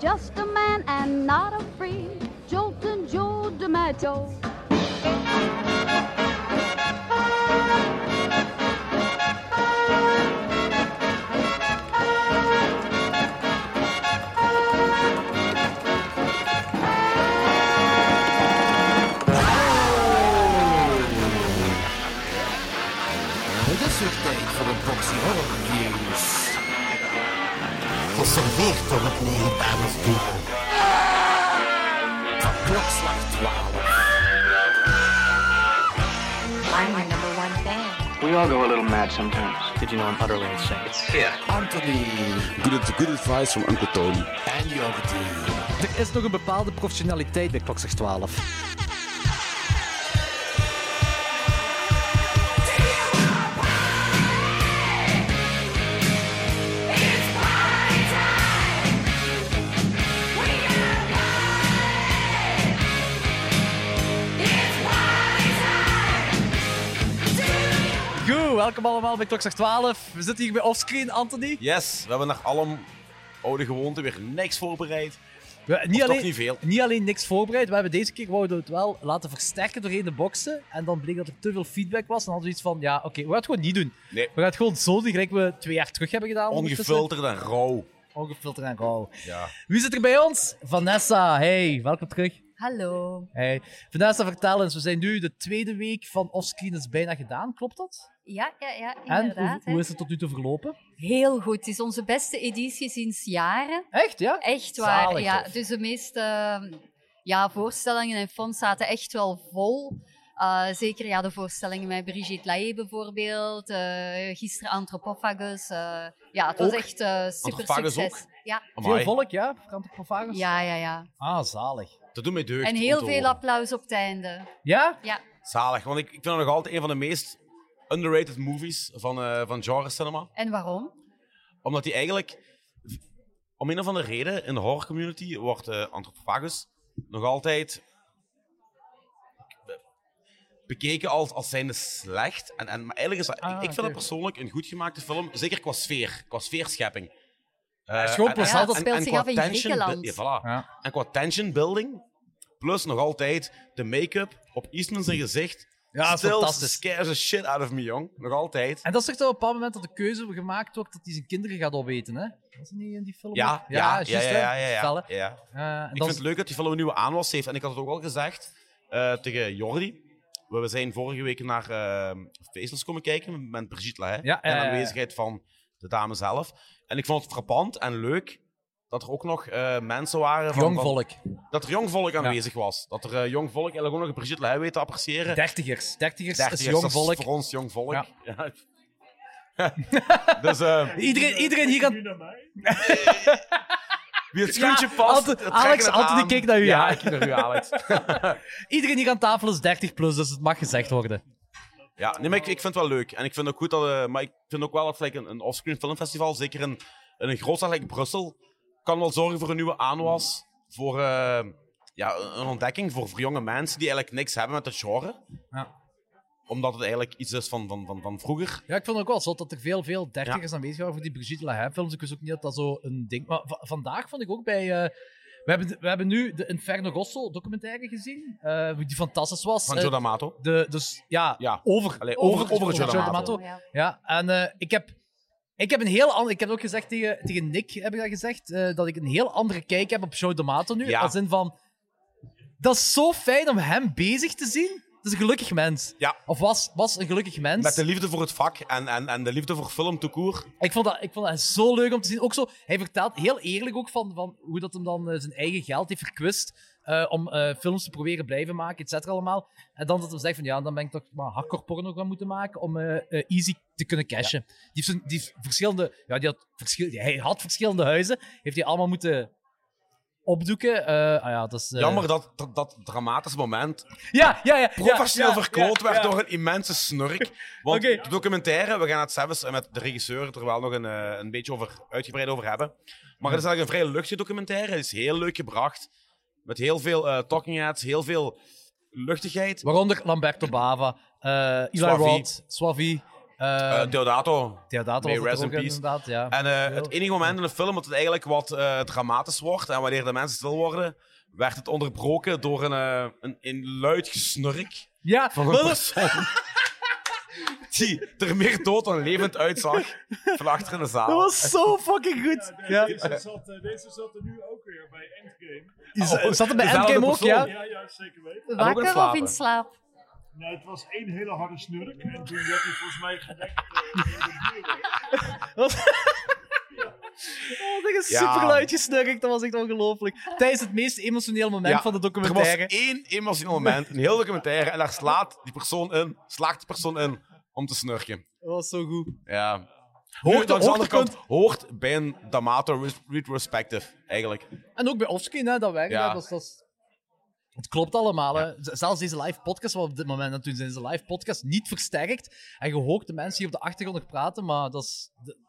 just a man and not a free Jolton Joe DiMaggio. Het is weer tijd voor een boxy horror reviews. Geserveerd door het Nederlands duo. Van klokslag 12. I'm your number one fan. We all go a little mad sometimes. Did you know I'm utterly insane? It's Anthony Good, ad- good advice from Uncle Tony. en Jordi. Er is nog een bepaalde professionaliteit bij klokslag 12. Goed, welkom allemaal bij klokslag 12. We zitten hier bij Offscreen, Anthony. Yes, we hebben naar alom oude gewoonte weer niks voorbereid. We, niet, Of toch alleen, niet veel. niet alleen niks voorbereid, we hebben deze keer wouden we het wel laten versterken doorheen de boxen. En dan bleek dat er te veel feedback was. En hadden we iets van, ja, oké, we gaan het gewoon niet doen. Nee. We gaan het gewoon zo doen, gelijk we twee jaar terug hebben gedaan. ondertussen. Ongefilterd en rauw. Ongefilterd en rauw. Ja. Wie zit er bij ons? Vanessa, hey, welkom terug. Hallo. Hey. Vanessa, vertel eens, we zijn nu de tweede week van Offscreen is bijna gedaan, klopt dat? Ja, ja, ja, en hoe, inderdaad. hè. hoe is het tot nu toe verlopen? Heel goed. Het is onze beste editie sinds jaren. Echt, ja? Echt waar. Zalig, ja, tof. dus de meeste ehm, ja, voorstellingen en films zaten echt wel vol. Eh, zeker ja, de voorstellingen met Brigitte Lahaie bijvoorbeeld. eh, gisteren Anthropophagus. eh, ja, het was Ook? echt eh super Anthropophagus ook? succes. Ja, Veel Amai, volk, ja? Kantoprofagus? ja, ja. ja. Ah, zalig. dat doet mij deugd. En om heel te veel horen. applaus op het einde. Ja? Ja, Zalig, want ik, ik vind het nog altijd een van de meest underrated movies van, eh, van genre cinema. en waarom? Omdat die eigenlijk, om een of andere reden, in de horror community wordt eh Anthropophagus nog altijd be- bekeken als, als zijnde slecht. En, en, maar eigenlijk is dat, Ah, ik, ik vind oké. het persoonlijk een goed gemaakte film, zeker qua sfeer, qua sfeerschepping. Eh, is gewoon en- plezant. en- Ja, dat en- speelt en zich qua af in tension bu- Griekenland. ja, voilà. Ja. En qua tension building, plus nog altijd de make-up op Eastman zijn gezicht. Ja, dat is still fantastisch. scares the shit out of me, jong. Nog altijd. En dat is toch dat op een bepaald moment dat de keuze gemaakt wordt dat hij zijn kinderen gaat opeten, hè? Was het niet in die film? Ja, ja, ja, juist, ja, hè? ja, ja, ja. Fel, hè? Ja. Eh, en Ik dan vind het leuk dat die film een nieuwe aanwas heeft. En ik had het ook al gezegd eh, tegen Jordi. We we zijn vorige week naar eh Faceless komen kijken met Brigitte Lahaye. Ja, in eh, aanwezigheid van de dame zelf. En ik vond het frappant en leuk dat er ook nog eh, mensen waren... Van, jong van- volk. dat er jong volk aanwezig was. Dat er eh, jong volk eigenlijk ook nog Brigitte Lahaye weet te appreciëren. Dertigers. Dertigers, Dertigers, is jong dat volk. voor ons jong volk. Ja. Ja. dus eh, Iedereen, iedereen hier aan... wie het schuurtje Ja, past, Ante- het Alex, trekken het Anthony, aan. kijk naar u, ja. Ja, ik kijk naar u, Alex. Iedereen hier aan tafel is 30 plus, dus het mag gezegd worden. ja, nee, maar ik, ik vind het wel leuk. En ik vind ook goed dat... eh, maar ik vind ook wel dat like, een, een offscreen filmfestival, zeker in, in een grootstad als Brussel, kan wel zorgen voor een nieuwe aanwas. Voor eh, ja, een een ontdekking voor, voor jonge mensen die eigenlijk niks hebben met het genre. Ja. Omdat het eigenlijk iets is van, van, van, van vroeger. Ja, ik vond het ook wel zot dat er veel, veel dertigers aanwezig waren voor die Brigitte Lahaye films. Ik wist ook niet dat dat zo een ding... Maar va- vandaag vond ik ook bij... eh, we, hebben, we hebben nu de Inferno Rosso documentaire gezien, eh, die fantastisch was. Van Eh, Joe D'Amato. de, dus ja, Ja. over, Allee, over- over Joe Joe D'Amato. D'Amato. Ja. Ja, en eh, ik, heb, ik heb een heel ander. Ik heb ook gezegd tegen, tegen Nick, heb ik dat gezegd, eh, dat ik een heel andere kijk heb op Joe D'Amato nu. Ja. Als in van, dat is zo fijn om hem bezig te zien. Dat is een gelukkig mens. Ja. Of was, was een gelukkig mens. Met de liefde voor het vak en, en, en de liefde voor film tout court. Ik vond, dat, ik vond dat zo leuk om te zien. Ook zo, hij vertelt heel eerlijk ook van, van hoe dat hem dan eh, zijn eigen geld heeft verkwist eh, om eh, films te proberen blijven maken, et cetera allemaal. En dan dat hij zegt van ja, dan ben ik toch maar hardcore porno gaan moeten maken om eh, eh, easy te kunnen cashen. Die, heeft zo'n- die heeft verschillende, ja, die had verschil, hij had verschillende huizen, heeft hij allemaal moeten opdoeken. Eh, ah ja, dat is, eh, Jammer dat dat, dat dramatische moment Ja, ja, ja. professioneel ja, ja, verkloot ja, werd ja. door een immense snurk. Want Oké. de documentaire, we gaan het zelfs met de regisseur er wel nog een, eh, een beetje over, uitgebreid over hebben. Maar het is eigenlijk een vrij luchtige documentaire. Het is heel leuk gebracht. Met heel veel eh, talking heads, heel veel luchtigheid. Waaronder Lamberto Bava, eh Eli Suavi. Roth, Suavi, Eh, Eh, Deodato. Theodato nee, was het rest er ook in in, peace. inderdaad, ja. En eh, het enige moment in de film dat het eigenlijk wat eh, dramatisch wordt en wanneer de mensen stil worden, werd het onderbroken door een, eh, een, een luid gesnurk. ja, Wel wel- eens- Die er meer dood dan levend uitzag van achter in de zaal. dat was zo fucking goed. Ja. Ja. Deze, zat, eh, deze zat er nu ook weer bij Endgame. Is, zat het bij dezelfde Endgame ook, persoon. ja? Ja, ja, zeker weten. ook aan het Wakker of slapen. in slaap? Nou, het was één hele harde snurk. En toen werd hij volgens mij gedekt eh, door de buren. Oh, dat is Ja. super luidjes snurk. Dat was echt ongelooflijk. Tijdens het meest emotionele moment Ja, van de Er was documentaire. één emotioneel moment, een heel documentaire, en daar slaat die persoon in, slaagt die persoon in om te snurken. Dat was zo goed. Ja. Hoogte- Nu, langs de andere hoogtepunt. kant hoort bij een D'Amato res- retrospective, eigenlijk. En ook bij Offscreen, hè, dat werkt. Ja. hè, dat is- dat is- Het klopt allemaal. Hè. Z- Zelfs deze live podcast, wat op dit moment aan het doen zijn, is de live podcast niet versterkt. En je hoort de mensen hier op de achtergrond nog praten, maar dat is... de-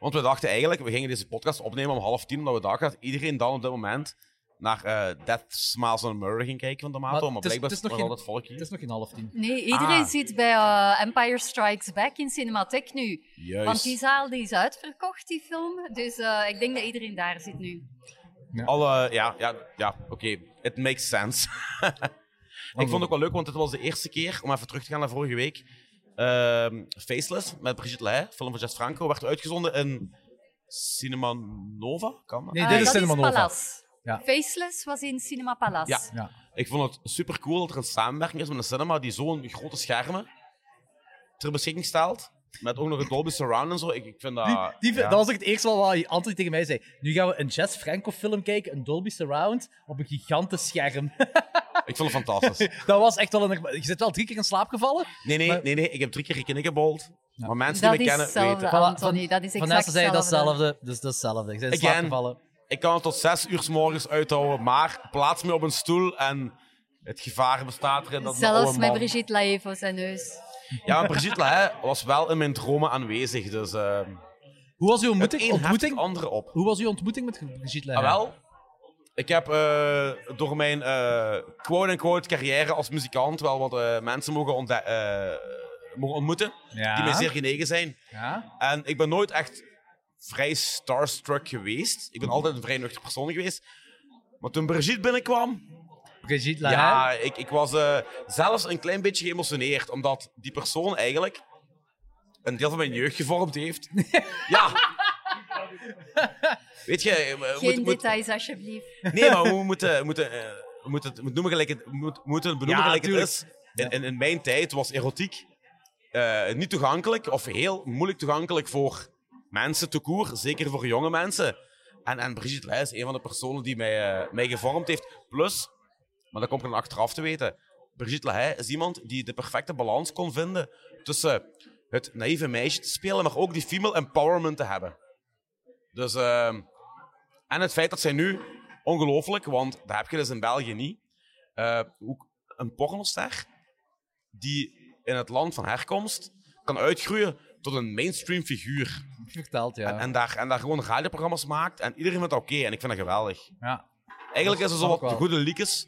Want we dachten eigenlijk, we gingen deze podcast opnemen om half tien, omdat we dachten dat iedereen dan op dit moment naar eh Death Smiles on a Murder ging kijken van D'Amato, Maar maar, het is- blijkbaar het was is nog dat geen- het volk Het hier. is nog geen half tien. Nee, iedereen Ah. zit bij eh, Empire Strikes Back in Cinematheek nu. Juist. Want die zaal die is uitverkocht, die film. Dus eh, ik denk dat iedereen daar zit nu. Alle, ja, ja, ja oké. It makes sense. ik vond het ook wel leuk, want dit was de eerste keer, om even terug te gaan naar vorige week. ehm, Faceless met Brigitte Ley, film van Jess Franco, werd uitgezonden in Cinema Nova. Kan dat? Nee, Eh, dit is dat Cinema Nova. Palace. Ja. Faceless was in Cinema Palace. Dus Ja. Ja. Ik vond het super cool dat er een samenwerking is met een cinema die zo'n grote schermen ter beschikking stelt. Met ook nog een Dolby Surround en zo. Ik, ik vind dat. Die, die, ja. Dat was ook het eerste wat Anthony tegen mij zei. Nu gaan we een Jess Franco film kijken, een Dolby Surround, op een gigantisch scherm. Ik vond het fantastisch. dat was echt wel een... Je zit wel drie keer in slaap gevallen. Nee, nee, Maar- nee, nee. Ik heb drie keer geknikkebold. Maar mensen Dat die is me kennen hetzelfde, weten. Anthony. Dat is exact Vanessa zei hetzelfde. datzelfde. Dus datzelfde. Ik zei in slaap Again. gevallen. Ik kan het tot zes uur s morgens uithouden, maar plaats me op een stoel en het gevaar bestaat erin dat Eh, een Zelfs oude met man- Brigitte Lahaie voor zijn neus. Ja, maar Brigitte Lahaie was wel in mijn dromen aanwezig, dus eh, Hoe was uw het ontmoeting? een heft het ontmoeting? andere op. Hoe was uw ontmoeting met Brigitte Ah, Lehrer? wel, ik heb eh, door mijn eh, quote-unquote carrière als muzikant wel wat eh, mensen mogen, ontde- eh, mogen ontmoeten Ja. die mij zeer genegen zijn. Ja. En ik ben nooit echt vrij starstruck geweest. Ik ben altijd een vrij nuchter persoon geweest. Maar toen Brigitte binnenkwam, Brigitte Ja, Lahaie. ik, ik was eh, zelfs een klein beetje geëmotioneerd, omdat die persoon eigenlijk een deel van mijn jeugd gevormd heeft. ja. Weet je, we Geen moet- moet- details, alsjeblieft. nee, maar we moeten, we moeten, eh, we moeten het moet noemen gelijk het, moet, moeten het benoemen Ja, gelijk het tuurlijk. is. In, in, in mijn tijd was erotiek eh, niet toegankelijk, of heel moeilijk toegankelijk voor mensen te koer, zeker voor jonge mensen. En, en Brigitte Leij is een van de personen die mij, eh, mij gevormd heeft. Plus, maar dat kom ik dan achteraf te weten. Brigitte Lahaye is iemand die de perfecte balans kon vinden tussen het naïeve meisje te spelen, maar ook die female empowerment te hebben. Dus, ehm, en het feit dat zij nu, ongelooflijk, want dat heb je dus in België niet, eh, ook een pornoster die in het land van herkomst kan uitgroeien tot een mainstream figuur. Verteld, ja. En, en, daar, en daar gewoon radioprogramma's maakt en iedereen vindt dat oké en ik vind dat geweldig. ja. Eigenlijk is er zo Ook wat wel. de goede liekes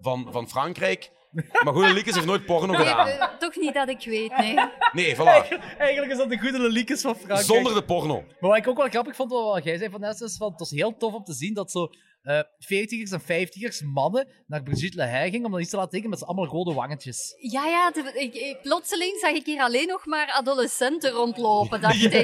van, van Frankrijk. Maar goede liekes heeft nooit porno gedaan. Eh, Toch niet dat ik weet, nee. Nee, voilà. Eigenlijk is dat de goede leliekes van Frankrijk. Zonder de porno. Maar wat ik ook wel grappig vond, wat wat jij zei Vanessa, is van, het was heel tof om te zien dat zo eh 40ers en 50ers mannen naar Brigitte Lahaie gingen om dan iets te laten tekenen met z'n allemaal rode wangetjes. Ja, ja, de- ik, ik- plotseling zag ik hier alleen nog maar adolescenten rondlopen, dacht ik.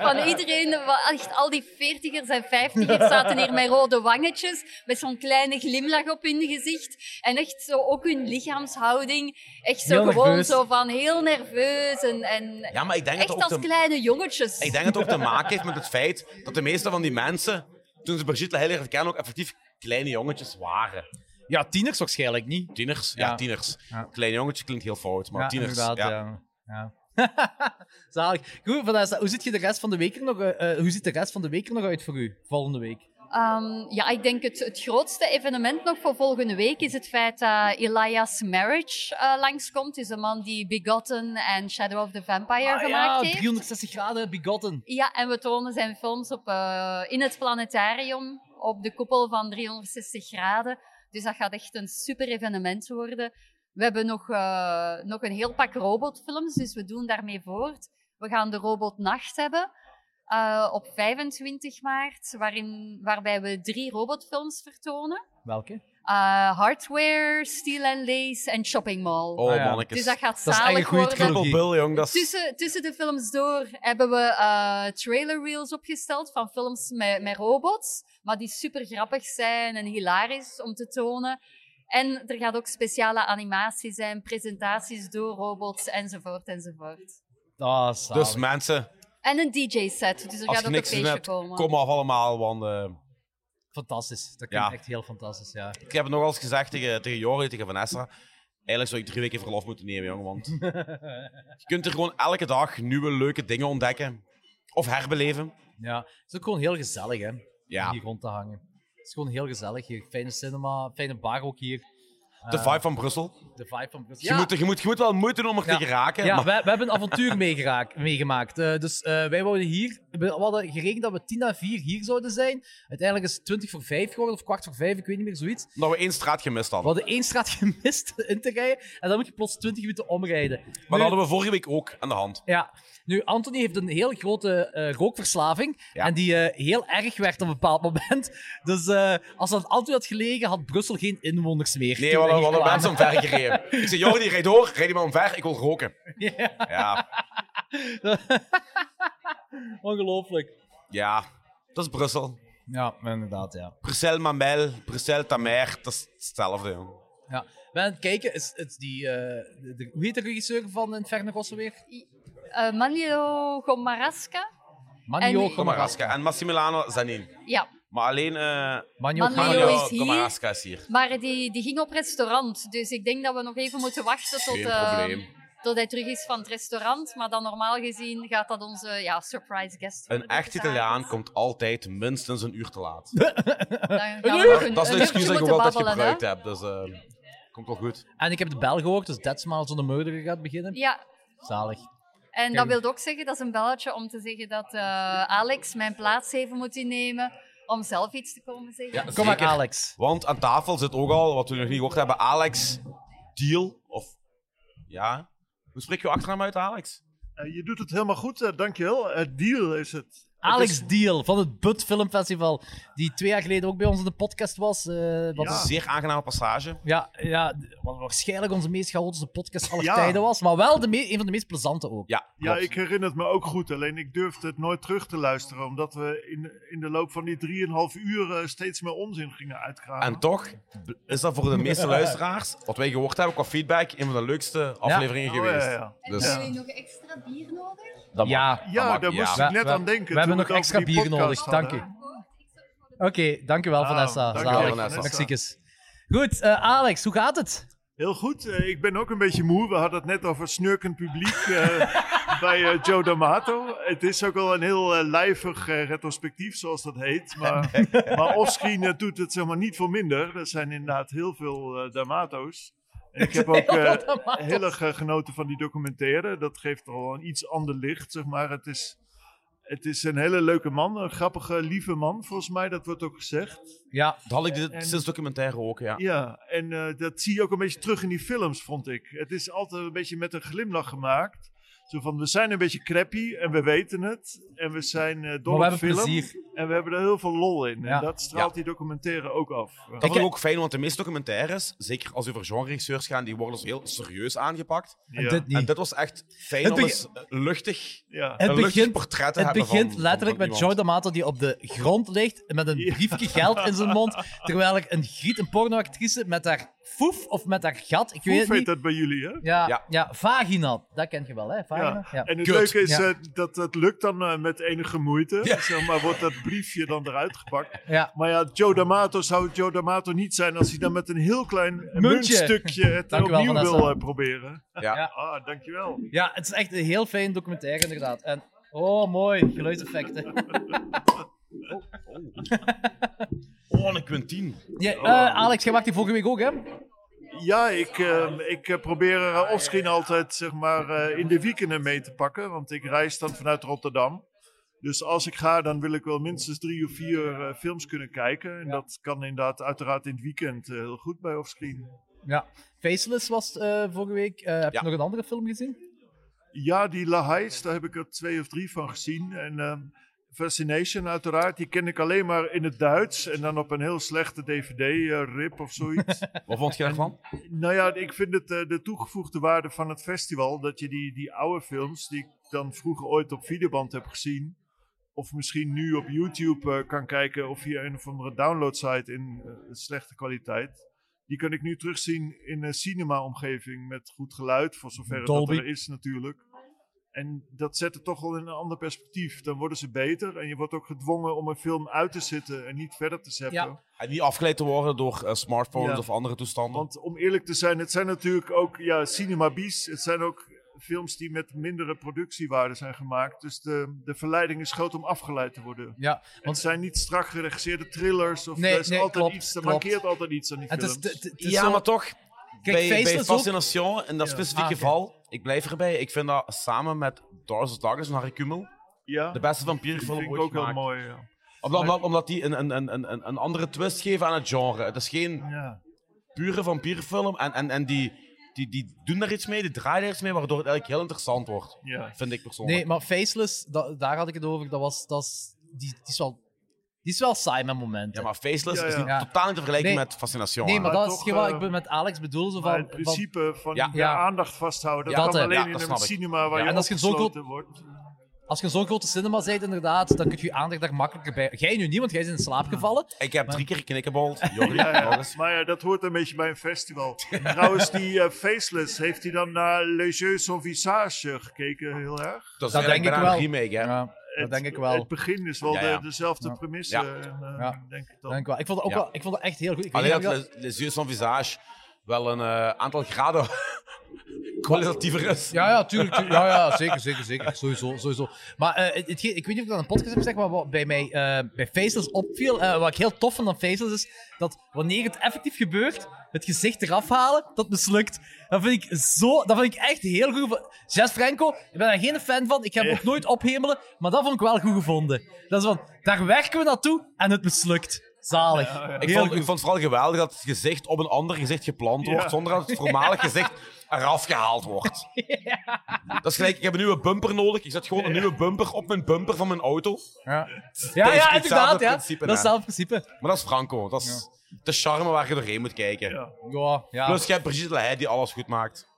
Van iedereen, wa- echt al die veertigers en vijftigers zaten hier met rode wangetjes, met zo'n kleine glimlach op hun gezicht. En echt zo, ook hun lichaamshouding, echt zo Heel gewoon nerveus. zo van heel nerveus en, en Ja, maar ik denk, dat echt het als ook te, kleine jongetjes. ik denk dat het ook te maken heeft met het feit dat de meeste van die mensen, toen ze Brigitte Heilig herkennen, ook effectief kleine jongetjes waren. Ja, tieners waarschijnlijk niet. Tieners? Ja, Ja. tieners. Ja. Klein jongetje klinkt heel fout, maar ja, tieners. Ja. inderdaad, ja. ja. Zalig. Goed, Vanessa, hoe ziet, je de rest van de week er nog, eh, eh, hoe ziet de rest van de week er nog uit voor u, volgende week? Ehm, ja, ik denk het, het grootste evenement nog voor volgende week is het feit dat Elias Marriage eh, langskomt. Dus de man die Begotten en Shadow of the Vampire Ah gemaakt ja, heeft. 360 graden, begotten. Ja, en we tonen zijn films op, eh, in het planetarium op de koepel van 360 graden. Dus dat gaat echt een super evenement worden. We hebben nog, eh, nog een heel pak robotfilms, dus we doen daarmee voort. We gaan de Robotnacht hebben eh, op 25 maart, waarin, waarbij we drie robotfilms vertonen. Welke? Eh, hardware, Steel and Lace en Shopping Mall. Oh, Ah, ja. dus mannetjes. dat gaat Dat is echt een zalig goede worden. trilogie. Triple Bill, jong. Dat is... Tussen, tussen de films door hebben we eh trailer reels opgesteld van films met, met robots. Maar die super grappig zijn en hilarisch om te tonen. En er gaat ook speciale animatie zijn, presentaties door robots enzovoort enzovoort. Ah, zalig. Dus mensen, En een DJ-set, dus er als gaat je ook een niks te doen feestje hebt, komen. kom af allemaal. Want eh, Fantastisch. Dat Ja. klinkt echt heel fantastisch, ja. ik heb het nogal eens gezegd tegen, tegen Jori, tegen Vanessa. Eigenlijk zou ik drie weken verlof moeten nemen, jong. Want je kunt er gewoon elke dag nieuwe leuke dingen ontdekken. Of herbeleven. ja. Het is ook gewoon heel gezellig, hè. Ja. Om hier rond te hangen. Het is gewoon heel gezellig hier. Fijne cinema, fijne bar ook hier. De vibe van Brussel. De vibe van Brussel. Je, moet, er- je, moet, je moet wel moeite doen om er Ja. te geraken. Ja, maar- we, we hebben een avontuur meegeraak- meegemaakt. Eh, dus eh, wij wouden hier... We hadden gerekend dat we 10 na 4 hier zouden zijn. Uiteindelijk is het 20 voor 5 geworden, of kwart voor 5, ik weet niet meer, zoiets. Omdat we één straat gemist We hadden. hadden één straat gemist in te rijden. En dan moet je plots 20 minuten omrijden. Maar Nu- dat hadden we vorige week ook aan de hand. Ja. Nu, Anthony heeft een heel grote eh, rookverslaving. Ja. En die eh, heel erg werd op een bepaald moment. Dus eh, als dat Anthony had gelegen, had Brussel geen inwoners meer. Nee, toen we hadden, we wij hadden hier mensen omver gereden. Ik zei, Jordi, rijd door, rijd die maar omver, ik wil roken. kwamen. Ja, Ja, ongelooflijk. ja. Dat is Brussel. Ja, inderdaad, ja. Brussel Mamel, Brussel Tamer, dat is hetzelfde. jong. ja. Ben aan het kijken, is, is die, eh, de- de- hoe heet de regisseur van Inferno Rosso weer? Eh, Manlio Gomaraska. Manio En- Gomaraska. Komaraska. En Massimiliano Zanin. Ja, Maar alleen eh Manio Manlio Gomaraska. Mario is hier. Komaraska is hier. maar die, die ging op restaurant, dus ik denk dat we nog even moeten wachten tot... Geen eh, probleem. tot hij terug is van het restaurant. Maar dan normaal gezien gaat dat onze ja, surprise guest Een worden echt deze avond. Italiaan komt altijd minstens een uur te laat. Dan gaan we Een nog uur? een- Dat is een een excuus dat uurtje ik ook moeten altijd babbelen, hè. gebruikt heb. Dus eh, komt wel goed. En ik heb de bel gehoord, dus dat Miles on the Murderer gaat beginnen. Ja, Zalig. en Kijk. dat wil ook zeggen, dat is een belletje om te zeggen dat eh, Alex mijn plaats even moet innemen om zelf iets te komen zeggen. Kom maar, Alex. Want aan tafel zit ook al, wat we nog niet gehoord hebben, Alex Deal. Of ja. Hoe spreek je achternaam uit, Alex? Eh, je doet het helemaal goed, eh, dankjewel. Het deal is het. Alex Het Deal van het Bud Film Festival, die twee jaar geleden ook bij ons in de podcast was. eh, wat Ja. is- Zeer aangename passage. ja, ja, wat waarschijnlijk onze meest chaotische podcast aller Ja. tijden was, maar wel de me- een van de meest plezante ook. Ja, ja, klopt. ik herinner het me ook goed. Alleen ik durfde het nooit terug te luisteren. Omdat we in, in de loop van die 3,5 uur eh, steeds meer onzin gingen uitgraven. En toch b- is dat voor de meeste luisteraars, wat wij gehoord hebben qua feedback, een van de leukste afleveringen Oh, ja, geweest. ja, ja. Dus Ja. nog extra bier nodig? dat Ja. mag. Ja, Dat mag, daar moest We- ik net we- aan denken. we hebben toen nog het extra over die bier nodig, podcast hadden. dank Oké, dankjewel Ah, Vanessa. dankjewel, Zalig. Vanessa. Mexiekes. Goed, eh, Alex, hoe gaat het? Heel goed, eh, ik ben ook een beetje moe. We hadden het net over snurkend publiek eh, bij eh, Joe D'Amato. Het is ook al een heel eh, lijvig eh, retrospectief, zoals dat heet. Maar, maar offscreen eh, doet het zeg maar niet voor minder. Er zijn inderdaad heel veel eh, D'Amato's. En ik heb ook eh, heel erg eh, genoten van die documentaire. Dat geeft al een iets ander licht, zeg maar. Het is, het is een hele leuke man, een grappige, lieve man, volgens mij. Dat wordt ook gezegd. Ja, Dat had ik dit- En- sinds documentaire ook, ja. Ja, en eh, dat zie je ook een beetje terug in die films, vond ik. Het is altijd een beetje met een glimlach gemaakt. Zo van, we zijn een beetje crappy en we weten het. En we zijn eh dol maar we op hebben film. plezier. En we hebben er heel veel lol in. Ja. En dat straalt die documentaire ook af. Ja. Dat vond ik ook fijn, want de meeste documentaires, zeker als we over genre-regisseurs gaan, die worden dus heel serieus aangepakt. En Ja. dit niet. En dit was echt fijn Het om beg- eens eh, luchtig, Ja. Het een luchtig begint- portret te Het hebben begint van- van- letterlijk van met Joe iemand. D'Amato die op de grond ligt met een Ja. briefje geld in zijn mond, terwijl ik een griet, een pornoactrice, met haar foef of met haar gat, ik weet Hoe het niet. weet dat bij jullie, hè? Ja, ja. Ja. vagina. Dat kent je wel, hè? Vagina. Ja. En het Kut. leuke is Ja. eh, dat dat lukt dan eh, met enige moeite. Zeg maar wordt dat briefje dan eruit gepakt. Ja. Maar ja, Joe D'Amato zou Joe D'Amato niet zijn als hij dan met een heel klein muntstukje het Dank u wel, opnieuw Vanessa. wil eh, proberen. Ja. Ja. Ah, dankjewel. Ja, het is echt een heel fijn documentaire, inderdaad. En, oh, mooi. Geluidseffecten. Oh, een Quentin. Ja, eh, Alex, jij maakt die vorige week ook, hè? Ja, ik, eh, ik eh, probeer eh, offscreen altijd zeg maar, eh, in de weekenden mee te pakken. Want ik reis dan vanuit Rotterdam. Dus als ik ga, dan wil ik wel minstens drie of vier eh, films kunnen kijken. En dat kan inderdaad uiteraard in het weekend eh, heel goed bij offscreen. Ja. Faceless was eh, vorige week. Eh, heb Ja. je nog een andere film gezien? Ja, die La Heist, daar heb ik er twee of drie van gezien. En ehm, Fascination uiteraard, die ken ik alleen maar in het Duits. En dan op een heel slechte DVD-rip eh, of zoiets. Wat vond je daarvan? Nou ja, ik vind het eh, de toegevoegde waarde van het festival. Dat je die, die oude films, die ik dan vroeger ooit op videoband heb gezien. Of misschien nu op YouTube eh, kan kijken of via een of andere downloadsite in eh, slechte kwaliteit. Die kan ik nu terugzien in een cinema-omgeving met goed geluid, voor zover het dat Dolby. er is natuurlijk. En dat zet het toch wel in een ander perspectief. Dan worden ze beter en je wordt ook gedwongen om een film uit te zitten en niet verder te zetten. Ja. En niet afgeleid te worden door eh, smartphones Ja. of andere toestanden. Want om eerlijk te zijn, het zijn natuurlijk ook ja, cinemabies. Het zijn ook films die met mindere productiewaarde zijn gemaakt. Dus de, de verleiding is groot om afgeleid te worden. Ja. Want Want- het zijn niet strak geregisseerde thrillers. Of Nee, er is nee, altijd klopt, iets, er klopt. mankeert altijd iets aan die En het films. is, het- het- het is ja, zo- maar toch, Kijk, bij, bij Faceless ook. Fascination, in dat Ja. specifieke Ah, oké. geval, ik blijf erbij, ik vind dat samen met Doris Douglas en Harry Kummel ja, de dat beste vind vampierfilm ik ooit ook gemaakt. heel mooi. Ja. Omdat, omdat, omdat die een, een, een, een- een, een andere twist geven aan het genre. Het is geen Ja. pure vampierfilm en, en, en die, die, die doen daar iets mee, die draaien er iets mee, waardoor het eigenlijk heel interessant wordt. Ja. Vind ik persoonlijk. Nee, maar Faceless, da- daar had ik het over. Dat was, dat is, die, die, is wel, die is wel saai met momenten. Ja, maar Faceless Ja, is ja. niet, Ja. totaal niet te vergelijken Nee. met Fascination. nee, hè. maar, Maar dat toch, is hetgeen wat eh, ik met Alex bedoel. Zo Maar van, het van- principe van Ja. de Ja. aandacht vasthouden, dat, Dat, kan eh, alleen ja, in dat een snap ik. cinema waar Ja, je en als je zo'n opgesloten wordt. als je in zo'n grote cinema bent, inderdaad, dan kun je je aandacht daar makkelijker bij... Jij nu niet, want jij is in slaap gevallen. Ik heb drie keer knikkenbold. Jorrie, Ja, ja. Doris. Maar ja, dat hoort een beetje bij een festival. Trouwens, die eh, Faceless, heeft hij dan naar Le Jeu sans visage gekeken heel erg? Dat Dat is denk eigenlijk ik bijna een wel. remake, hè. Ja, dat denk ik wel. Het begin is wel Ja, ja. De, dezelfde Ja. premisse. Ja. En, eh, Ja. Denk ik dan. Denk ik wel. Ik vond het ook Ja. wel, ik vond het echt heel goed. Ik weet Alleen niet of dat ik Les Yeux van Visage wel een eh, aantal graden kwalitatiever is. dat- Ja, ja, tuurlijk. tuurlijk. Ja, ja, zeker, zeker, zeker. Sowieso, sowieso. Maar eh, het, hetgeen- ik weet niet of ik dat in een podcast heb gezegd, maar wat bij mij eh, bij Faceless opviel, eh, wat ik heel tof vond aan Faceless, is dat wanneer het effectief gebeurt, het gezicht eraf halen, dat mislukt. Dat vind ik zo, dat vind ik echt heel goed. gevo- Jess Franco, ik ben daar geen fan van, ik ga hem ook nooit ophemelen, maar dat vond ik wel goed gevonden. Dat is van, daar werken we naartoe en het mislukt. Zalig. Ik Heel vond, ik goed. vond het vooral geweldig dat het gezicht op een ander gezicht geplant wordt, Ja. zonder dat het voormalig gezicht eraf gehaald wordt. Dat is gelijk, ik heb een nieuwe bumper nodig. Ik zet gewoon een nieuwe bumper op mijn bumper van mijn auto. Ja, is ja, ja hetzelfde inderdaad. Ja. Dat is principe, hè. hetzelfde principe. Maar dat is Franco. Dat is de charme waar je doorheen moet kijken. Ja. Ja, ja. Plus, je hebt Brigitte Lehey die alles goed maakt.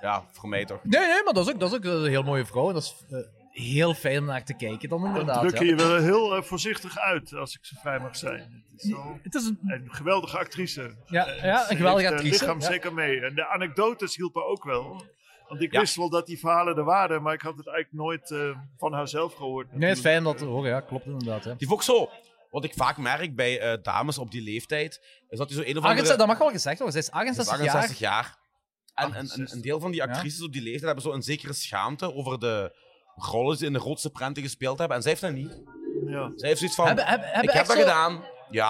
Ja, voor mij toch. Nee, nee, maar dat is ook, dat is ook een heel mooie vrouw. En dat is eh, heel fijn om naar te kijken dan Dan inderdaad. druk Ja. je je wel heel eh, voorzichtig uit, als ik zo vrij mag zijn. Het is wel Het is een, een geweldige actrice. ja, ja, een eh, geweldige Het actrice. lichaam Ja. zeker mee. En de anekdotes hielpen ook wel. Want ik Ja. wist wel dat die verhalen er waren, maar ik had het eigenlijk nooit eh, van haarzelf gehoord. Nee, het is natuurlijk. fijn om dat te horen. Ja, klopt inderdaad. Hè. Die vond ik zo. Wat ik vaak merk bij eh, dames op die leeftijd, is dat die zo een of andere... 68, dat mag wel gezegd worden. Zij is 68, 68 jaar. jaar. En, en, en een deel van die actrices op die leeftijd hebben zo een zekere schaamte over de rollen die in de grootste prenten gespeeld hebben. En zij heeft dat niet. Ja. Zij heeft zoiets van, Hebben- hebben- hebben ik heb echt dat zo- gedaan. Ja,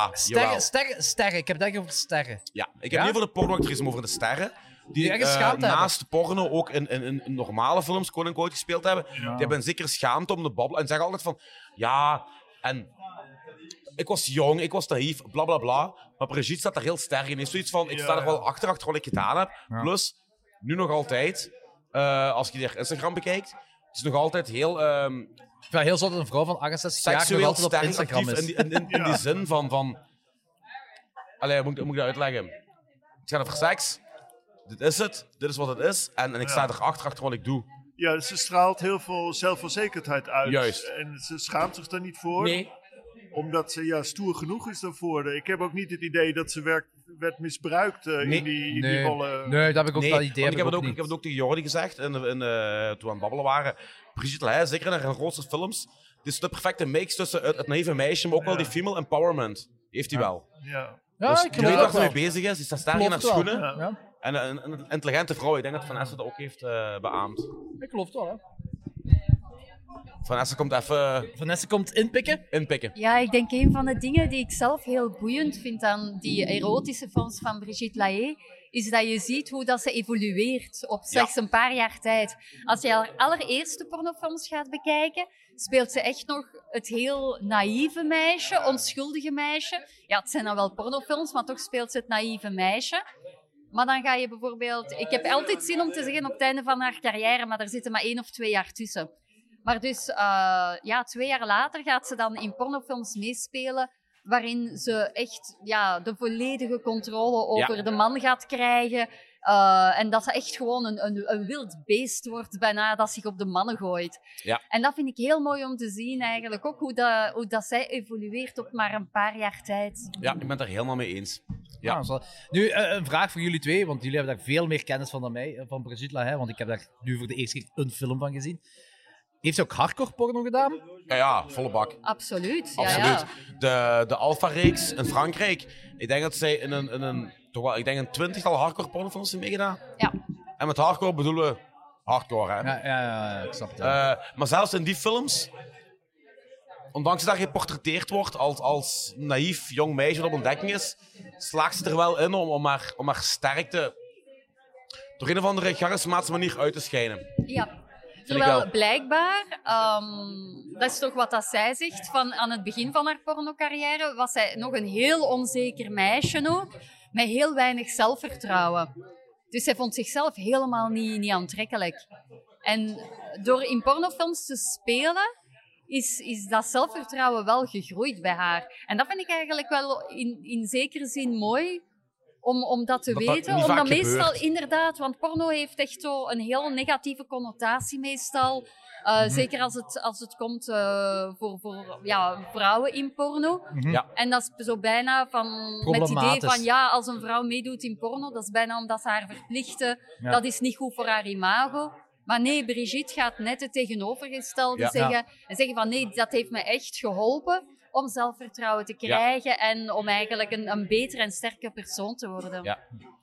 jawel. Sterren, sterren, sterren. Ik heb het echt over sterren. Ja, ik heb Ja? niet over de pornoactrices, maar over de sterren. Die Die echt een eh, schaamte hebben. naast porno ook in, in, in in normale films, quote unquote, gespeeld hebben. Die hebben een zekere schaamte om de babbelen. En zeggen altijd van, ja, en ik was jong, ik was naïef, bla bla bla. Maar Brigitte staat daar heel sterk in. Is zoiets van, ik Ja, sta er wel ja. achter, achter wat ik gedaan heb. Plus, nu nog altijd, eh, als je haar Instagram bekijkt, het is nog altijd heel ehm, Ik vind het heel zot dat een vrouw van 68 jaar nog seksueel altijd op sterk Instagram actief is. In, die- in, in, in die zin van... van Allee, moet, ik- moet ik dat uitleggen? Het gaat over seks. Dit is het. Dit is wat het is. En, en ik sta erachter achter wat ik doe. ja, ze straalt heel veel zelfverzekerdheid uit. Juist. En ze schaamt zich daar niet voor. Nee. Omdat ze ja, stoer genoeg is daarvoor. Ik heb ook niet het idee dat ze werd, werd misbruikt eh, Nee, in die, in die Nee, rollen. nee, dat heb ik ook eh, nee. dat want idee. ik, heb het ook, niet. ik heb het ook tegen Jordi gezegd in, in, eh, toen we aan het babbelen waren. Brigitte Ley, zeker in haar grootste films. Dit is de perfecte mix tussen het, het naïeve meisje, maar ook wel die female empowerment. Heeft hij wel. Ja. Ja, Dus Ah, ik die geloof weet waar dat ze mee wel. bezig is. Die staat sterk in haar Klopt wel. schoenen. Ja. Ja, En een, een intelligente vrouw. Ik denk dat Vanessa dat ook heeft eh, beaamd. ik geloof het wel. Hè. Vanessa komt even Vanessa komt inpikken. inpikken. Ja, ik denk een van de dingen die ik zelf heel boeiend vind aan die erotische films van Brigitte Lahaie, is dat je ziet hoe dat ze evolueert op slechts een paar jaar tijd. Als je haar allereerste pornofilms gaat bekijken, speelt ze echt nog het heel naïeve meisje, onschuldige meisje. Ja, het zijn dan wel pornofilms, maar toch speelt ze het naïeve meisje. Maar dan ga je bijvoorbeeld... Ik heb altijd zin om te zeggen op het einde van haar carrière, maar daar zitten maar één of twee jaar tussen. Maar dus, eh, ja, twee jaar later gaat ze dan in pornofilms meespelen waarin ze echt ja, de volledige controle over de man gaat krijgen. Eh, en dat ze echt gewoon een, een, een wild beest wordt bijna, dat zich op de mannen gooit. Ja. En dat vind ik heel mooi om te zien eigenlijk. Ook hoe, dat, hoe dat zij evolueert op maar een paar jaar tijd. Ja, ik ben het daar helemaal mee eens. Ja. Ah, zo. nu, eh, een vraag voor jullie twee, want jullie hebben daar veel meer kennis van dan mij, eh, van Brigitte hè, want ik heb daar nu voor de eerste keer een film van gezien. Heeft ze ook hardcore porno gedaan? Ja, ja, volle bak. Absoluut. Ja, Absoluut. Ja. De, de Alpha-reeks in Frankrijk. Ik denk dat zij in een, in een, toch wel, ik denk een twintigtal hardcore pornofilms hebben meegedaan. Ja. En met hardcore bedoelen we hardcore, hè. Ja, ja, ja, ik snap het. ja. Eh, maar zelfs in die films, ondanks dat daar geportretteerd wordt als, als naïef jong meisje dat op ontdekking is, slaagt ze er wel in om, om, haar, om haar sterkte door een of andere charismatische manier uit te schijnen. Ja. ik Terwijl wel. blijkbaar, ehm, dat is toch wat dat zij zegt, van aan het begin van haar pornocarrière was zij nog een heel onzeker meisje ook, met heel weinig zelfvertrouwen. Dus zij vond zichzelf helemaal niet, niet aantrekkelijk. En door in pornofilms te spelen, is, is dat zelfvertrouwen wel gegroeid bij haar. En dat vind ik eigenlijk wel in, in zekere zin mooi, om, om dat te Dat dat weten. niet omdat vaak gebeurt. meestal, inderdaad, want porno heeft echt zo een heel negatieve connotatie meestal. Uh, Mhm. Zeker als het, als het komt eh, voor, voor ja, vrouwen in porno. Mhm. Ja. En dat is zo bijna van, met het idee Problematisch. van ja, als een vrouw meedoet in porno, dat is bijna omdat ze haar verplichten. Ja. Dat is niet goed voor haar imago. Maar nee, Brigitte gaat net het tegenovergestelde Ja. zeggen. En zeggen van nee, dat heeft me echt geholpen om zelfvertrouwen te krijgen en om eigenlijk een, een betere en sterke persoon te worden. Ja.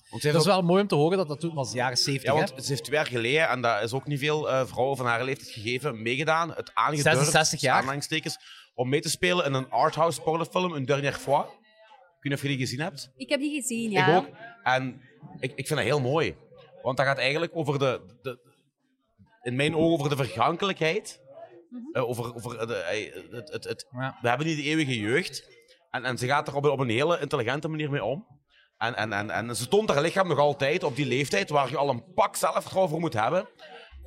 Want ze heeft Dat is ook- wel mooi om te horen dat dat toen was, jaren 70. ja, hè? want ze heeft twee jaar geleden, en dat is ook niet veel eh, vrouwen van haar leeftijd gegeven, meegedaan. Het aangedurfd, 66 jaar. aanhalingstekens, om mee te spelen in een arthouse pornofilm, Een Dernière Fois. Ik weet niet of je die gezien hebt. Ik heb die gezien, ja. Ik ook. En ik, ik vind dat heel mooi. Want dat gaat eigenlijk over de, de in mijn ogen, over de vergankelijkheid. Mhm. Eh, over over de, eh, het, het, het- Ja. we hebben niet de eeuwige jeugd. En, en ze gaat er op een, op een hele intelligente manier mee om. En, en, en, en ze toont haar lichaam nog altijd op die leeftijd waar je al een pak zelfvertrouwen voor moet hebben.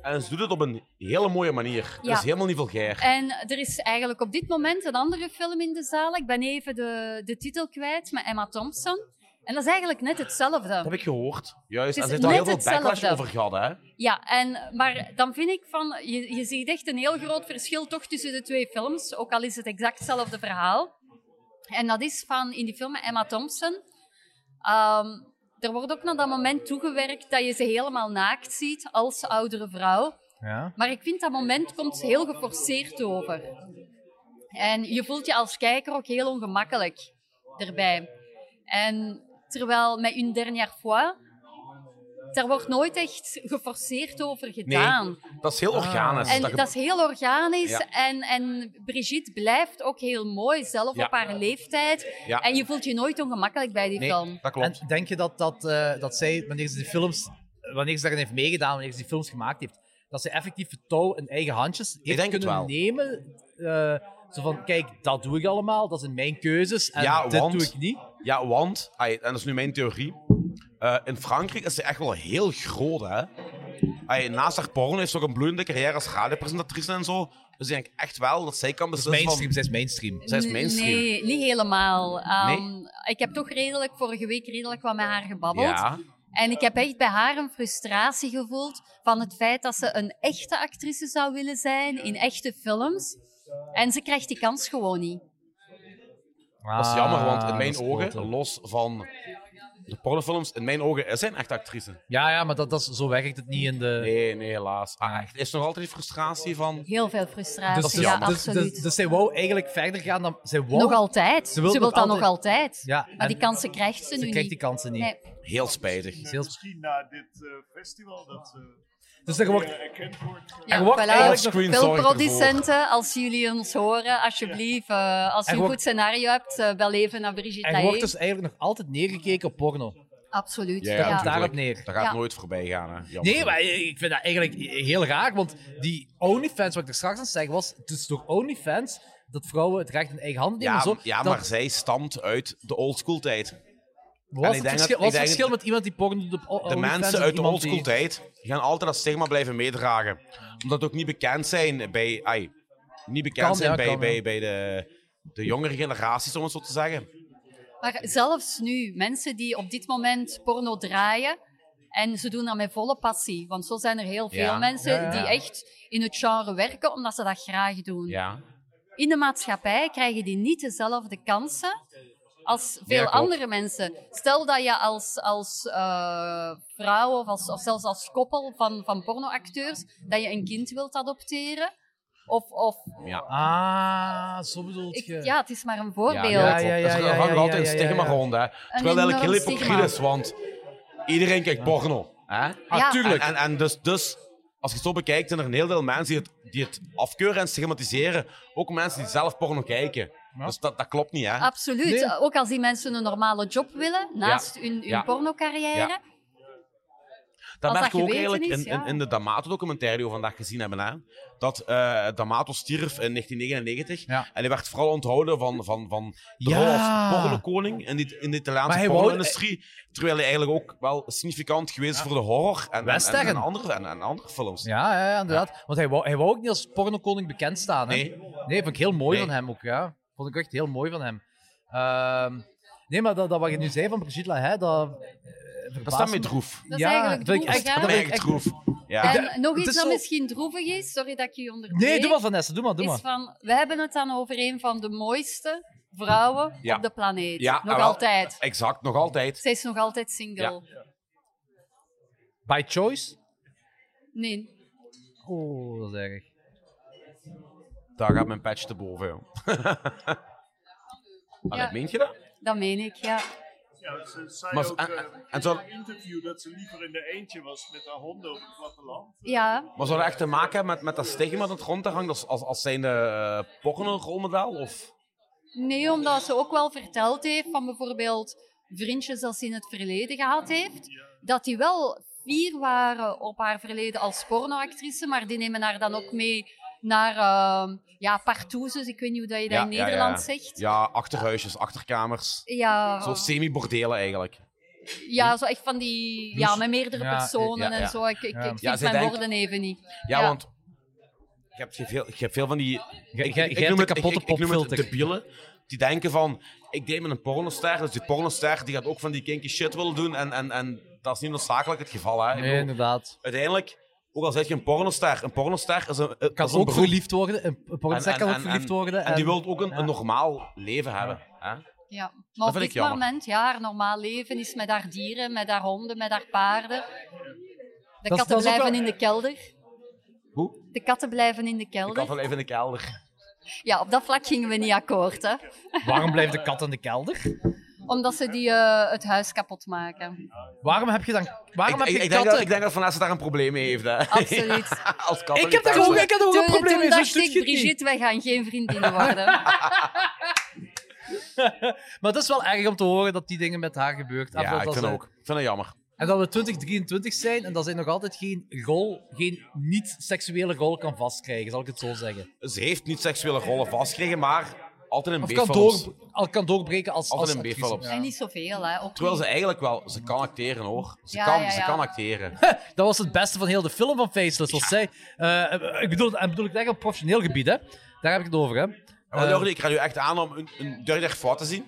En ze doet het op een hele mooie manier. Ja. Dat is helemaal niet vulgair. En er is eigenlijk op dit moment een andere film in de zaal. Ik ben even de, de titel kwijt, met Emma Thompson. En dat is eigenlijk net hetzelfde. Dat heb ik gehoord. Juist. Het En is ze heeft daar heel net veel backlash hetzelfde. over gehad. Hè? Ja, en, maar dan vind ik van, je, je ziet echt een heel groot verschil toch tussen de twee films, ook al is het exact hetzelfde verhaal. En dat is van in die film Emma Thompson. Ehm, er wordt ook naar dat moment toegewerkt dat je ze helemaal naakt ziet als oudere vrouw. Ja. Maar ik vind dat moment komt heel geforceerd over. En je voelt je als kijker ook heel ongemakkelijk erbij. En terwijl met Une Dernière Fois, daar wordt nooit echt geforceerd over gedaan. Dat is heel organisch. En dus Dat dat is heel organisch. Ja. En, en Brigitte blijft ook heel mooi, zelf Ja. op haar leeftijd. Ja. En je voelt je nooit ongemakkelijk bij die Nee, film. dat klopt. En denk je dat, dat, eh, dat zij, wanneer ze die films, wanneer ze daarin heeft meegedaan, wanneer ze die films gemaakt heeft, dat ze effectief het touw in eigen handjes heeft denk het kunnen wel. nemen? eh, zo van, kijk, dat doe ik allemaal, dat zijn mijn keuzes, en Ja, dit want- doe ik niet. Ja, want, ai, en dat is nu mijn theorie. eh, in Frankrijk is ze echt wel heel groot, hè? Ai, naast haar porno heeft ze ook een bloeiende carrière als radiopresentatrice en zo. Dus ik denk echt wel dat zij kan beslissen. Mainstream, zij is mainstream. Zij is mainstream. Nee, niet helemaal. Ehm, Nee? Ik heb toch redelijk, vorige week redelijk wat met haar Van, gebabbeld. ja, En ik heb echt bij haar een frustratie gevoeld van het feit dat ze een echte actrice zou willen zijn in echte films. En ze krijgt die kans gewoon niet. dat is jammer, want in Ah, mijn dat is kloten. ogen, los van de pornofilms, in mijn ogen is zij een echte actrice. Ja, ja, maar dat, dat is, zo werkt het niet in de... Nee, nee, helaas. Ah, echt, is nog altijd die frustratie van. Heel veel frustratie, Dus, ja, dus, dus, absoluut. dus zij wou eigenlijk verder gaan dan... Zij wou... nog altijd. Ze wil wil, nog dat altijd- nog altijd. Ja, Maar en die kansen krijgt ze, ze nu krijgt die niet. kansen niet. Nee. Heel spijtig. is Misschien, heel- misschien na dit eh, festival dat ze Dus er wordt... eh, erkend wordt. eh, Er wordt eigenlijk nog- Screen zorgt ervoor. Filmproducenten, als jullie ons horen, alsjeblieft. eh, als Er je een wordt- goed scenario hebt, eh, bel even naar Brigitte Er wordt Lahaie. dus eigenlijk nog altijd neergekeken op porno. Absoluut. Ja, Daar komt natuurlijk. daarop neer. Dat gaat Ja. nooit voorbij gaan. Hè. Jammer Nee, genoeg. maar ik vind dat eigenlijk heel raar, want die OnlyFans, wat ik er straks aan het zeggen was, het is door OnlyFans dat vrouwen het recht in eigen handen nemen. Ja, en zo, ja, dat- maar zij stamt uit de oldschool tijd. Wat En is het ik denk dat- verschil, wat ik is het verschil denk dat- met iemand die porno doet op O- De OnlyFans mensen en uit de iemand oldschool die- tijd gaan altijd dat stigma blijven meedragen. Omdat het ook niet bekend zijn bij... Ai, niet bekend Kan, zijn ja, bij, kan, ja. bij, bij de, de jongere generaties, om het zo te zeggen. Maar zelfs nu, mensen die op dit moment porno draaien. En ze doen dat met volle passie. Want zo zijn er heel veel Ja. mensen Ja, ja. die echt in het genre werken omdat ze dat graag doen. Ja. In de maatschappij krijgen die niet dezelfde kansen als veel klopt. andere mensen. Stel dat je als, als eh, vrouw of, als, of zelfs als koppel van, van pornoacteurs, dat je een kind wilt adopteren. Of, of ja. Ah, zo bedoelt ik- je. ja, het is maar een voorbeeld. Ja, dat klopt. ja, ja, Dus er ja, hangt ja, altijd ja, een ja, stigma ja. rond, hè. Terwijl eigenlijk heel enorm hypocriet is, want iedereen kijkt porno. Hè? Ah, Ja. tuurlijk. En, en, en dus, dus, als je het zo bekijkt, zijn er een heel veel mensen die het, die het afkeuren en stigmatiseren. Ook mensen die zelf porno kijken. Dus dat, dat klopt niet, hè? Absoluut. Nee. Uh, Ook als die mensen een normale job willen, naast hun, hun Ja. pornocarrière. Ja. Dat Als dat merken we ook geweten eigenlijk is, in, in, ja. in de D'Amato-documentaire die we vandaag gezien hebben. Hè? Dat eh, D'Amato stierf in 1999. Ja. En hij werd vooral onthouden van, van, van de Ja. rol als pornokoning in, die, in de Maar Italiaanse hij wou- porno-industrie. Terwijl hij eigenlijk ook wel significant geweest voor de horror en, en, en, Western. en andere, en, en andere films. Ja, ja, ja, inderdaad. Want hij wou, hij wou ook niet als pornokoning bekend staan. Hè? Nee. nee, vond ik heel mooi Nee. van hem ook. Ja. Vond ik echt heel mooi van hem. Ehm, nee, maar dat, dat wat je nu zei van Brigitte Lahaye, dat... eh, Dat verbaast staat me. mij Dat droef. is Ja, eigenlijk vind ik droevig, echt- hè? Dat dat is vind ik eigenlijk echt... droef. Ja. Ik En nog het iets is dat zo- misschien droevig is, sorry dat ik je onderbreek. Nee, doe maar Vanessa, doe maar, doe maar. is van, we hebben het dan over een van de mooiste vrouwen Ja. op de planeet. Ja, nog ah, wel. altijd. Exact, nog altijd. Zij is nog altijd single. By choice? Nee. Oh, dat is erg. Daar gaat mijn patch te boven. joh. Allee, Ja. Meent je dat? Dat meen ik, ja. Ja, ze zei Maar- ook en- eh, en- en in zo- een interview dat ze liever in de eentje was met haar honden op het platteland. Ja, Maar zou dat echt te maken hebben met, met dat stigma dat rond daar hangt als, als, als zijnde eh, porno-rolmodel? Of... nee, omdat ze ook wel verteld heeft van bijvoorbeeld vriendjes als ze in het verleden gehad heeft, dat die wel fier waren op haar verleden als pornoactrice, maar die nemen haar dan ook mee naar ehm ja, partouzes, ik weet niet hoe dat je dat Ja, in ja, ja. Nederland zegt. Ja, achterhuisjes, achterkamers. Ja, Zo semi-bordelen eigenlijk. ja, zo echt van die... Ja, met meerdere Ja, personen ja, ja. en zo. Ik, ik, ik Ja. vind Ja, zij mijn denkt- woorden even niet. Ja, Ja. want je hebt, je veel, je hebt veel van die... Jij- ik- jij- ik- ik jij hebt noem een het- ik- kapotte ik- ik noem het popfilter. debielen die denken van... Ik deed met een pornoster, dus die pornoster die gaat ook van die kinky shit willen doen. En, en, en dat is niet noodzakelijk het geval. Hè. Ik Nee, bedoel, inderdaad. uiteindelijk, ook al zeg je een pornoster, een pornoster is een, eh, is Kan een ook beroep. verliefd worden. Een een pornoster kan ook verliefd worden. En, die wil ook een, ja. een normaal leven hebben. Hè? Ja. Maar op vind ik dit jammer. moment, ja, haar normaal leven is met haar dieren, met haar honden, met haar paarden. De dat is katten ook blijven wel- in de kelder. Hoe? De katten blijven in de Ik kelder. had wel even in de kelder. Ja, op dat vlak gingen we niet akkoord, hè. Waarom blijft de kat in de kelder? Omdat ze die, eh, het huis kapot maken. Waarom heb je dan... Waarom Ik, heb je ik, ik denk dat, katten... ik denk dat Vanessa daar een probleem mee heeft. Hè. Absoluut. Als katholiek Ik heb daar ook, ik heb daar ook Toen- een probleem toen mee. Zo dacht stuk ik, je het niet. Brigitte, wij gaan geen vriendinnen worden. Maar het is wel erg om te horen dat die dingen met haar gebeurt. Ja, Enfin, ik dat vind is dat een- ook. Ik vind dat jammer. En dat we 2023 zijn en dat zij nog altijd geen rol, geen niet-seksuele rol kan vastkrijgen, zal ik het zo zeggen. Ze heeft niet seksuele rollen vastgekregen, maar altijd een Of kan, B-films. door, al kan doorbreken als, Altijd als een actrice. B-films. En niet zoveel, hè. Ook Terwijl niet. ze eigenlijk wel... Ze kan acteren, hoor. Ze, Ja, kan, ja, ze ja. kan acteren. Dat was het beste van heel de film van Faceless. Was zij, eh, ik bedoel, en bedoel ik echt op professioneel gebied, hè. daar heb ik het over. Hè. Maar Eh, Jordi, ik raad u echt aan om een, een duidelijk fout te zien.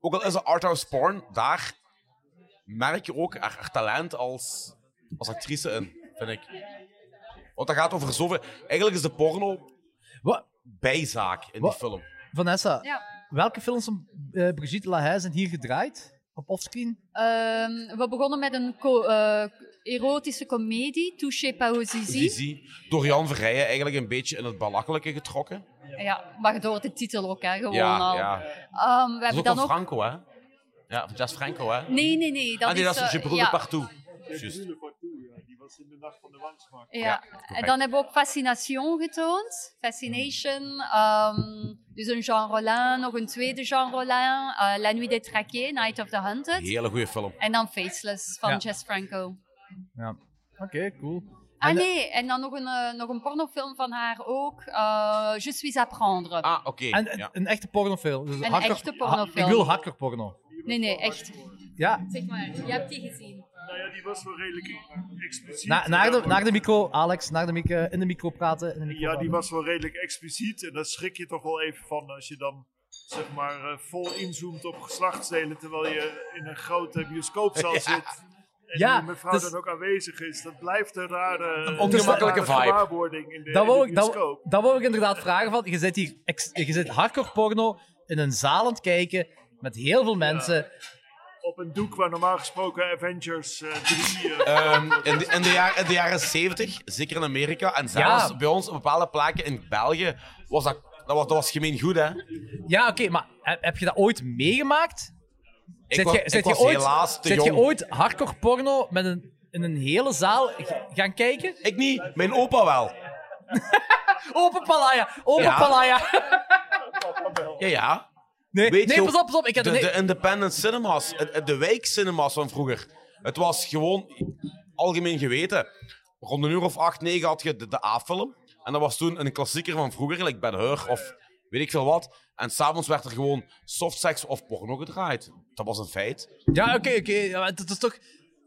Ook al is het arthouse porn, daar merk je ook haar, haar talent als, als actrice in, vind ik. Want dat gaat over zoveel... Eigenlijk is de porno wa- bijzaak in Wat? die film. Vanessa, Ja. welke films van eh, Brigitte Lahaye zijn hier gedraaid? Op offscreen? Ehm, we begonnen met een co- eh, erotische komedie, Touché pas aux zizi. Zizi. Door Jan Verrijen eigenlijk een beetje in het belachelijke getrokken. Ja, maar door de titel ook, hè, gewoon Ja, al. ja. Ehm, Oh, we Dat is hebben ook van dan ook... Franco, hè? Ja, van Jazz Franco, hè? Nee, nee, nee. Dat ah nee, is, dat is eh, Je broeder ja. partout. Juist. Jules Partout, ja, die was was in de nacht van de wansmaak. Ja. en dan hebben we ook Fascination getoond. Fascination, ehm, dus een Jean Rollin, nog een tweede Jean Rollin. eh, La Nuit des Traqués, Night of the Hunted. Hele goede film. En dan Faceless van Ja. Jess Franco. Oké, cool. Ah En de- nee, en dan nog een, eh, nog een pornofilm van haar ook. eh, Je suis à prendre. Ah, oké. En eh, Ja. een- een echte pornofilm. Dus Een hacker- echte pornofilm. Ha- ik wil hackerporno. Nee, nee, echt. Ja, Zeg maar, je hebt die gezien. Nou ja, die was wel redelijk expliciet. na, naar, de, Ja, naar de micro, Alex. Naar de micro, in de micro praten. in de micro Ja, die praten. was wel redelijk expliciet. En daar schrik je toch wel even van als je dan zeg maar eh, vol inzoomt op geslachtsdelen terwijl je in een grote bioscoopzaal zit. En Ja, dus- die mevrouw dat is- dan ook aanwezig is. Dat blijft een rare een ongemakkelijke vibe. gewaarwording in de, Dat eh, in de wou, ik, dat, bioscoop. dat wou ik inderdaad vragen. Van. Je zit hier ex- je zit hardcore porno in een zaal aan het kijken met heel veel mensen. Op een doek waar normaal gesproken Avengers eh 3 eh, Ehm, in, de, in, de jaar- in de jaren 70, zeker in Amerika en zelfs bij ons op bepaalde plekken in België, was dat, dat, was, dat was gemeen goed, hè? Ja, oké, maar heb, heb je dat ooit meegemaakt? Ik, Zit wa- je, ik zit je was ooit, helaas te zit jong. je ooit hardcore porno met een, in een hele zaal g- gaan kijken? Ik niet, mijn opa wel. Open palaya! Open Ja. palaya! Ja, ja. Nee, Weet nee je- pas op, pas op. Ik De, heb een- de independent cinemas, de, de wijkcinemas van vroeger. Het was gewoon algemeen geweten. Rond een uur of acht, negen had je de, de A-film. En dat was toen een klassieker van vroeger, like Ben Hur of weet ik veel wat. En s'avonds werd er gewoon softseks of porno gedraaid. Dat was een feit. Ja, oké, oké. ja, maar dat is toch...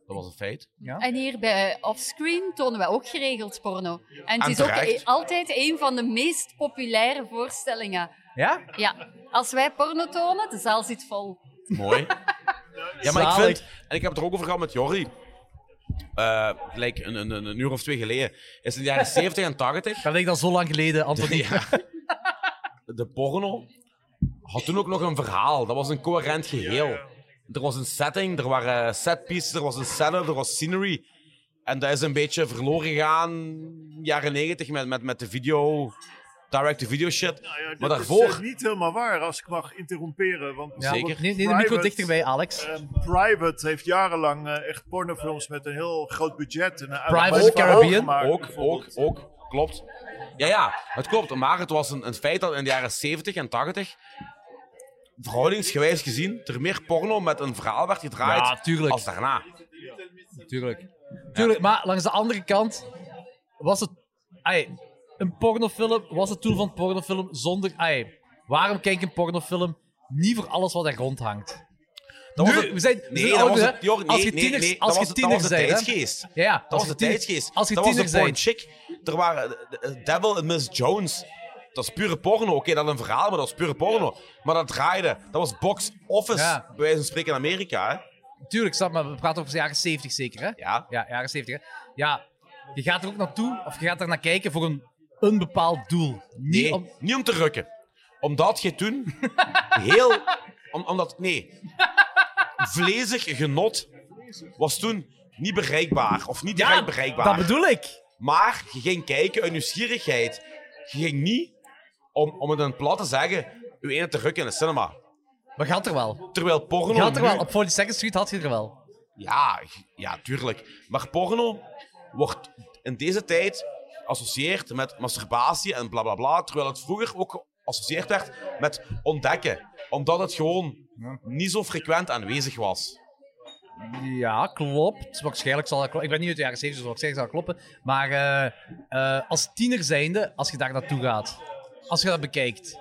Dat was een feit. En hier bij Offscreen tonen we ook geregeld porno. En En het is ook terecht. e- altijd een van de meest populaire voorstellingen. Ja? Ja, als wij porno tonen, de zaal zit vol. Mooi. ja, maar ik Zalig. vind... En ik heb het er ook over gehad met Jorri. Eh, Gelijk een, een, een uur of twee geleden. Is in de jaren 70 en 80... Dat denk ik al zo lang geleden, Anthony. Ja. De porno had toen ook nog een verhaal. Dat was een coherent geheel. Er was een setting, er waren setpieces, er was een setup, er was scenery. En dat is een beetje verloren gegaan, jaren negentig, met, met, met de video, direct-to-video shit. nou ja, dit maar is eh, daarvoor... niet helemaal waar, als ik mag interromperen. Want Ja, Zeker. Nee, nee, de micro Private. dichterbij, Alex. ehm, Private heeft jarenlang eh, echt pornofilms met een heel groot budget. En een Private uitgebreid verhaal Caribbean? gemaakt, Ook, ook, bijvoorbeeld. ook. Klopt. Ja, ja, het klopt. Maar het was een, een feit dat in de jaren 70 en 80, verhoudingsgewijs gezien, er meer porno met een verhaal werd gedraaid Ja, tuurlijk. als daarna. Tuurlijk. Tuurlijk, maar langs de andere kant was het... ai, een pornofilm was het toen van pornofilm zonder... ai, waarom kijk ik een pornofilm niet voor alles wat er rond hangt? Dat Nu, was het- we zijn- we nee, zijn dat ouder, was hè? het, Jorgen, Als nee, je nee, tieners- nee, als je dat was het- tieners Dat was de bent, hè? tijdsgeest. Ja, ja, dat als was je de tiener- tijdsgeest. als je dat was de tiener bent. porn chick. Er waren eh, eh, Devil en Miss Jones. Dat is pure porno. Oké, dat is een verhaal, maar dat is pure porno. Maar dat draaide. Dat was box office, Ja. bij wijze van spreken in Amerika. Hè? Tuurlijk, snap maar. We praten over de jaren 70 zeker, hè? Ja. Ja, jaren 70, hè? Ja, je gaat er ook naartoe, of je gaat er naar kijken voor een, een bepaald doel. Niet Nee, om- niet om te rukken. Omdat je toen heel... Om, omdat, nee. Vlezig genot was toen niet bereikbaar. Of niet direct ja, bereikbaar. dat bedoel ik. Maar je ging kijken uit nieuwsgierigheid. Je ging niet, om, om het in het plat te zeggen, je ene te rukken in de cinema. Maar gaat er wel. Terwijl porno... Gaat er nu- wel. Op 42nd Street had je er wel. Ja, g- ja, tuurlijk. Maar porno wordt in deze tijd geassocieerd met masturbatie en blablabla. terwijl het vroeger ook geassocieerd werd met ontdekken. Omdat het gewoon niet zo frequent aanwezig was. Ja, klopt. Waarschijnlijk zal dat kloppen. Ik ben niet uit de jaren 70, dus waarschijnlijk zal dat kloppen. Maar eh, eh, als tiener zijnde, als je daar naartoe gaat, als je dat bekijkt.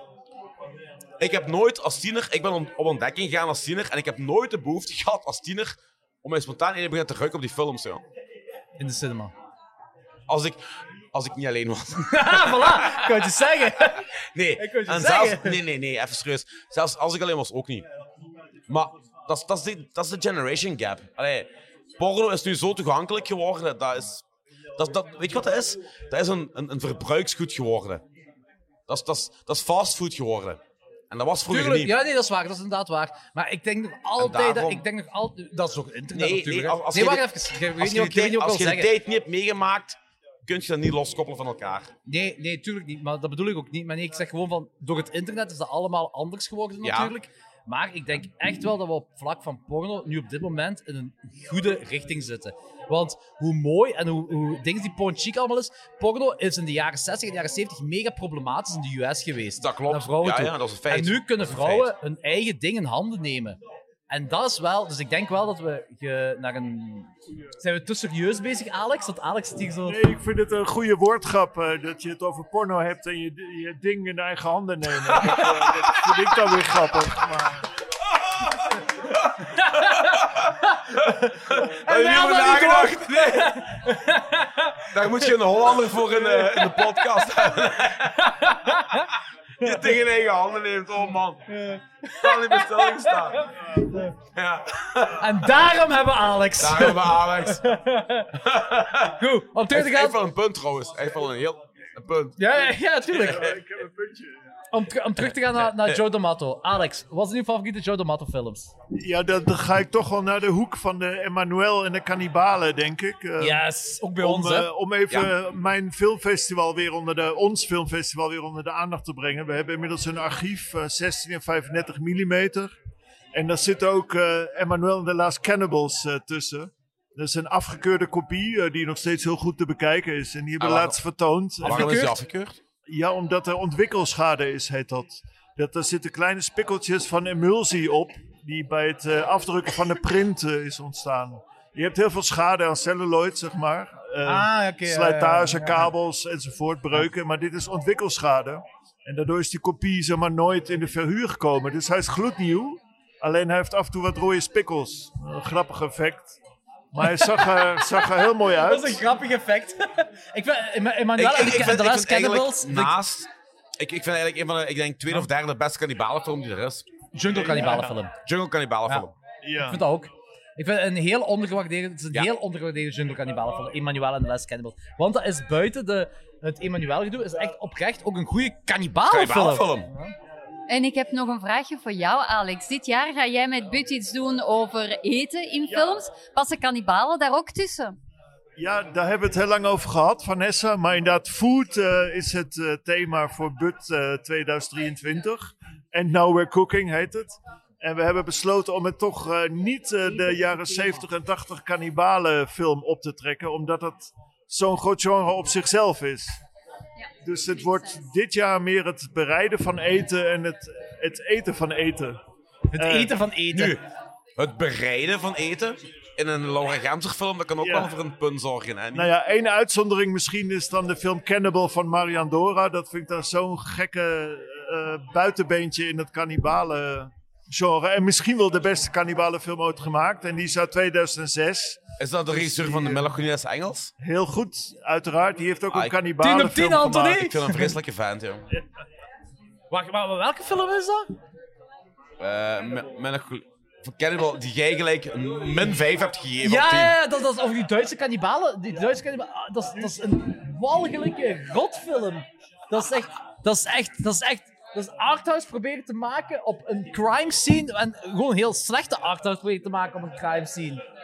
Ik heb nooit als tiener, ik ben on- op ontdekking gegaan als tiener en ik heb nooit de behoefte gehad als tiener om mij spontaan in te beginnen te rukken op die films. joh. In de cinema. Als ik, als ik niet alleen was. Ah, voilà! Kan je het zeggen? Nee, Ik wou je en zeggen. zelfs, nee, nee, nee, even serieus. Zelfs als ik alleen was, ook niet. Maar dat is, dat is, de, dat is de generation gap. Allee, porno is nu zo toegankelijk geworden. Dat is, dat, dat, weet je wat dat is? Dat is een, een, een verbruiksgoed geworden. Dat is, dat, is, dat is fastfood geworden. En dat was vroeger Tuurlijk. niet. Ja, nee, dat is waar. Dat is inderdaad waar. Maar ik denk nog altijd... dat, daarom- ik denk nog altijd dat is ook internet Nee, natuurlijk. nee, hè. als- als nee, je wacht de- even. Ik weet Als niet je, wat ik weet die tijd, niet wat ik als wil je die zeggen. tijd niet hebt meegemaakt, kun je dat niet loskoppelen van elkaar. Nee, nee, tuurlijk niet. Maar dat bedoel ik ook niet. Maar nee, ik zeg gewoon van... Door het internet is dat allemaal anders geworden Ja. natuurlijk. Maar ik denk echt wel dat we op vlak van porno nu op dit moment in een goede richting zitten. Want hoe mooi en hoe, hoe dingen die porn chic allemaal is, porno is in de jaren 60 en jaren 70 mega problematisch in de US geweest. Dat klopt. Naar vrouwen Ja, toe. ja, dat is een En feit. nu kunnen Dat is een vrouwen hun eigen ding in handen nemen. En dat is wel, dus ik denk wel dat we ge- naar een. Zijn we te serieus bezig, Alex? Dat Alex het hier zo. Nee, ik vind het een goede woordgrap eh, dat je het over porno hebt en je, je ding in eigen handen nemen. dat, eh, dat vind ik dan weer grappig. Maar... Heb je wij niet hadden over het nagedacht? Nee. Daar moet je een Hollander voor in, eh, in de podcast hebben. Je tegen eigen handen neemt, oh man. Kan in bestelling staan. Ja, En daarom hebben we Alex. daar hebben we Alex. Goed, om terug te Hij heeft gaan. wel een punt trouwens. Hij heeft wel een heel een punt. Ja, ja, ja, tuurlijk. Ik heb een puntje. Om, ter- om terug te gaan naar, naar Joe D'Amato. Alex, wat zijn uw favoriete Joe D'Amato-films? Ja, dan, dan ga ik toch wel naar de hoek van de Emmanuel en de kannibalen, denk ik. Eh, Yes, ook bij Om, ons, hè? eh, om even mijn filmfestival weer onder de, ons filmfestival weer onder de aandacht te brengen. We hebben inmiddels een archief, eh, 16 en 35 mm. En daar zit ook eh Emmanuel and the Last Cannibals eh, tussen. Dat is een afgekeurde kopie eh, die nog steeds heel goed te bekijken is. En die hebben we Ah, waar- laatst vertoond. Waarom is hij afgekeurd? Ja, omdat er ontwikkelschade is, heet dat. dat er zitten kleine spikkeltjes van emulsie op, die bij het eh, afdrukken van de print eh, is ontstaan. Je hebt heel veel schade aan celluloid, zeg maar. Eh, Ah, oké, ja, Slijtage, ja, ja. kabels enzovoort, breuken. Maar dit is ontwikkelschade. En daardoor is die kopie zeg maar nooit in de verhuur gekomen. Dus hij is gloednieuw. Alleen hij heeft af en toe wat rode spikkels. Een grappig effect. Maar hij zag er, zag er heel mooi uit. Dat is een grappig effect. ik vind eh, Emma- Emmanuel en de- en vind- de Last vind eigenlijk Cannibals... vind ik- Naast... Ik, ik vind eigenlijk een van de, ik denk, tweede of derde beste kannibalenfilm die er is. Jungle Cannibalenfilm. Ik Jungle Kannibalenfilm. Ja. vind dat ook. Ik vind het een heel ondergewaardeerde... Het is een Ja. heel ondergewaardeerde Jungle Cannibalenfilm. Emmanuel en de Last Cannibals. Want dat is buiten de, het Emmanuel-gedoe, is echt oprecht ook een goede cannibalenfilm. Kannibalenfilm. En ik heb nog een vraagje voor jou, Alex. Dit jaar ga jij met But iets doen over eten in films. Passen kannibalen daar ook tussen? Ja, daar hebben we het heel lang over gehad, Vanessa. Maar inderdaad, food eh, is het eh, thema voor BUT eh, 2023. En Now We're Cooking heet het. En we hebben besloten om het toch eh, niet eh, de jaren 70 en 80 kannibalenfilm op te trekken. Omdat het zo'n groot genre op zichzelf is. Dus het wordt dit jaar meer het bereiden van eten en het, het eten van eten. Het Eh, eten van eten. Nu, het bereiden van eten in een Laura Gemser film, dat kan ook Ja. wel voor een pun zorgen. Hè? Nou ja, één uitzondering misschien is dan de film Cannibal van Marian Dora. Dat vind ik dan zo'n gekke eh, buitenbeentje in het kannibale genre. En misschien wel de beste kannibale film ooit gemaakt. En die is uit 2006. Is dat de regisseur van de Melachonides Engels? Heel goed, uiteraard. Die heeft ook Ah, een ik- kannibale Tien op tien, film gemaakt. Anthony! Ik vind hem een vreselijke vent, joh. Wacht, maar welke film is dat? Eh, me- Melancholie- Van Cannibal, die jij gelijk een min 5 hebt gegeven op Ja, 10. ja, ja, dat, dat is over die Duitse kannibalen. Die Duitse kannibalen, ah, dat, is, dat is een walgelijke rotfilm. Dat is echt, dat is echt, dat is echt, dat is arthouse proberen te maken op een crime scene. En gewoon een heel slechte arthouse proberen te maken op een crime scene.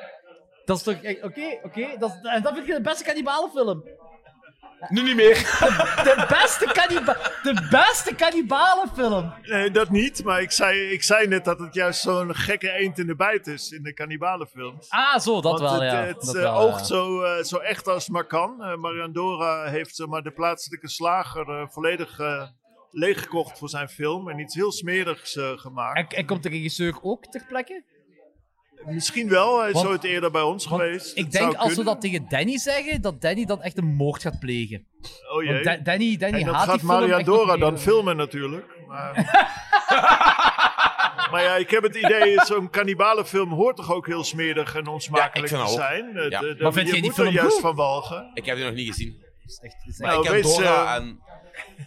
Dat is toch, echt- oké, oké, dat, is- en dat vind ik de beste kannibalenfilm. Nu niet meer. De beste kannibalen, de beste kannibalenfilm. Nee, dat niet. Maar ik zei, ik zei net dat het juist zo'n gekke eend in de bijt is in de kannibalenfilm. Ah, zo, dat Want wel, het, ja. het, dat wel, eh, ja. oogt zo, eh, zo echt als maar kan. Eh, Mariandora heeft zeg maar, de plaatselijke slager eh, volledig eh, leeggekocht voor zijn film. En iets heel smerigs eh, gemaakt. En, en komt de regisseur ook ter plekke? Misschien wel, hij is Want- ooit eerder bij ons Want geweest. ik Het denk zou als we kunnen. dat tegen Danny zeggen, dat Danny dan echt een moord gaat plegen. Oh jee. Want Da- Danny, Danny en dat haat gaat die film echt nog eh. Mariandora meer. dan filmen natuurlijk. Maar... Maar ja, ik heb het idee, zo'n kannibalenfilm hoort toch ook heel smerig en onsmakelijk Ja, ik te vind dat ook. zijn. Eh, Ja. de- de- Maar vind je jij die moet er film juist goed? van walgen. Ik heb die nog niet gezien. Is echt- is Maar echt- Nou, ik heb wees, Dora eh, en...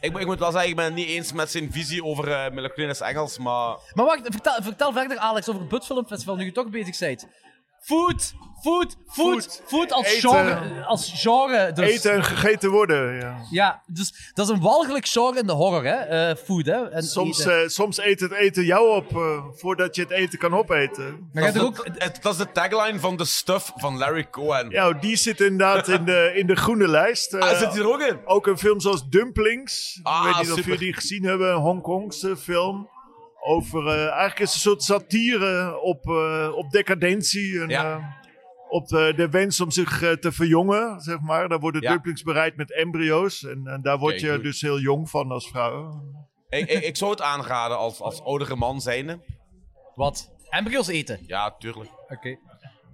Ik, moet- ik moet wel zeggen, ik ben het niet eens met zijn visie over eh Melachonides Engels, maar... Maar wacht, vertel, vertel verder Alex over het Bud Film Festival, nu je toch bezig bent. Food, food, food, Food. food als Eten. genre. Als genre dus. Eten en gegeten worden, ja. Ja, dus dat is een walgelijk genre in de horror, hè? eh, food, hè? En Soms, eten. eh soms eet het eten jou op eh, voordat je het eten kan opeten. Maar jij dat, er is ook... de- het- dat is de tagline van de stuff van Larry Cohen. Ja, die zit inderdaad in de, in de groene lijst. eh. Ah, zit hij er ook in? ook een film zoals Dumplings. Ah, ik weet niet of super. jullie die gezien hebben, een Hongkongse film. Over, eh, eigenlijk is het een soort satire op, eh, op decadentie. En, Ja. eh, op de, de wens om zich eh, te verjongen, zeg maar. Daar worden Ja. dumplings bereid met embryo's. En, en daar word Kijk, je goed. dus heel jong van als vrouw. Ik, ik, ik zou het aanraden als, als oudere man zijnde. Wat? Embryo's eten? Ja, tuurlijk. Oké.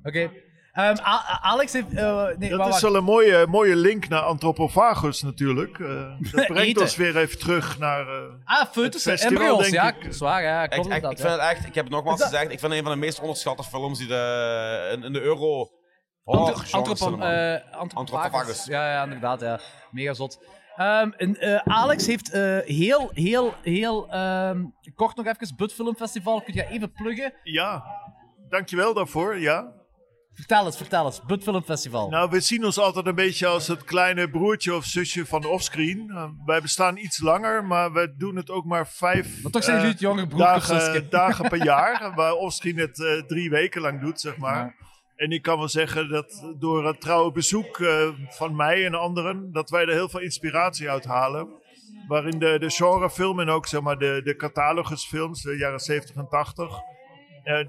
Oké. Ehm, A- A- Alex heeft... eh, nee, Dat wacht, is wacht. wel een mooie, mooie link naar Anthropophagus natuurlijk. Eh, dat brengt Eten. ons weer even terug naar... eh, Ah, foetussen, het festival, embryo's. denk Ja, ik. zwaar. Ja, Ik, klopt ik, ik inderdaad, vind ja. het echt, ik heb het nogmaals Is dat- gezegd, ik vind het een van de meest onderschatte films die de, in, in de euro... Antro- horror genre antropom- eh, cinema. Anthropophagus. Anthropophagus. Ja, ja, inderdaad. Ja. Mega zot. Ehm, en, eh, Alex heeft eh, heel, heel, heel ehm, kort nog even Bud Film Festival. Kun je even pluggen? ja, dankjewel daarvoor, ja. Vertel eens, vertel eens. Bud Film Festival. Nou, we zien ons altijd een beetje als het kleine broertje of zusje van offscreen. Eh, wij bestaan iets langer, maar we doen het ook maar vijf maar toch zijn eh, jullie het jongere broer of zusje. dagen, dagen per jaar. eh, Waar offscreen het eh, drie weken lang doet, zeg maar. En ik kan wel zeggen dat door het trouwe bezoek eh, van mij en anderen, dat wij er heel veel inspiratie uit halen. Waarin de, de genrefilm en ook zeg maar, de, de catalogusfilms, de jaren 70 en 80, eh,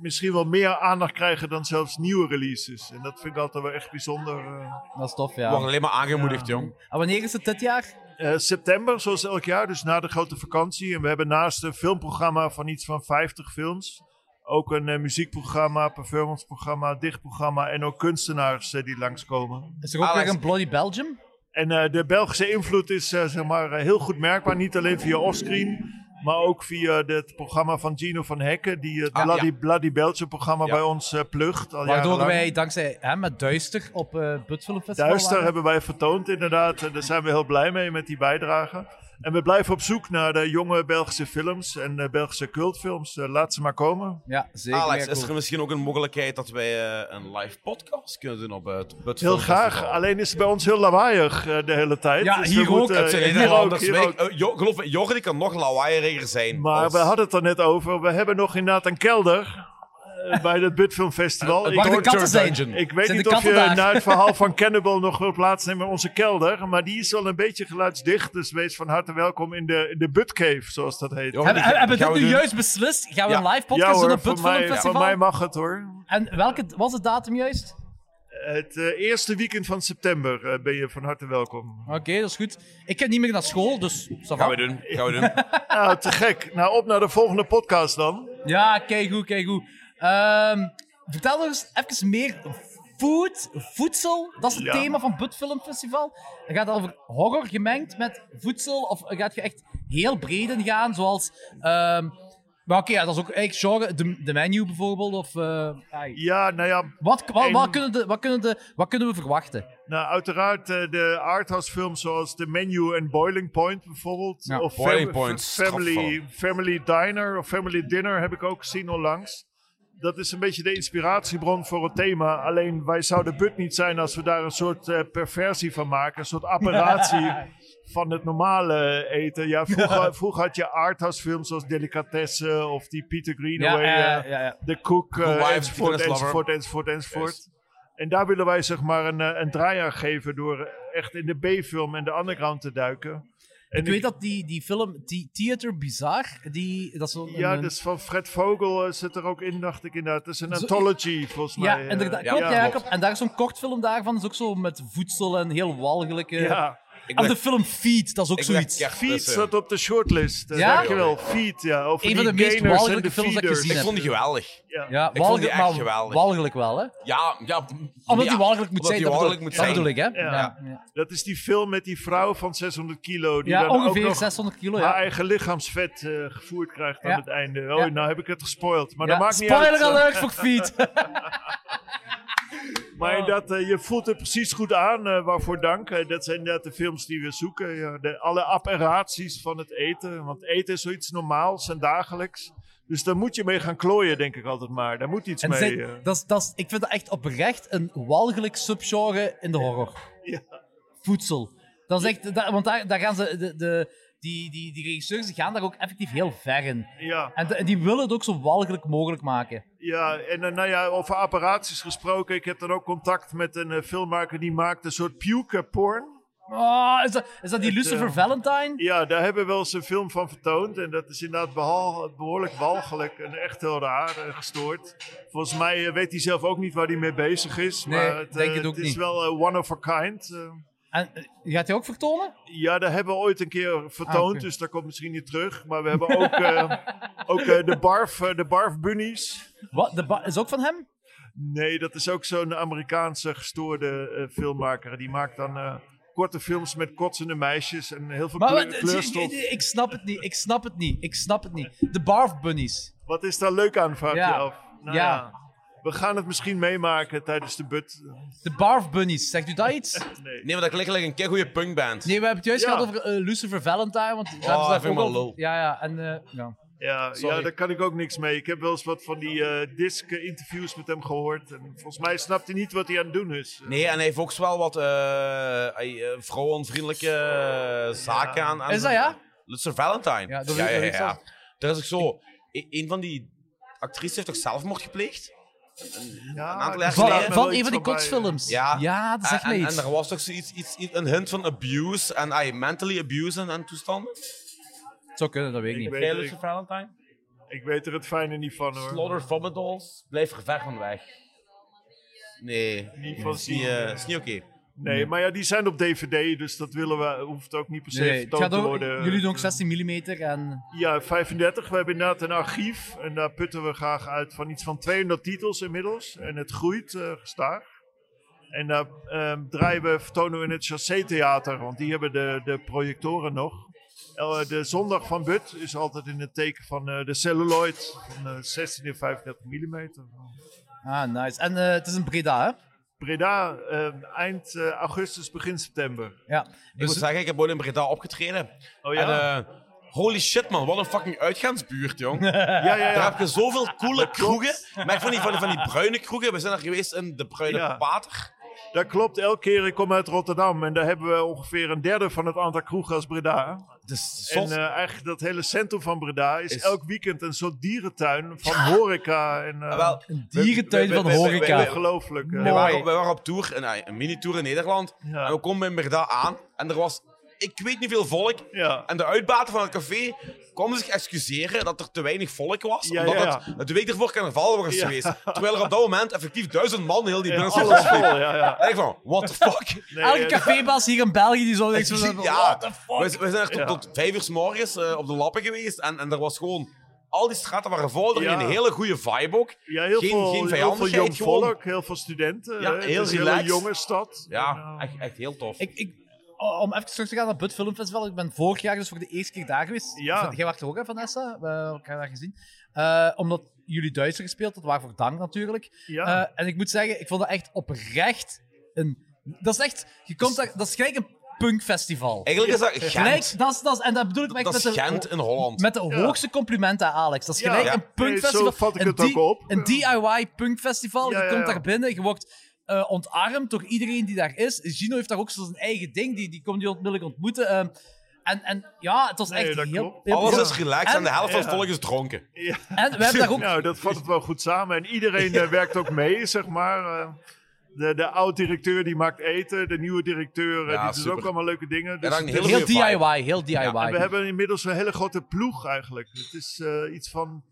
misschien wel meer aandacht krijgen dan zelfs nieuwe releases. En dat vind ik altijd wel echt bijzonder. eh. Dat is tof, We ja. worden alleen maar aangemoedigd, jong. En wanneer is het dit jaar? Eh, september, zoals elk jaar, dus na de grote vakantie. En we hebben naast een filmprogramma van iets van 50 films. Ook een eh, muziekprogramma, performanceprogramma, dichtprogramma en ook kunstenaars eh, die langskomen. Is er ook Alex. weer een Bloody Belgium? En eh, de Belgische invloed is eh, zeg maar, eh, heel goed merkbaar. Niet alleen via offscreen, maar ook via het programma van Gino van Hekken. Die het Ah, Bloody, ja. Bloody Belgium programma Ja. bij ons eh, plugt. Al Waardoor jarenlang. wij dankzij hem met Duister op eh Bud Film Festival Duister waren. hebben wij vertoond inderdaad. En daar zijn we heel blij mee met die bijdrage. En we blijven op zoek naar de jonge Belgische films en eh, Belgische cultfilms. Eh, laat ze maar komen. Ja, zeker. Alex, mega is er cool. misschien ook een mogelijkheid dat wij eh, een live podcast kunnen doen op eh, het Bud Heel Film graag. Festival? Alleen is het bij ons heel lawaaiig eh, de hele tijd. Ja, Dus hier we ook. moeten- Het zijn hier ook, Nederlanders. hier weet ook. ik- eh, Jo- geloof me, Jordi kan nog lawaaieriger zijn. Maar als- we hadden het er net over. We hebben nog inderdaad een kelder eh, bij het Budfilm Festival. Waar de Ik- katten zijn. Ik weet Zijn niet de of je katten daar? na het verhaal van Cannibal nog wil plaatsnemen in onze kelder. Maar die is al een beetje geluidsdicht. Dus wees van harte welkom in de, in de Budcave, zoals dat heet. Jordi, Hebben, hebben we gaan dit nu doen? juist beslist? Gaan we Ja. een live podcast doen op voor Bud Film mij, voor Festival? mij mag het hoor. En welke was de datum juist? Het eh, eerste weekend van september eh, ben je van harte welkom. Oké, dat is goed. Ik heb niet meer naar school, dus... ça va. Gaan we doen. Gaan we doen. Nou, te gek. Nou, op naar de volgende podcast dan. Ja, kijk goed, kijk goed. Ehm, vertel nog eens even meer. Food, voedsel, dat is het Ja. thema van Bud Film Festival. Dan gaat het over horror gemengd met voedsel, of gaat je echt heel breed in gaan, zoals... ehm, maar oké, ja, dat is ook eigenlijk genre, de, de menu bijvoorbeeld, of... eh, ai. Ja, nou ja, wat, wat, wat, En- kunnen de, wat, kunnen de, wat kunnen we verwachten? nou, uiteraard eh, de arthouse films zoals The Menu en Boiling Point bijvoorbeeld. Ja, of Boiling Fam- Point, Fa- family, family Diner of Family Dinner heb ik ook gezien onlangs. Dat is een beetje de inspiratiebron voor het thema. Alleen wij zouden but niet zijn als we daar een soort eh, perversie van maken. Een soort apparatie van het normale eten. Ja, vroeger, vroeger had je arthouse films zoals Delicatessen of die Peter Greenaway, ja, eh, ja, ja. de Cook, eh, Wives, enzovoort, Fitness Lover. enzovoort, enzovoort, enzovoort. Juist. En daar willen wij zeg maar een, eh, een draai aan geven door echt in de B-film en de underground te duiken. En Ik weet dat die, die film, die Theater Bizar, die, dat is zo'n... Ja, een- dus van Fred Vogel eh, zit er ook in, dacht ik inderdaad. Het is een Zo- anthology volgens Ja, mij. eh. inderdaad. ja, klopt, ja, klopt. klopt. En daar is zo'n kortfilm daarvan, is ook zo met voedsel en heel walgelijke... Ja, Ik Of leg- de film Feed, dat is ook ik leg zoiets. kerst- Feed dus, eh, staat op de shortlist. Eh, Ja? Dankjewel, Feed. Ja, over Een die van de meest gainers en walgelijke de films dat ik feeders. gezien Ik heb. vond die geweldig. Ja, vond die walgelijk, echt maar geweldig. walgelijk wel, hè? Ja, ja. Omdat ja, die walgelijk moet zijn. omdat die dat bedoel- walgelijk moet zijn. Dat bedoel ik, hè? Ja. Ja, Dat is die film met die vrouw van 600 kilo. Die Ja, dan ook ongeveer nog 600 kilo, haar Nou ja. eigen lichaamsvet eh, gevoerd krijgt aan Ja. het einde. Oh, Ja. nou heb ik het gespoild. Maar Ja, dat maakt niet Spoiler uit. eh. alert voor Feed. Maar dat, eh, je voelt het precies goed aan, eh, waarvoor dank. Eh, dat zijn inderdaad de films die we zoeken. ja. de, alle apparaties van het eten. Want eten is zoiets normaals en dagelijks. Dus daar moet je mee gaan klooien, denk ik altijd maar. Daar moet iets En mee. zijn- eh. dat is, dat is, ik vind dat echt oprecht een walgelijk subgenre in de horror. Ja. Voedsel. Dat is echt, dat- want daar, daar gaan ze, de, de, die, die, die regisseurs die gaan daar ook effectief heel ver in. ja, En, de- en die willen het ook zo walgelijk mogelijk maken. ja, en eh, nou ja, over apparaties gesproken. Ik heb dan ook contact met een eh, filmmaker die maakt een soort puke porn. Oh, is, dat, is dat die Lucifer eh, Valentine? Ja, daar hebben we wel eens een film van vertoond. En dat is inderdaad behal, behoorlijk walgelijk en echt heel raar en gestoord. Volgens mij eh, weet hij zelf ook niet waar hij mee bezig is. Nee, maar het, eh, denk het ook is niet. wel eh, one of a kind. eh. En, eh, gaat hij ook vertonen? ja, daar hebben we ooit een keer vertoond, Ah, oké. dus daar komt misschien niet terug. Maar we hebben ook, eh, ook eh, de, barf, eh, de barf bunnies. Wat, de ba- is ook van hem? Nee, dat is ook zo'n Amerikaanse gestoorde eh, filmmaker. Die maakt dan eh, korte films met kotsende meisjes en heel veel Maar kleur- wat- eh, kleurstof. ik, ik snap het niet, ik snap het niet, ik snap het niet. De Barf Bunnies. Wat is daar leuk aan, vraag Ja. je af? Nou Ja. We gaan het misschien meemaken tijdens de but. De Barf Bunnies, zegt u dat iets? Nee, maar dat klinkt like een keigoeie punkband. Nee, we hebben het juist Ja. gehad over eh, Lucifer Valentine, want daar Oh, hebben ze daar vind ik ook wel al- lul. Ja, ja, en... eh, ja. Ja, ja, Sorry. daar kan ik ook niks mee. Ik heb wel eens wat van die eh disc-interviews met hem gehoord. En volgens mij snapt hij niet wat hij aan het doen is. Nee, en hij heeft ook wel wat eh, eh, eh, vrouwonvriendelijke eh, zaken aan. aan Is dat zijn- ja? Lutzer Valentine. Ja, dat weet- dat weet ik zelf. Daar is ook zo. e- een van die actrices heeft toch zelfmoord gepleegd? Ja, aantal daar jaar staat Van, geleden. me van wel een iets van die bij, kotsfilms. eh. Ja. Ah, ja, dat zegt en, mij en- iets. en er was toch zoiets, iets, iets, een hint van abuse en ah, mentally abuse en, en toestanden? Het zou kunnen, dat weet ik Ik niet. weet, Jij, er, ik, Lutzer Valentine? ik weet er het fijne niet van hoor. Slaughter Vomit Dolls. Blijf er ver van weg. Nee, Niet van is niet, zien. eh, is niet oké. Nee, maar ja, die zijn op DVD, dus dat willen we, hoeft ook niet per se Nee, het vertoond gaat te ook- worden. jullie doen ook 16 mm en... Ja, 35. We hebben inderdaad een archief en daar putten we graag uit van iets van 200 titels inmiddels. En het groeit eh, gestaag. En daar ehm, draaien we, vertonen we in het Chassé Theater, want die hebben de, de projectoren nog. El- de zondag van But is altijd in het teken van eh, de celluloid van eh, 16 en 35 mm. Ah, nice. En eh, het is een Breda, hè? Breda, ehm, eind eh, augustus, begin september. Ja. Ik moet Dus- zeggen, ik heb ooit in Breda opgetreden. Oh ja? En, eh, holy shit man, wat een fucking uitgaansbuurt, jong. ja, ja, Daar ja. heb je zoveel coole kroegen. Maar ik vond die van, die- van die bruine kroegen. We zijn er geweest in de Bruine Ja. Pater. Dat klopt. Elke keer, ik kom uit Rotterdam en daar hebben we ongeveer een derde van het aantal kroegen als Breda. Dus En zot. eh, eigenlijk dat hele centrum van Breda is, Is- elk weekend een soort dierentuin van horeca. En, eh, Ah, Wel, Een dierentuin we- we- van we- we- horeca. we- Ongelooflijk. eh. we, Mooi. waren, op- we waren op tour, een, een mini-tour in Nederland. Ja. En we komen in Breda aan. En er was, ik weet niet veel volk. Ja. En de uitbater van het café kwam zich excuseren dat er te weinig volk was. Ja, omdat ja, ja. het de week ervoor carnaval was Ja. geweest. Terwijl er op dat moment effectief duizend man heel die Ja, binnen alles vol, ja, ja. En ik van, what the fuck? Nee, Elke eh, cafébas hier in België die zou Ik niks zie- van ja, what the We, fuck? z- we zijn echt tot, Ja. tot vijf uur s morgens eh, op de lappen geweest. En, en er was gewoon... Al die straten waren vol. Er Ja. ging een hele goede vibe ook. ja, heel, geen- veel, geen heel veel vijandigheid, jong gewoon. volk, heel veel studenten. Ja, eh, het heel is een hele relaxed. jonge stad. Ja, En, eh, echt, echt heel tof. Ik, ik, oh, om even terug te gaan naar het Bud Film Festival. Ik ben vorig jaar dus voor de eerste keer daar geweest. Ja. Of- Jij wacht er ook, hè, Vanessa? We hebben elkaar daar gezien. Eh, omdat jullie Duitser gespeeld hadden, waarvoor dank natuurlijk. ja. Eh, en ik moet zeggen, ik vond dat echt oprecht een... Dat is echt... Je komt daar, dat is gelijk een punkfestival. Eigenlijk is dat Gent. Gelijk, dat is, dat is, en dat bedoel ik echt Dat is met de- Gent in Holland. Met de hoogste complimenten, Alex. Dat is gelijk Ja. een punkfestival. Nee, zo vat ik een het ook di- op. Een DIY punkfestival. Ja, je ja, komt ja. daar binnen, je wordt eh, ontarmd door iedereen die daar is. Gino heeft daar ook zo zijn eigen ding, die, die komt je onmiddellijk ontmoeten. ehm. en, en ja, het was Nee, echt dat heel... klopt. heel Alles bijzonder. is relaxed En- en, de helft van het Ja. Oh, volk is dronken. En we hebben daar ook... Nou, dat vat het wel goed samen. En iedereen eh, werkt ook mee, zeg maar. eh. de, de oud-directeur die maakt eten. De nieuwe directeur eh, Ja, die doet super. ook allemaal leuke dingen. dan Dus een het hele is- Heel goede vibe. DIY, heel DIY. En we hebben inmiddels een hele grote ploeg eigenlijk. Het is eh, iets van,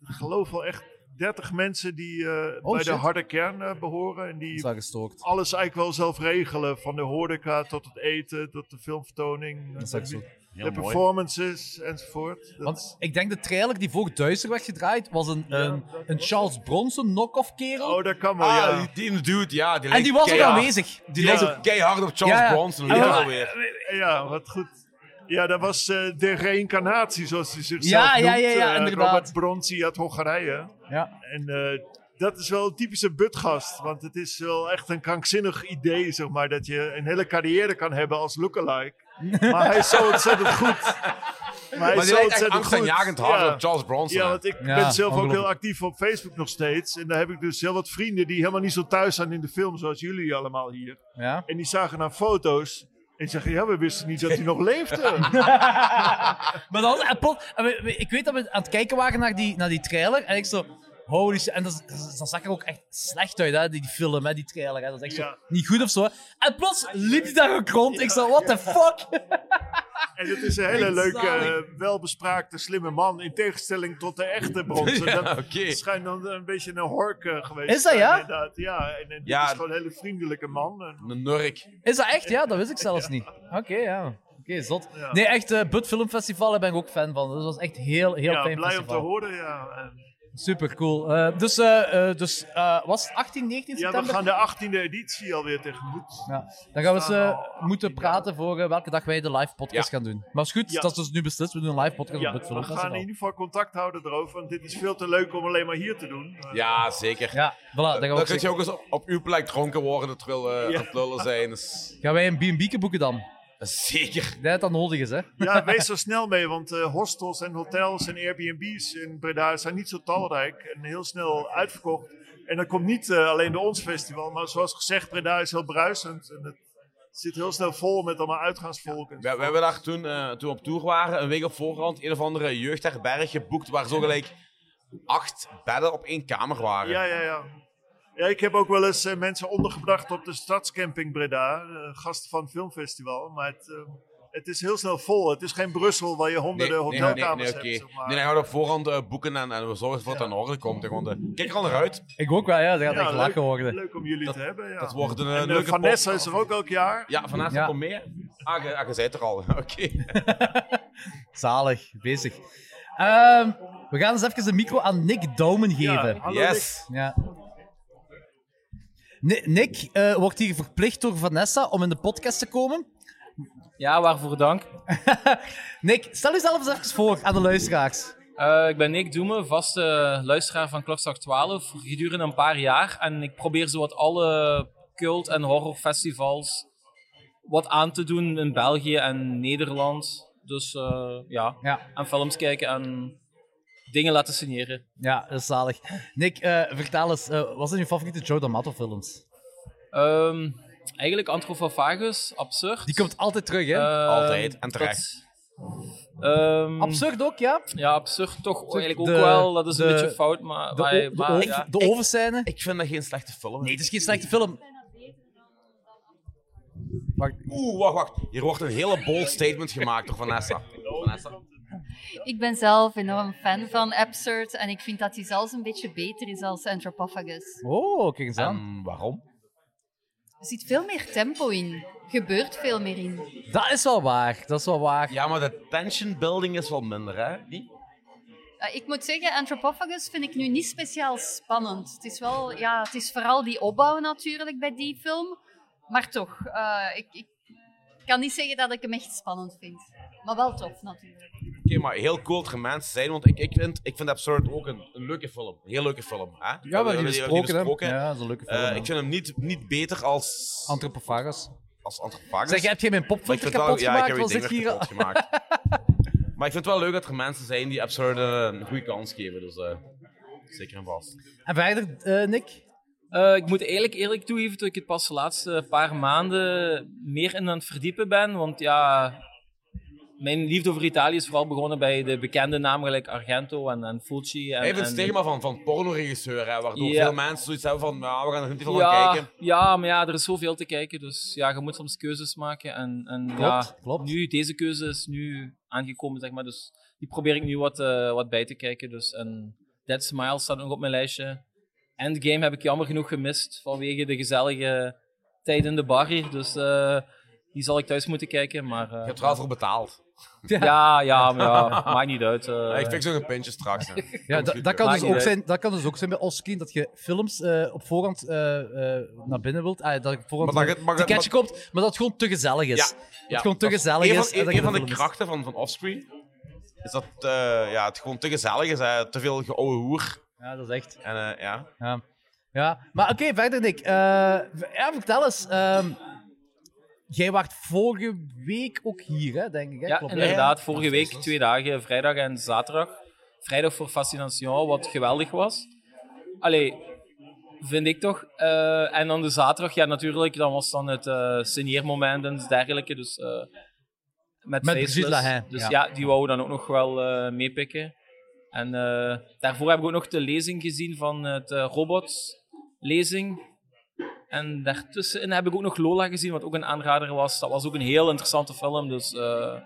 ik geloof wel echt 30 mensen die eh, Oh, bij shit. de harde kern eh, behoren. En Dat is die wel gestookt. alles eigenlijk wel zelf regelen. Van de horeca tot het eten, tot de filmvertoning. Dat is eh, wel de, gestookt. de performances enzovoort. Dat is- Want ik denk de trailer die voor Duister werd gedraaid, was een, een, een Charles Bronson knock-off kerel. oh, dat kan wel, Ah, ja. die, die dude, ja. Die en lijkt die was ook keihard- aanwezig. Die Ja. lijkt ook keihard op Charles Ja, ja. En Bronson. Hoe heet we- dat weer? Ja, wat goed. Ja, dat was eh, de reïncarnatie, zoals hij zichzelf Ja, noemt. ja, ja, ja, eh, inderdaad. Robert Bronzi uit Hongarije. Ja. En eh, dat is wel een typische butgast. Want het is wel echt een krankzinnig idee, zeg maar. Dat je een hele carrière kan hebben als lookalike. Maar hij is zo ontzettend goed. Maar hij Maar is die lijkt zo echt ontzettend goed. angstaanjagend hard op Charles Bronson. Ja, hè. want ik Ja, ben zelf ook heel ongelooflijk. actief op Facebook nog steeds. En daar heb ik dus heel wat vrienden die helemaal niet zo thuis zijn in de film, zoals jullie allemaal hier. Ja. En die zagen naar foto's. En zeggen, ja, we wisten niet dat hij nog leefde. Maar dan, en plot- en we- we- ik weet dat we aan het kijken waren naar die, naar die trailer. En ik zo, Holy shit. En dat, is- dat, is- dat zag er ook echt slecht uit, hè, die, die film, hè, die trailer. Hè. Dat is echt Ja. zo niet goed of zo. hè. En plots liep hij daar ook rond. Ik zei, what the fuck? En het is een hele Ik leuke, zalig. eh, welbespraakte, slimme man. In tegenstelling tot de echte bronzen. Ja, dat oké. schijnt dan een beetje een hork eh, geweest. Is dat, te zijn, ja? Inderdaad. Ja, en, en dit Ja. is gewoon een hele vriendelijke man. En- Een nurk. Is dat echt? Ja, dat wist ik zelfs niet. Oké, ja. Oké, zot. Ja. Nee, echt, eh Bud Film Festival, daar ben ik ook fan van. Dus dat was echt heel, heel ja, fijn blij festival. om te horen, ja. En- Super cool. Eh, dus eh, eh, dus eh, was het 18, 19 ja, we september? gaan de 18e editie alweer tegemoet. Ja, dan gaan we eens eh, Ah, moeten praten voor eh, welke dag wij de live podcast gaan doen. Maar is goed, Ja. dat is dus nu beslist. We doen een live podcast Ja, op het we filmfestival. gaan in ieder geval contact houden erover. Want dit is veel te leuk om alleen maar hier te doen. Eh, Ja, zeker. Ja, voilà. Dan gaan, we Dan ook kun je zeggen- ook eens op, op uw plek dronken worden terwijl eh Ja. aan het lullen zijn. Dus, gaan wij een B&B boeken dan? zeker. Dat het dan nodig is, hè? Ja, wees er snel mee, want eh, hostels en hotels en Airbnbs in Breda zijn niet zo talrijk en heel snel uitverkocht. En dat komt niet eh, alleen door ons festival, maar zoals gezegd, Breda is heel bruisend. En het zit heel snel vol met allemaal uitgaansvolk. en zo. We, we hebben daar toen, eh, toen we op tour waren, een week op voorhand, een of andere jeugdherberg geboekt waar zo gelijk acht bedden op één kamer waren. Ja, ja, ja. Ja, ik heb ook wel eens eh, mensen ondergebracht op de stadscamping Breda, eh, gasten van het filmfestival. Maar het, eh, het is heel snel vol. Het is geen Brussel waar je honderden hotelkamers nee, nee, oké. hebt. zeg maar. Nee, dan gaan we op voorhand eh, boeken en, en we zorgen ervoor dat het aan orde komt. En gewoon, eh, kijk er al naar uit. Ik ook wel, ja. Dat gaat Ja, echt leuk, lachen worden. leuk om jullie te hebben. Ja. Dat wordt een, eh, en, eh, leuke Vanessa podcast. is er ook elk jaar. Ja, vanavond Ja. kom mee. Ah, je ah, je bent er al. Oké. Zalig. Bezig. Ehm, we gaan eens even de micro aan Nick Doumen geven. Ja, hallo, Nick. Yes. Ja. Ni- Nick eh, wordt hier verplicht door Vanessa om in de podcast te komen. Ja, waarvoor dank. Nick, stel jezelf eens even voor aan de luisteraars. Eh, ik ben Nick Doemen, vaste luisteraar van Klokslag 12 voor gedurende een paar jaar. En ik probeer zowat alle cult- en horrorfestivals wat aan te doen in België en Nederland. Dus eh, ja, Ja, aan films kijken en dingen laten signeren. ja, dat is zalig. Nick, eh, vertel eens, eh, wat zijn je favoriete Joe D'Amato films? Ehm, eigenlijk Antropophagus, absurd. Die komt altijd terug, hè? Ehm, Altijd, en terecht. dat- ehm, Absurd ook, ja? Ja, absurd toch eigenlijk ook de- wel. Dat is een de- beetje fout, maar... De, wij- o- de, maar, o- ja. de ovenscène? Ik Ehm, vind dat geen slechte film. Nee, het is geen slechte film. Wacht, Oeh, wacht, wacht. Hier wordt een hele bold statement gemaakt door Vanessa. Vanessa. Ik ben zelf enorm fan van Absurd en ik vind dat die zelfs een beetje beter is als Anthropophagus. oh, kijk eens aan. En Ehm, waarom? Er zit veel meer tempo in, gebeurt veel meer in. Dat is wel waar, dat is wel waar. Ja, maar de tension building is wel minder, hè? Niet? Eh, Ik moet zeggen, Anthropophagus vind ik nu niet speciaal spannend. Het is, wel, ja, het is vooral die opbouw natuurlijk bij die film, maar toch, eh, ik, ik kan niet zeggen dat ik hem echt spannend vind. Maar wel tof natuurlijk. Oké, maar heel cool dat er mensen zijn, want ik, ik, vind, ik vind Absurd ook een, een leuke film. Een heel leuke film, hè? Ja, we hebben hier gesproken, hè? Ja, dat is een leuke film. Eh, ja. ik vind hem niet, niet beter als, Anthropophagus. als Anthropophagus. Zeg, heb jij mijn dus- Maar ik popfilter vind wel- kapot ja, ik gemaakt? heb Wat je zit ding hier weer al? kapot gemaakt. maar ik vind het wel leuk dat er mensen zijn die Absurd eh, een goede kans geven, dus eh, zeker en vast. En verder, eh, Nick? Eh, ik moet eigenlijk eerlijk toegeven dat ik het pas de laatste paar maanden meer in aan het verdiepen ben. Want ja, mijn liefde voor Italië is vooral begonnen bij de bekende namen gelijk Argento en, en Fulci. En, Hij heeft een en- stigma van, van pornoregisseur, hè, waardoor Ja. veel mensen zoiets hebben van, nou, we gaan er niet veel aan Ja, kijken. ja, maar ja, er is zoveel te kijken. Dus ja, je moet soms keuzes maken. En, en Klopt, ja, klopt. Nu, deze keuze is nu aangekomen, zeg maar. Dus die probeer ik nu wat, eh, wat bij te kijken. Dus, en Dead Smile staat nog op mijn lijstje. Endgame heb ik jammer genoeg gemist vanwege de gezellige tijd in de bar hier. Dus eh, die zal ik thuis moeten kijken. Maar eh, Je hebt er al voor betaald. ja, ja, maar ja, maakt niet uit. eh. Ja, ik fix nog een pintje straks. hè. Ja, Komt dat, dat, goed, hè. kan Maakt dus niet ook uit. zijn, dat kan dus ook zijn bij Oskin dat je films eh, op voorhand eh, eh, naar binnen wilt. Ah, dat je op voorhand Maar dat je- maar dat- ticketje koopt, maar dat het gewoon te gezellig is. Ja, Dat Ja, het gewoon te dat is gezellig een is. en Van, dat een je van de film is. krachten van, van Offscreen is dat eh, ja, het gewoon te gezellig is. Hè. Te veel geouwe hoer. Ja, dat is echt. En, eh, ja. Ja, ja. maar oké, verder Nick. Eh, ja, vertel eens. ehm, jij waart vorige week ook hier, hè, denk ik. Hè? Ja, Klopt, hè? inderdaad. Vorige week twee dagen, vrijdag en zaterdag. Vrijdag voor Fascination, wat geweldig was. Allee, vind ik toch. Eh, en dan de zaterdag, ja natuurlijk, dan was dan het eh signeermoment en dergelijke. Dus, eh, met Brigitte Faceless. Lahaie, Dus ja. ja. die wou dan ook nog wel eh, meepikken. En eh, daarvoor heb ik ook nog de lezing gezien van het eh, robots-lezing. En daartussen heb ik ook nog Lola gezien, wat ook een aanrader was. Dat was ook een heel interessante film, dus eh,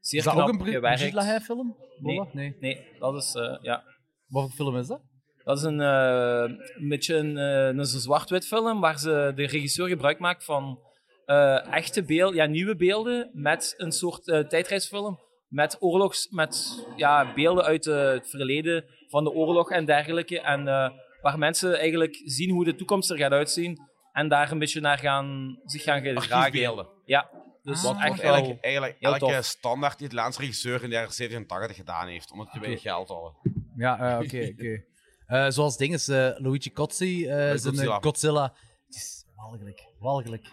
zeer Is dat knap ook een Bri- gewerkt. Brigitte Lahaie-film? Nee. Lola? Nee. Nee, dat is, eh, ja. Wat voor film is dat? Dat is een, eh, een beetje een, eh, een zwart-wit film waar ze, de regisseur gebruik maakt van eh, echte beelden, ja, nieuwe beelden met een soort eh, tijdreisfilm. Met oorlogs, met ja, beelden uit eh, het verleden van de oorlog en dergelijke. En eh, waar mensen eigenlijk zien hoe de toekomst er gaat uitzien. En daar een beetje naar gaan, zich gaan gedragen. Archiefbeelden. Ja, dus Wat echt echt wel- eigenlijk, eigenlijk heel elke tof. standaard die het laatste regisseur in de jaren 70 en 80 gedaan heeft. Omdat te weinig geld hadden. Ja, eh, oké, oké. Eh, zoals ding is, eh, Luigi Cozzi, eh, zijn eh, Godzilla. Godzilla. Het is walgelijk, walgelijk,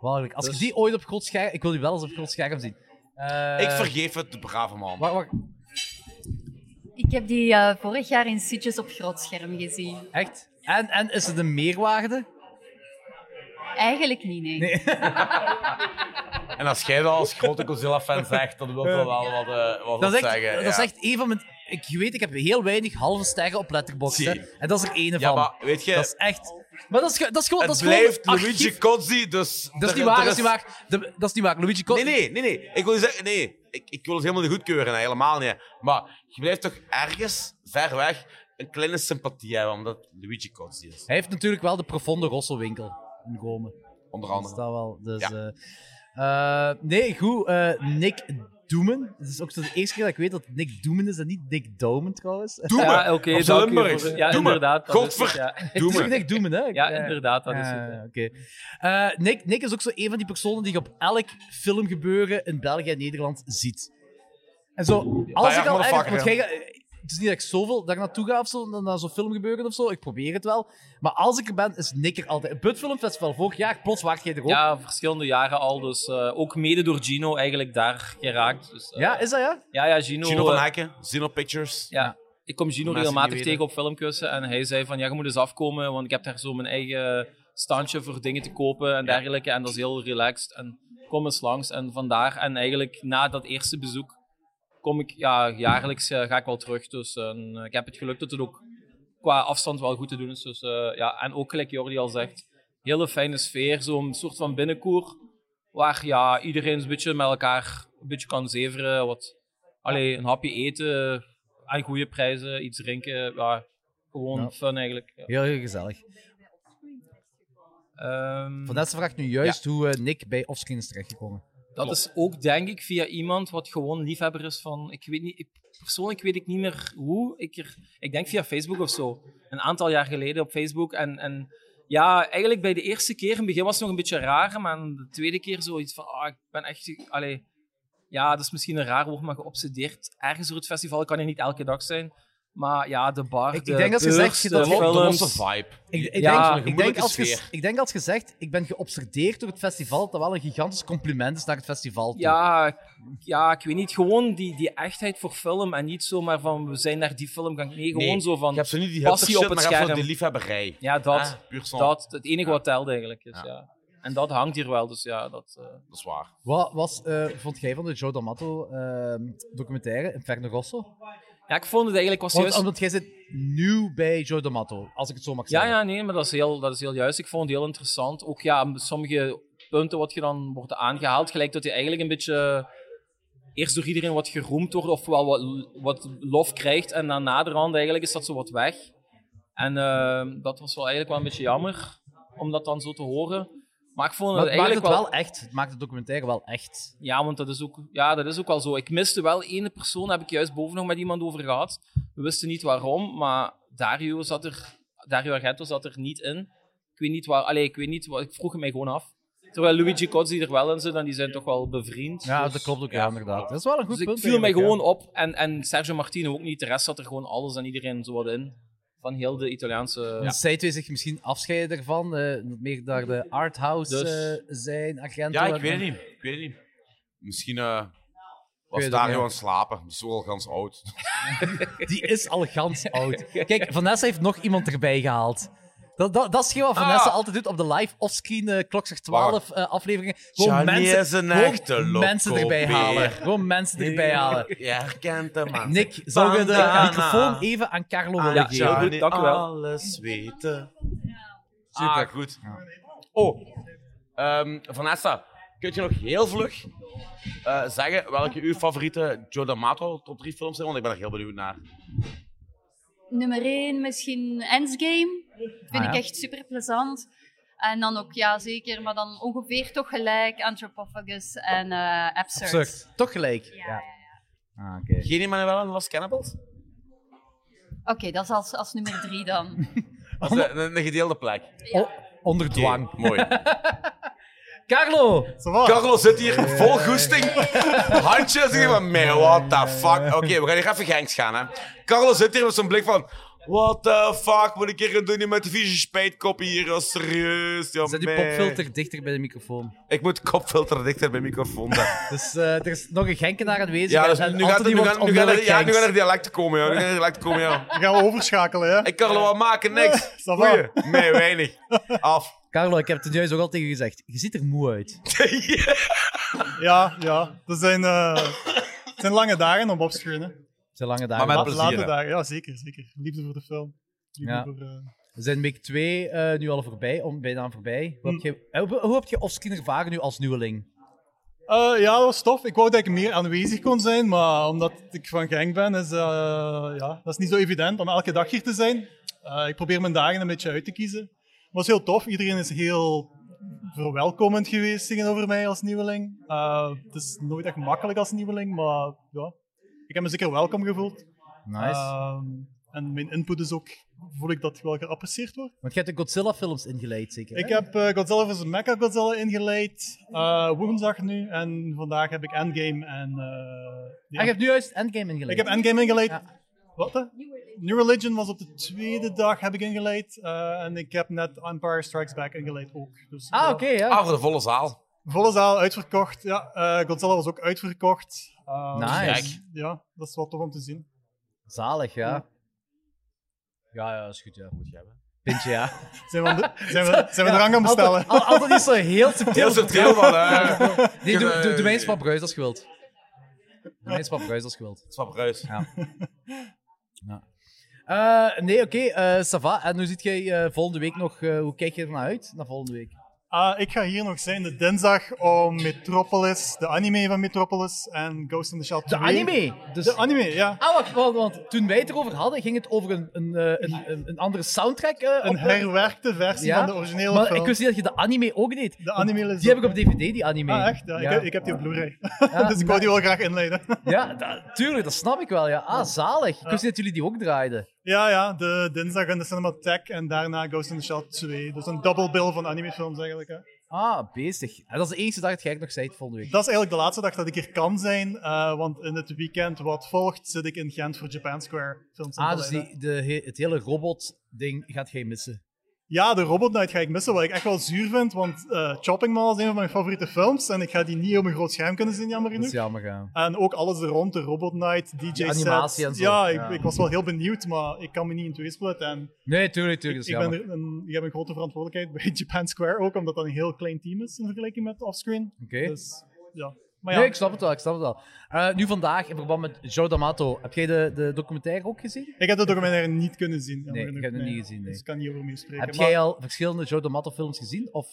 walgelijk. Als Dus- je die ooit op groot scherm... Ik wil die wel eens op groot scherm zien. Eh, ik vergeef het, de brave man. Wacht, wacht. Ik heb die eh, vorig jaar in Sitges op grootscherm gezien. Echt? En, en is het een meerwaarde? Eigenlijk niet, nee. En als jij dat als grote Godzilla-fan zegt, dan wil dat wel wat, eh, wat Dat is echt, zeggen. dat is ja. echt een van mijn... Ik je weet, ik heb heel weinig halve sterren op Letterboxd. hè. Zie. En dat is er ene Ja, van. maar weet je, Dat is echt... Maar dat is, ge- dat is gewoon... het dat is gewoon blijft een Luigi archief. Cozzi, dus... Dat is er- niet waar, er dat is niet waar. De- Dat is niet waar. Luigi Cozzi... Nee, nee, nee, nee. Ik wil niet zeggen, nee. Ik, ik wil het helemaal niet goedkeuren, hè, helemaal niet. Maar je blijft toch ergens, ver weg, een kleine sympathie hebben, omdat Luigi Cozzi is. Hij heeft natuurlijk wel de profonde Rosso-winkel in Rome. Onder Dat is andere. dat wel. Dus, Ja. eh, eh, nee, goed. eh, Nick Doemen. Het is ook zo de eerste keer dat ik weet dat het Nick Doemen is en niet Nick Domen trouwens. Doe me! Ja, oké. Op dank u Limburgs. voor de- Ja, Doe me. inderdaad. dat is het, Godver- ja. Het is ook Nick Doemen, hè? Ja, inderdaad, dat is het, Ah, ja. Oké. Eh, Nick, Nick is ook zo een van die personen die je op elk filmgebeuren in België en Nederland ziet. En zo, als ja, ik al ergens... motherfucker, want jij ga- Het is niet dat ik zoveel daar naartoe ga of zo, na- naar zo'n filmgebeuren of zo. Ik probeer het wel. Maar als ik er ben, is Nick er altijd. Het Budfilmfestival vorig jaar, plots waart jij er ook. Ja, verschillende jaren al. Dus eh, ook mede door Gino eigenlijk daar geraakt. Dus, eh, Ja, is dat ja? ja, ja, Gino. Gino van eh, Hekken, Zino Pictures. ja, ik kom Gino Mensen die regelmatig weten. tegen op filmkussen. En hij zei van, ja, je moet eens afkomen. Want ik heb daar zo mijn eigen standje voor dingen te kopen en dergelijke. En dat is heel relaxed. En kom eens langs. En vandaar, en eigenlijk na dat eerste bezoek, kom ik, ja, jaarlijks eh, ga ik wel terug. Dus en, eh, ik heb het geluk dat het ook qua afstand wel goed te doen is. Dus, eh, ja, en ook, gelijk Jordi al zegt, hele fijne sfeer. Zo'n soort van binnenkoer. Waar ja, iedereen een beetje met elkaar een beetje kan zeveren. Wat, allee, een hapje eten, aan goede prijzen, iets drinken. Ja, gewoon Ja. fun eigenlijk. Ja. Heel, heel gezellig. Ehm, Vanessa vraagt nu juist hoe eh, Nick bij Offscreen is terechtgekomen. dat is ook denk ik via iemand wat gewoon liefhebber is van. Ik weet niet, ik, persoonlijk weet ik niet meer hoe. Ik, er, ik denk via Facebook of zo. Een aantal jaar geleden op Facebook. En, en ja, eigenlijk bij de eerste keer, in het begin was het nog een beetje raar. Maar aan de tweede keer zoiets van: ah, ik ben echt. Allee, ja, dat is misschien een raar woord, maar geobsedeerd. Ergens door het festival kan je niet elke dag zijn. Maar ja, de bar. Ik- ik de denk dat je beurs, zegt, je dat de je- De films. losse vibe. Ik, ik, Ja, denk, een ik, denk moeilijke als je, sfeer. ik denk als je zegt, ik ben geobsedeerd door het festival, dat wel een gigantisch compliment is naar het festival. toe. Ja, ja, ik weet niet. Gewoon die, die echtheid voor film. En niet zomaar van we zijn naar die film gaan. Nee, gewoon Nee, zo Je van. hebt zo niet die passie hipster op shit, maar het je hebt zo scherm. die liefhebberij. Ja, dat. Ah, puur sang. dat. Het enige Ja. wat telde eigenlijk is. Ja. Ja. En dat hangt hier wel. Dus ja, dat. eh, Dat is waar. Wat was, eh, vond jij van de Joe D'Amato eh, documentaire, Inferno Rosso? Ja, ik vond het eigenlijk was Want, juist. Omdat jij zit nieuw bij Joe D'Amato, als ik het zo mag Ja, zeggen. ja, nee, maar dat is, heel, dat is heel juist. Ik vond het heel interessant. Ook ja, sommige punten wat je dan wordt aangehaald, gelijk dat je eigenlijk een beetje eh, eerst door iedereen wat geroemd wordt of wel wat, wat lof krijgt en dan naderhand eigenlijk is dat zo wat weg. En eh, dat was wel eigenlijk wel een beetje jammer om dat dan zo te horen. Maar ik vond Maar het het maakt eigenlijk het wel echt. Het maakt de documentaire wel echt. Ja, want dat is, ook, ja, dat is ook wel zo. Ik miste wel ene persoon, daar heb ik juist boven nog met iemand over gehad. We wisten niet waarom, maar Dario, zat er, Dario Argento zat er niet in. Ik weet niet waar, allee, ik weet niet waar, ik vroeg het mij gewoon af. Terwijl Luigi Cozzi er wel in zit en die zijn toch wel bevriend. Ja, dus- dat klopt ook, ja, inderdaad. Dat is wel een goed Dus ik punt. viel mij eigenlijk, gewoon op en, en Sergio Martino ook niet. De rest zat er gewoon alles en iedereen zo wat in. Van heel de Italiaanse... ja. Want Zij twee zich misschien afscheiden ervan, eh, meer naar de arthouse Dus- eh, zijn, agenten. Ja, ik weet het niet. Ik weet het niet. Misschien eh, weet was het daar niet, heel aan ja. het slapen. Die is wel gans oud. Die is al gans oud. Kijk, Vanessa heeft nog iemand erbij gehaald. Dat, dat, dat is gewoon wat Vanessa Ah. altijd doet op de live offscreen eh klokslag 12 eh, afleveringen. Gewoon Johnny mensen, is een gewoon echte loco mensen erbij beer. halen. Gewoon mensen erbij halen. Je herkent hem aan. Eh, Nick, zou je de Bandana. microfoon even aan Carlo willen Ah, geven? ja, heel Johnny, goed, dank u wel. alles weten. Super. Ah, goed. Oh, ehm, Vanessa, kun je nog heel vlug eh, zeggen welke uw favoriete Joe D'Amato top 3 films zijn? Want ik ben er heel benieuwd naar. Nummer 1 misschien Endgame. Ah, Vind ja. ik echt super plezant. En dan ook, ja zeker, maar dan ongeveer toch gelijk Anthropophagus en eh Absurd. Absurd. Toch gelijk. Ja, ja, Ah, oké. Geen Emmanuel en Lost Cannibals? Oké, dat is als, als nummer 3 dan. Dat is een, een- een gedeelde plek. O- onder dwang. Oké, mooi. Carlo! Carlo zit hier vol goesting. Handjes hier van mij. What the fuck. Oké, we gaan hier even gangs gaan. Hè. Carlo zit hier met zo'n blik van. What the fuck moet ik hier gaan doen hier met de vieze spijtkoppen hier? Oh, serieus, joh, Zet uw man. popfilter dichter bij de microfoon. Ik moet kopfilter dichter bij microfoon. zetten. Dus eh, er is nog een genkenaar aanwezig. Ja, dus en nu, gaat, Anthony nu, wordt gaan, nu, gaan er, onmiddellijk ja, nu gaan genks. er dialecten komen, joh. Nu gaan er dialecten komen, joh. Dan gaan we overschakelen, hè? Ik Carlo wat maken, niks. Ça va. Goeie. Nee, weinig. Af. Carlo, ik heb het er juist ook al tegen je gezegd. Je ziet er moe uit. Ja, ja. Dat zijn, eh, het zijn lange dagen om op te scheunen. Het zijn lange dagen. Maar met La- plezier, Late hè? dagen, ja, zeker, zeker. Liefde voor de film. Liefde Ja. voor, eh, We zijn week 2 nu al voorbij, om, bijna voorbij. Hoe, heb je, eh, hoe, hoe heb je offscreen ervaren nu als nieuweling? Eh, ja, dat was tof. Ik wou dat ik meer aanwezig kon zijn, maar omdat ik van Genk ben, is, eh, ja, dat is niet zo evident om elke dag hier te zijn. Eh, ik probeer mijn dagen een beetje uit te kiezen. Het was heel tof. Iedereen is heel verwelkomend geweest tegenover mij als nieuweling. Eh, het is nooit echt makkelijk als nieuweling, maar ja, ik heb me zeker welkom gevoeld. Ehm, en mijn input is ook, voel ik dat wel geapprecieerd wordt. Want je hebt de Godzilla-films ingeleid, zeker? hè? Ik heb eh, Godzilla vs. Mechagodzilla ingeleid eh, woensdag nu en vandaag heb ik Endgame en eh, ja. Ah, je hebt nu juist Endgame ingeleid. ik heb Endgame ingeleid. Ja. Wat? hè? New Religion was op de tweede dag heb ik ingeleid eh, en ik heb net Empire Strikes Back ingeleid ook. Dus, Ah, ja. oké, ja. Af voor de volle zaal. Volle zaal uitverkocht. Ja, eh, Godzilla was ook uitverkocht. Eh, Nice. dus, ja, dat is wel tof om te zien. Zalig, ja. Ja, ja, is goed, ja. Moet je hebben. Pintje, ja. Zijn we, aan de- zijn we, zijn we er aan gaan Altijd- bestellen? al- Altijd niet zo heel Heel subtiel. subtiel van, hè. Nee, doe, Eh, doe, doe mij eens wat bruis als je wilt. Doe mij eens wat bruis als je wilt. Swap ruis. Eh, nee, oké, eh Sava. En hoe ziet jij eh, volgende week nog, eh, hoe kijk je er naar uit, naar volgende week? Ah, ik ga hier nog zijn de dinsdag om Metropolis, de anime van Metropolis en Ghost in the Shell 2. De anime! Dus... De anime, ja. Ah, wacht, want, want toen wij het erover hadden, ging het over een, een, eh, een, een, een andere soundtrack. eh, Een op- herwerkte versie Ja, van de originele maar film. ik wist niet dat je de anime ook deed. De anime is Die heb ik op DVD, die anime. Ah, echt? Ja, Ja, Ah, Ik, ik heb die op Blu-ray. Ja, dus ik wou die wel graag inleiden. Ja, da- tuurlijk, dat snap ik wel. Ja. Ah, zalig. Ik wist niet dat jullie die ook draaiden. ja, ja, de dinsdag in de Cinematheek en daarna Ghost in the Shell 2. Dus een double bill van animefilms eigenlijk. Hè. Ah, bezig. En dat is de enige dag dat jij nog zei volgende week. Dat is eigenlijk de laatste dag dat ik hier kan zijn, eh, want in het weekend wat volgt zit ik in Gent voor Japan Square films. in te Ah, dus leiden. die, de, he- het hele robot-ding gaat jij missen. Ja, de Robot Night ga ik missen, wat ik echt wel zuur vind, want eh Chopping Mall is een van mijn favoriete films en ik ga die niet op een groot scherm kunnen zien, jammer Dat genoeg. is jammer, ja. En ook alles er rond, de Robot Night, DJ De set. animatie en zo, Ja, ik, ja. ik was wel heel benieuwd, maar ik kan me niet in twee splitten. En Nee, tuurlijk, tuurlijk, ik, dat is ik jammer. ben er een, ik heb een grote verantwoordelijkheid bij Japan Square ook, omdat dat een heel klein team is in vergelijking met offscreen. Oké. Dus, ja. Maar ja, Nee, ik snap het wel, ik snap het wel. Eh, nu vandaag, in verband met Joe D'Amato, heb jij de, de documentaire ook gezien? ik heb de documentaire niet kunnen zien. jammer Nee, ik genoeg, heb het niet gezien, nee. Dus ik kan niet over meespreken. heb maar- jij al verschillende Joe D'Amato films gezien? Of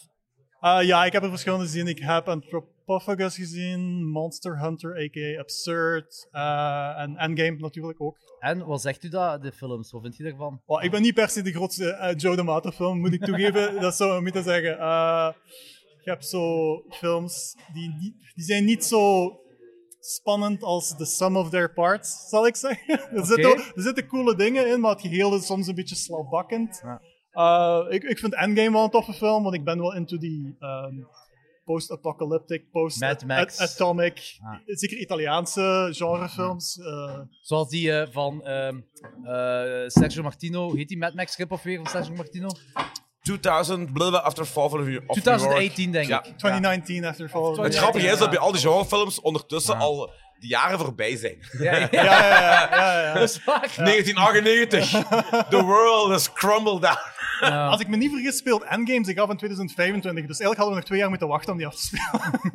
Ah, ja, ik heb er verschillende gezien. Ik heb Anthropophagus gezien, Monster Hunter, a.k.a. Absurd, eh, en Endgame natuurlijk ook. En wat zegt u dat, de films? Wat vind je daarvan? Oh, ik ben niet per se de grootste eh, Joe D'Amato film, moet ik toegeven. dat zou ik moeten zeggen. Eh je hebt zo films die, niet- die zijn niet zo spannend als the sum of their parts, zal ik zeggen. er, zitten, Oké. er zitten coole dingen in, maar het geheel is soms een beetje slapbakkend. Ja. Eh, ik, ik vind Endgame wel een toffe film, want ik ben wel into die ehm, post-apocalyptic, Mad Max. post-atomic, Ah. zeker Italiaanse genrefilms. eh, Zoals die eh, van ehm, eh, Sergio Martino, hoe heet die Mad Max rip-off weer van Sergio Martino? 2000, blablabla, after fall of New York. 2018, denk Ja. ik. 2019 After Fall. Het grappige is dat bij al die genrefilms ondertussen al de jaren voorbij zijn. Ja, ja, Ja, ja, ja, ja, ja. dat is waar. 1998, the world has crumbled down. Ja. Als ik me niet vergis, speelt Endgame zich af in 2025. Dus eigenlijk hadden we nog twee jaar moeten wachten om die af te spelen.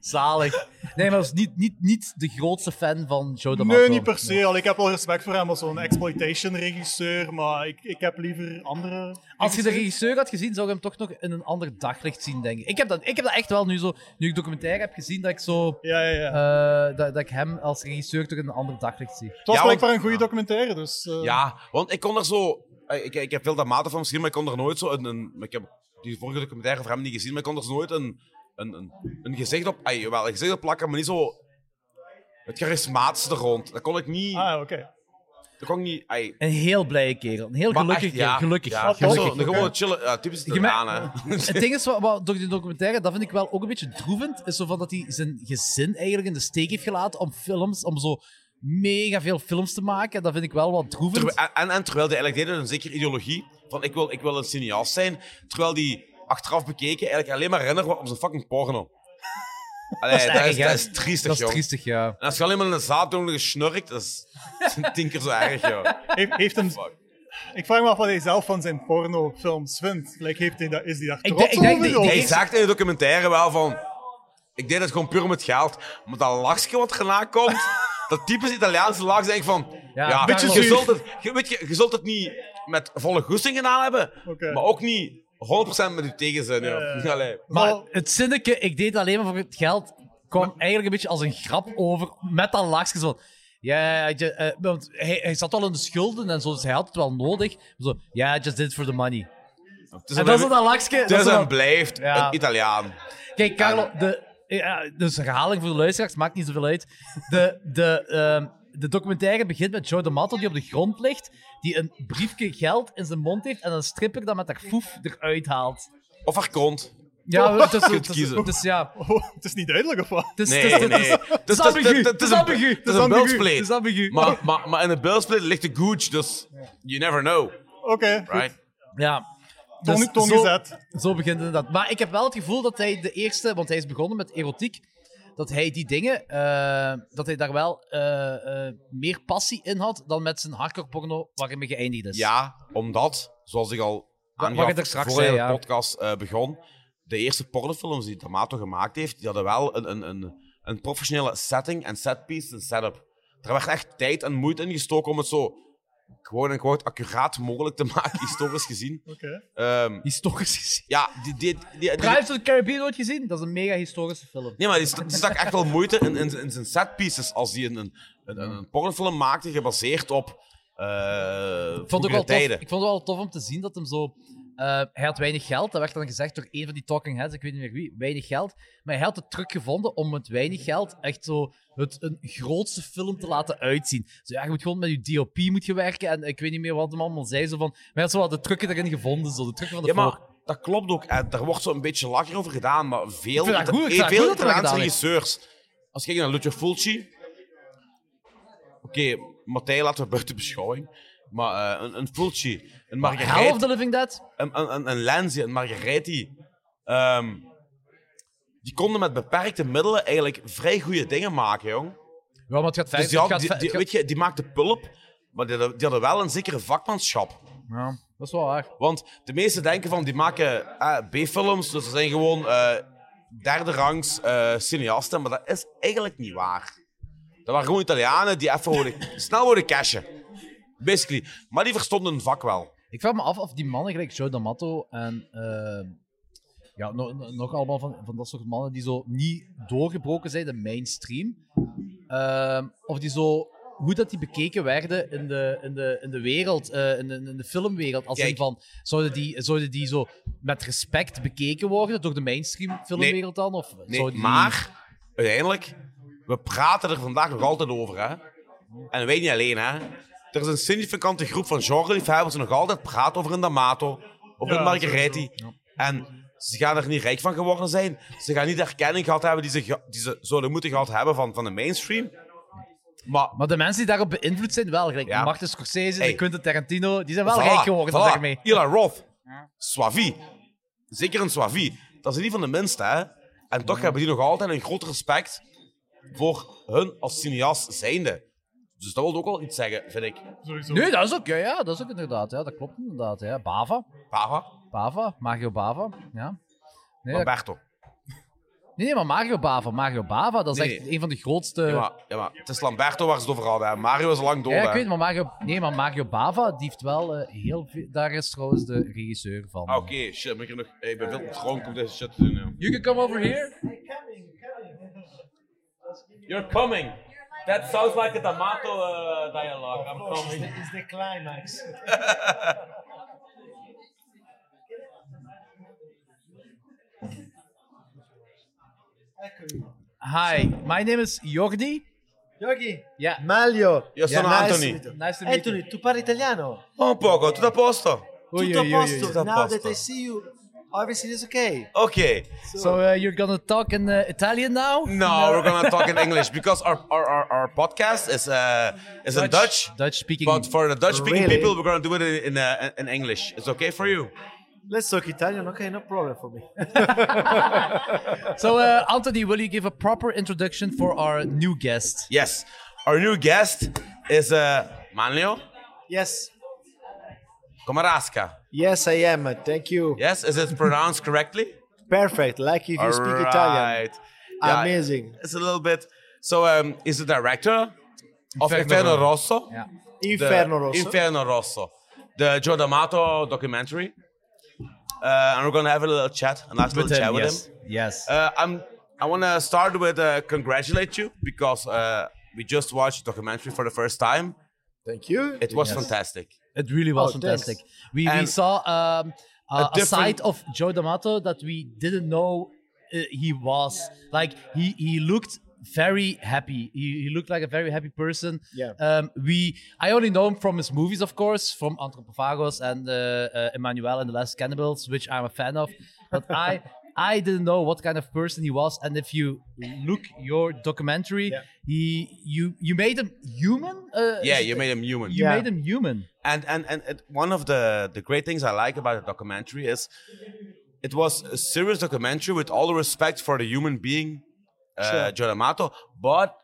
Zalig. Nee, maar was niet, niet, niet de grootste fan van Joe D'Amato. Nee, niet per se. Al, ik heb wel respect voor hem als zo'n exploitation-regisseur, maar ik, ik heb liever andere... Als je de regisseur had gezien, zou je hem toch nog in een ander daglicht zien, denk ik. Ik heb dat, ik heb dat echt wel nu zo... Nu ik documentaire heb gezien, dat ik zo... eh, dat, dat ik hem als regisseur toch in een ander daglicht zie. Het was Ja, want- blijkbaar een goede documentaire, dus... eh, Ja, want ik kon er zo. eh, Ik, ik heb veel dat mate van misschien, maar ik kon er nooit zo. Een, een, ik heb die vorige documentaire van hem niet gezien, maar ik kon er zo nooit een, een, een, een gezicht op. Ay, wel, een gezicht op plakken, maar niet zo. Het charismaatste rond. Dat kon ik niet. Ah, oké. Dat kon ik niet. ai. Een heel blije kerel. Een heel Maar gelukkig echt, ja, kerel. Gelukkig. Ja, gelukkig. Zo, een gewoon chillen. Ja, typisch Je merkt- Italianen. Het ding is, wat, wat, door die documentaire, dat vind ik wel ook een beetje droevend, is zo van dat hij zijn gezin eigenlijk in de steek heeft gelaten om films, om zo mega veel films te maken. Dat vind ik wel wat droevend. Terwijl- en, en, en terwijl die eigenlijk deed, een zekere ideologie van ik wil, ik wil een cineast zijn, terwijl die achteraf bekeken eigenlijk alleen maar herinneren om zijn fucking porno. Allee, Dat is dat, erg, is, hè? dat is triestig, Dat is jong. triestig, ja. En als je alleen maar in een zaaddoende gesnurkt, dat is dat is tien keer zo erg, joh. Heeft, heeft hem... Ik vraag me af wat hij zelf van zijn pornofilms vindt. Like, heeft hij dat, is hij daar trots Ik denk, over? die, of- hij zegt in de documentaire wel van... Ik deed het gewoon puur om het geld. Maar dat lachje wat erna komt... dat typisch Italiaanse lach, denk ik van... Ja, Ja, een beetje je, zuur. zult het, je, weet je, je zult het niet met volle goesting gedaan hebben. Maar ook niet 100% met je tegenzin. joh. Allee. Maar het zinnetje, ik deed alleen maar voor het geld, kwam eigenlijk een beetje als een grap over met dat laagstje. Zo van, ja, I ju- eh, want hij, hij zat al in de schulden en zo, dus hij had het wel nodig. Zo, ja, I just did it for the money. is en een- dat is dat laagstje. dat is Het is zo en dat- blijft Ja. een Italiaan. Kijk, Carlo, de, ja, dus herhaling voor de luisteraars, maakt niet zoveel uit. De, de, ehm, de documentaire begint met Joe D'Amato die op de grond ligt, die een briefje geld in zijn mond heeft en een stripper dat met haar foef eruit haalt. Of haar kont. Ja, het is, Oh, Je kunt het is- kiezen. het is- ja. het is niet duidelijk of wat? Het is- Nee, het is- het is- nee. het is Dus dat- dat- ambigu, dat- het is ambigu, Het het is is een ambigu, bilspleet. het is ambigu. Maar, maar, maar in de bilspleet ligt de gooch, dus you never know. Oké, Right? Dus Ja. Dus Tong- tong zo, gezet. Zo begint het inderdaad. Maar ik heb wel het gevoel dat hij de eerste, want hij is begonnen met erotiek, dat hij die dingen, eh, dat hij daar wel eh, eh, meer passie in had dan met zijn hardcore porno waarin hij geëindigd is. Ja, omdat, zoals ik al Wat- aangaf Dus- wat je er straks voor je zei, de ja. podcast eh, begon, de eerste pornofilms die D'Amato gemaakt heeft, die hadden wel een, een, een, een professionele setting en setpiece en setup. Er werd echt tijd en moeite in gestoken om het zo gewoon en quote accuraat mogelijk te maken, historisch gezien. Ehm, Oké. historisch gezien? Ja, die, die, die, die- Pirates of the Caribbean nooit gezien? Dat is een mega historische film. Nee, maar die st- die stak echt wel moeite in, in, in zijn setpieces als die een, een, een, een pornofilm maakte gebaseerd op eh Ik vond, het vroegere ook wel tof, tijden. ik vond het wel tof om te zien dat hem zo. eh, hij had weinig geld, dat werd dan gezegd door een van die talking heads, ik weet niet meer wie, weinig geld. Maar hij had de truc gevonden om met weinig geld echt zo het een grootste film te laten uitzien. Zo, ja, je moet gewoon met je DOP moet je werken en ik weet niet meer wat hem allemaal zei. Zo van, maar hij had zo wel de trucken erin gevonden, zo, de truc van de Ja, maar volk. dat klopt ook. En daar wordt zo'n beetje lakker over gedaan, maar veel, vind dat Ita- goed, ik eh, vind dat veel goed dat er dat Italiaanse gedaan is. regisseurs. Als je kijkt naar Lucio Fulci. Oké, Mattei laten we buiten beschouwing. Maar eh, een, een Fulci, een Hell of Margaret, the Living Dead? een, een, een, een Lenzi, een Margaretti. ehm, die konden met beperkte middelen eigenlijk vrij goede dingen maken, jong. Ja, maar het gaat verder. Dus die, het had- gaat die, ver- die- het weet je, die maakte pulp, maar die hadden, die hadden wel een zekere vakmanschap. gaat- ja, dat is wel waar. Want de meesten denken van die maken eh, B-films, dus ze zijn gewoon eh, derde rangs eh, cineasten, maar dat is eigenlijk niet waar. Dat waren gewoon Italianen die even worden, snel worden cashen. Basically. Maar die verstonden hun vak wel. Ik vraag me af of die mannen, gelijk Joe D'Amato en ehm, ja, nog, nog allemaal van, van dat soort mannen die zo niet doorgebroken zijn, de mainstream, ehm, of die zo, hoe dat die bekeken werden in de, in de, in de wereld, eh, in, de, in de filmwereld, als in Kijk. van, zouden die, zouden die zo met respect bekeken worden door de mainstream filmwereld dan? Of Nee, zouden die- maar uiteindelijk, we praten er vandaag nog altijd over. Hè? En wij niet alleen. Hè? Er is een significante groep van genreliefhebbers die nog altijd praat over een D'Amato, over Ja, een Margaretti. En ze gaan er niet rijk van geworden zijn. Ze gaan niet de erkenning gehad hebben die ze, ge- die ze zouden moeten gehad hebben van, van de mainstream. Maar, maar de mensen die daarop beïnvloed zijn wel, gelijk Ja. Martin Scorsese, Hey. en Quentin Tarantino, die zijn wel rijk geworden voilà. daarmee. Ila Roth, Suavi. Zeker een Suavi. Dat zijn niet van de minste, hè. En toch hebben die nog altijd een groot respect voor hun als cineast zijnde. Dus dat wil ook wel iets zeggen, vind ik. Nee, dat is ook, ja, ja, dat is ook inderdaad. Ja, dat klopt inderdaad. Ja. Bava. Bava? Bava, Mario Bava. Ja. Nee, dat- Lamberto. Nee, nee, maar Mario Bava. Mario Bava, dat is Nee, echt een van de grootste... Ja, maar, ja, maar het is Lamberto waar ze het over hadden. hè. Mario is al lang dood. Ja, ik hè. weet, maar Mario, nee, maar Mario Bava, die heeft wel eh, heel veel... Daar is trouwens de regisseur van. Ah, Oké, shit, ben ik er nog... Ik ben veel te dronken om deze shit te doen, joh. You can come over here. You're coming. That sounds like a D'Amato uh, dialogue. I'm coming. It's the climax. Hi, my name is Jordi. Yogi, Yeah. Maglio. Io sono nice Anthony. to meet you. Nice to meet Anthony, tu parli italiano? Un poco, tutto a posto? Tutto a posto. Now that I see you, everything is okay. Okay. So uh, you're gonna talk in uh, Italian now? No, Nou, we're gonna talk in English because our our, our, our podcast is uh is in Dutch- Dutch. Dutch speaking. But for the Dutch speaking Really? people, we're gonna do it in in, uh, in English. It's okay for you? Let's talk Italian. Okay, no problem for me. So uh, Anthony, will you give a proper introduction for our new guest? Yes. Our new guest is uh Manlio Yes. Komaraska. Yes, I am. Thank you. Yes, is it pronounced correctly? Perfect. Like if you speak Italian. Alright. Yeah, Amazing. It's a little bit. So um, is the director of Inferno Inferno Rosso. Rosso. Yeah. The- Inferno Rosso. Inferno Rosso. The Joe D'Amato documentary. Uh, and we're gonna have a little chat, a nice With little him, chat with yes. him. Yes. Uh, I'm. I want to start with uh, congratulate you because uh, we just watched the documentary for the first time. Thank you. It was Yes. fantastic. It really was fantastic. We, we Oh, And saw um, uh, a, different- side of Joe D'Amato that we didn't know uh, he was. Like he he looked very happy. He, he looked like a very happy person. Yeah. Um, we I only know him from his movies, of course, from Anthropophagus and uh, uh, Emmanuel and the Last Cannibals, which I'm a fan of. But I. I didn't know what kind of person he was, and if you look your documentary, he you you made him human. Uh, Yeah, you made him human. You made him human. And and and it, one of the the great things I like about the documentary is it was a serious documentary with all the respect for the human being, uh, Sure. Joe D'Amato, but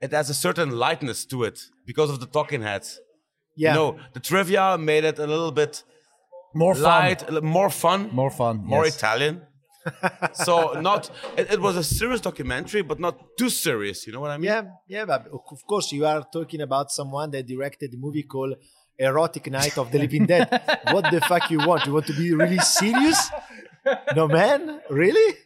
it has a certain lightness to it because of the talking heads. Yeah. You know, the trivia made it a little bit More fun. light, a li- more fun, more fun, more yes. Italian. so not it, it was a serious documentary, but not too serious. You know what I mean? Yeah, yeah, but of course you are talking about someone that directed a movie called Erotic Night of the Living Dead. what the fuck you want? You want to be really serious? No man, really?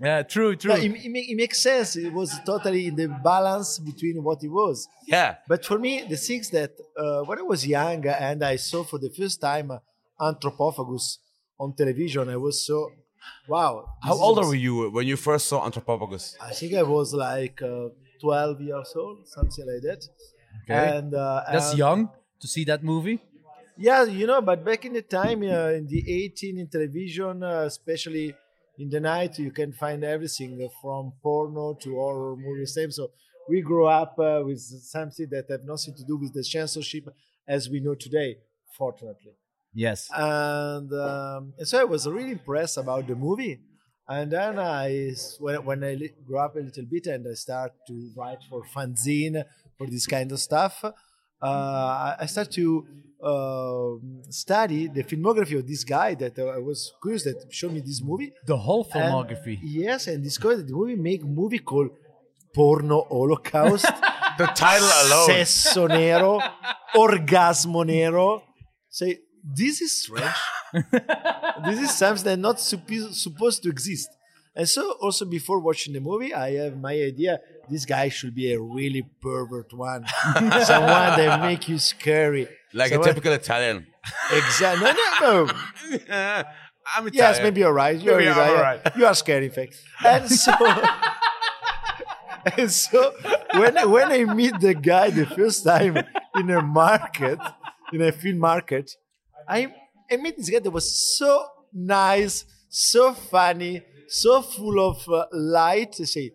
Yeah, true, true. No, it, it, ma- it makes sense. It was totally in the balance between what it was. Yeah. But for me, the things that uh, when I was young and I saw for the first time uh, Anthropophagus on television, I was so wow. How this old is- were you when you first saw Anthropophagus? I think I was like uh, 12 years old, something like that. Okay. And uh, That's and- young to see that movie. Yeah, you know, but back in the time uh, in the 18 in television, uh, especially in the night, you can find everything uh, from porno to horror movies. Same. So we grew up uh, with something that have nothing to do with the censorship as we know today, fortunately. Yes. uh, And, um, and so I was really impressed about the movie. And then I, s- when, when I li- grew up a little bit and I start to write for fanzine, for this kind of stuff, uh, I, I start to um study the filmography of this guy that uh, I was curious that showed me this movie. The whole And- filmography. yes, and discovered that the movie make movie called Porno Holocaust. the title alone. Sesso nero, orgasmo nero. Say, this is strange. this is something that not suppo- supposed to exist. And so, also before watching the movie, I have my idea. This guy should be a really pervert one, someone that make you scary, Like a Someone- typical Italian. Exactly. No, no, no. I'm Italian. Yes, maybe you're right. You're Maybe I'm right. alright. You are scary, in fact. And so, and so when, I- when I meet the guy the first time in a market, in a film market, I, I met this guy that was so nice, so funny, so full of uh, light. I say,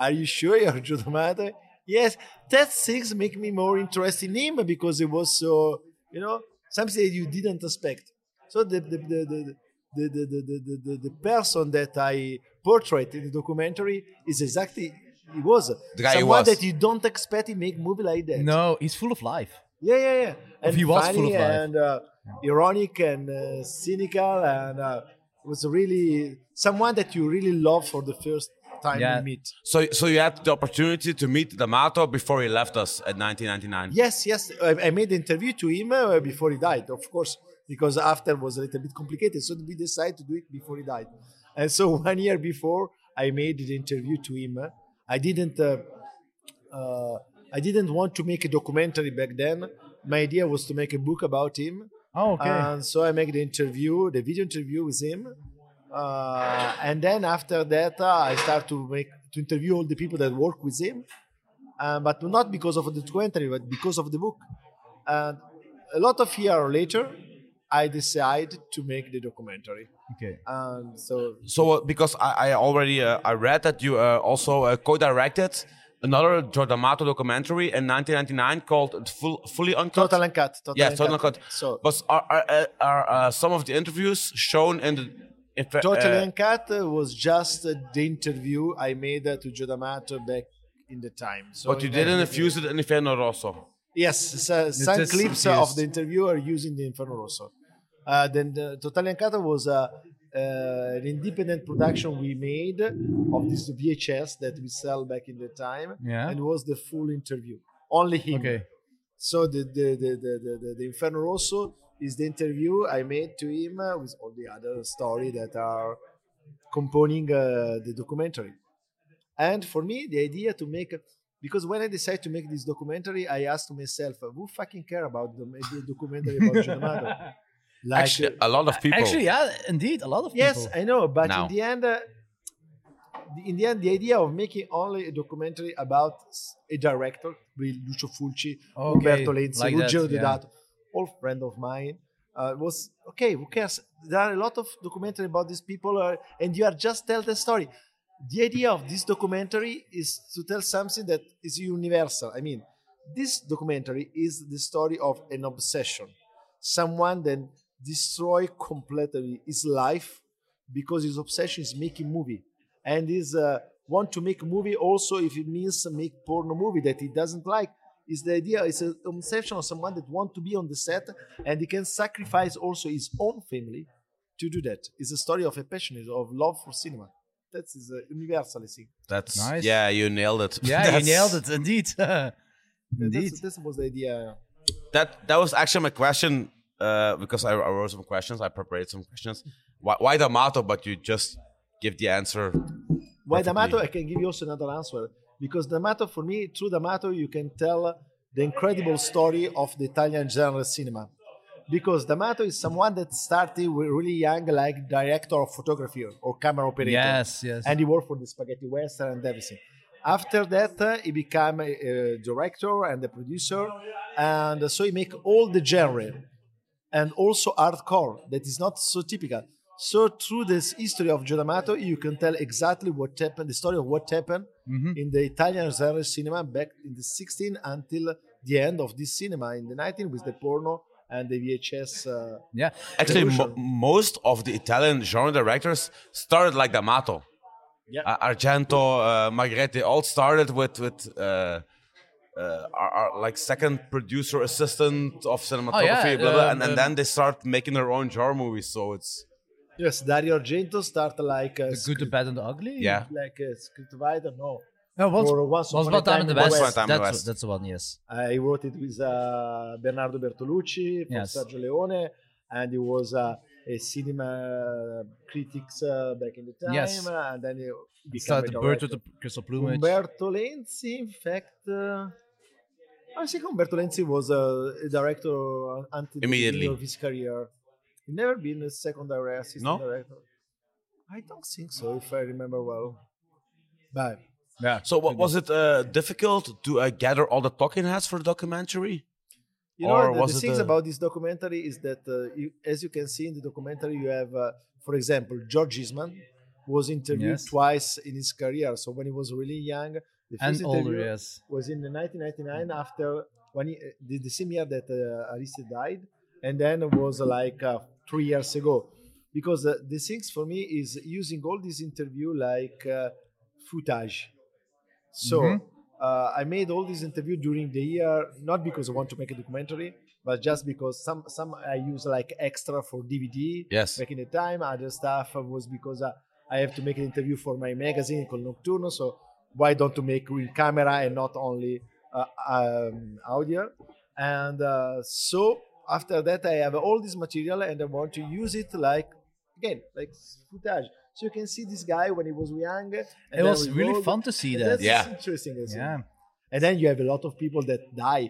are you sure you're Joe D'Amato? Yes, that things make me more interested in him because it was so, you know, something that you didn't expect. So the the the the the, the, the, the, the, the person that I portrayed in the documentary is exactly he was guy who someone was. that you don't expect to make movie like that. No, he's full of life. Yeah, yeah, yeah. And he was funny full of life. and uh, ironic and uh, cynical and uh, was really someone that you really love for the first time you meet. So, so you had the opportunity to meet D'Amato before he left us at 1999. Yes, yes. I, I made the interview to him uh, before he died, of course, because after was a little bit complicated. So we decided to do it before he died. And so one year before, I made the interview to him. I didn't. Uh, uh, I didn't want to make a documentary back then. My idea was to make a book about him. Oh, okay. And so I make the interview, the video interview with him. Uh, and then after that, uh, I start to make to interview all the people that work with him uh, but not because of the documentary, but because of the book. And a lot of year later, I decided to make the documentary. Okay. And so So, uh, because I, I already uh, I read that you uh, also uh, co-directed another Joe D'Amato documentary in 1999 called Full, Fully Uncut. total uncut. Total yeah, uncut. Total Uncut. So Was, are are, uh, are uh, some of the interviews shown in the... If, uh, total uh, uncut uh, was just uh, the interview I made uh, to Joe D'Amato back in the time. So but you in didn't 1999. infuse it in Inferno Rosso. Yes, so some is clips uh, of confused. the interview are using the Inferno Rosso. Uh, then the Total Encanto was uh, uh, an independent production we made of this VHS that we sell back in the time, Yeah. and was the full interview, only him. Okay. So the the the the, the, the, the Inferno Rosso is the interview I made to him uh, with all the other story that are componing uh, the documentary. And for me, the idea to make because when I decided to make this documentary, I asked myself, who fucking care about the maybe a documentary about Giordano? Like, uh, Actually, uh, a lot of people. Actually, yeah, indeed, a lot of yes, people. I know, but Now. in the end, uh, the- in the end, the idea of making only a documentary about s- a director, with Lucio Fulci, Okay, uh, Roberto Lenzi, like that, Ruggero yeah. Deodato, all friend of mine, uh, was okay. Who cares? There are a lot of documentary about these people, uh, and you are just tell the story. The idea of this documentary is to tell something that is universal. I mean, this documentary is the story of an obsession. Someone then destroy completely his life because his obsession is making movie and is uh, want to make movie also if it means make porno movie that he doesn't like is the idea it's an obsession of someone that want to be on the set and he can sacrifice also his own family to do that it's a story of a passion is of love for cinema that is a universal thing That's Nice. yeah, you nailed it. Yeah, you That's- nailed it, indeed. indeed. That's, this was the idea That that was actually my question uh, because I, I wrote some questions. I prepared some questions. Why, why D'Amato? But you just give the answer. perfectly. Why D'Amato? I can give you also another answer because D'Amato, for me, through D'Amato, you can tell the incredible story of the Italian genre cinema. Because D'Amato is someone that started wi- really young, like director of photography or- or camera operator. Yes, yes. And he worked for the Spaghetti Western and everything. After that, uh, he became a, a director and a producer, and so he make all the genre and also hardcore that is not so typical. So through this history of Giordamato, you can tell exactly what happened, the story of what happened Mhm. in the Italian genre cinema back in the 16 until the end of this cinema in the 19 with the porno and the VHS. Uh, Yeah, Actually, mo- most of the Italian genre directors started like D'Amato. Yeah. Uh, Argento, uh, Magritte, they all started with with uh, uh, our, our, like second producer assistant of cinematography, blah, blah, um, and, and um, then they start making their own genre movies. So it's yes, Dario Argento started like uh, Good, the bad, and the ugly. Yeah. like uh, scriptwriter, no. No, once, Or Once Upon a Upon a Time in the West. West. That's, that's the one, yes. I wrote it with uh, Bernardo Bertolucci from Yes. Sergio Leone, and he was uh, a cinema critics uh, back in the time. Yes. uh, and then he became Started a the bird director. with the crystal plumage. Umberto Lenzi, in fact, uh, I think Umberto Lenzi was uh, a director until the Immediately. beginning of his career. He never been a second director, assistant No? director. I don't think so, if I remember well. Bye. Yeah. So wa- was it uh, difficult to uh, gather all the talking heads for the documentary? You Or know, the- the, was it things a- about this documentary is that, uh, you, as you can see in the documentary, you have, uh, for example, George Eastman was interviewed Yes. twice in his career. So when he was really young, the And first older, interview yes. was in 1999 after when he, uh, the, the same year that uh, Ariste died, and then it was uh, like uh, three years ago. Because uh, the things for me is using all this interview like uh, footage So Mhm. uh, I made all these interview during the year, not because I want to make a documentary, but just because some some I use like extra for DVD. Yes. Back in the time, other stuff was because I, I have to make an interview for my magazine called Nocturno. So why don't to make real camera and not only uh, um, audio? And uh, so after that, I have all this material and I want to use it like again like footage. So you can see this guy when he was young. and then was we really rolled. fun to see And that. that's Yeah. interesting. As Yeah. well. And then you have a lot of people that die,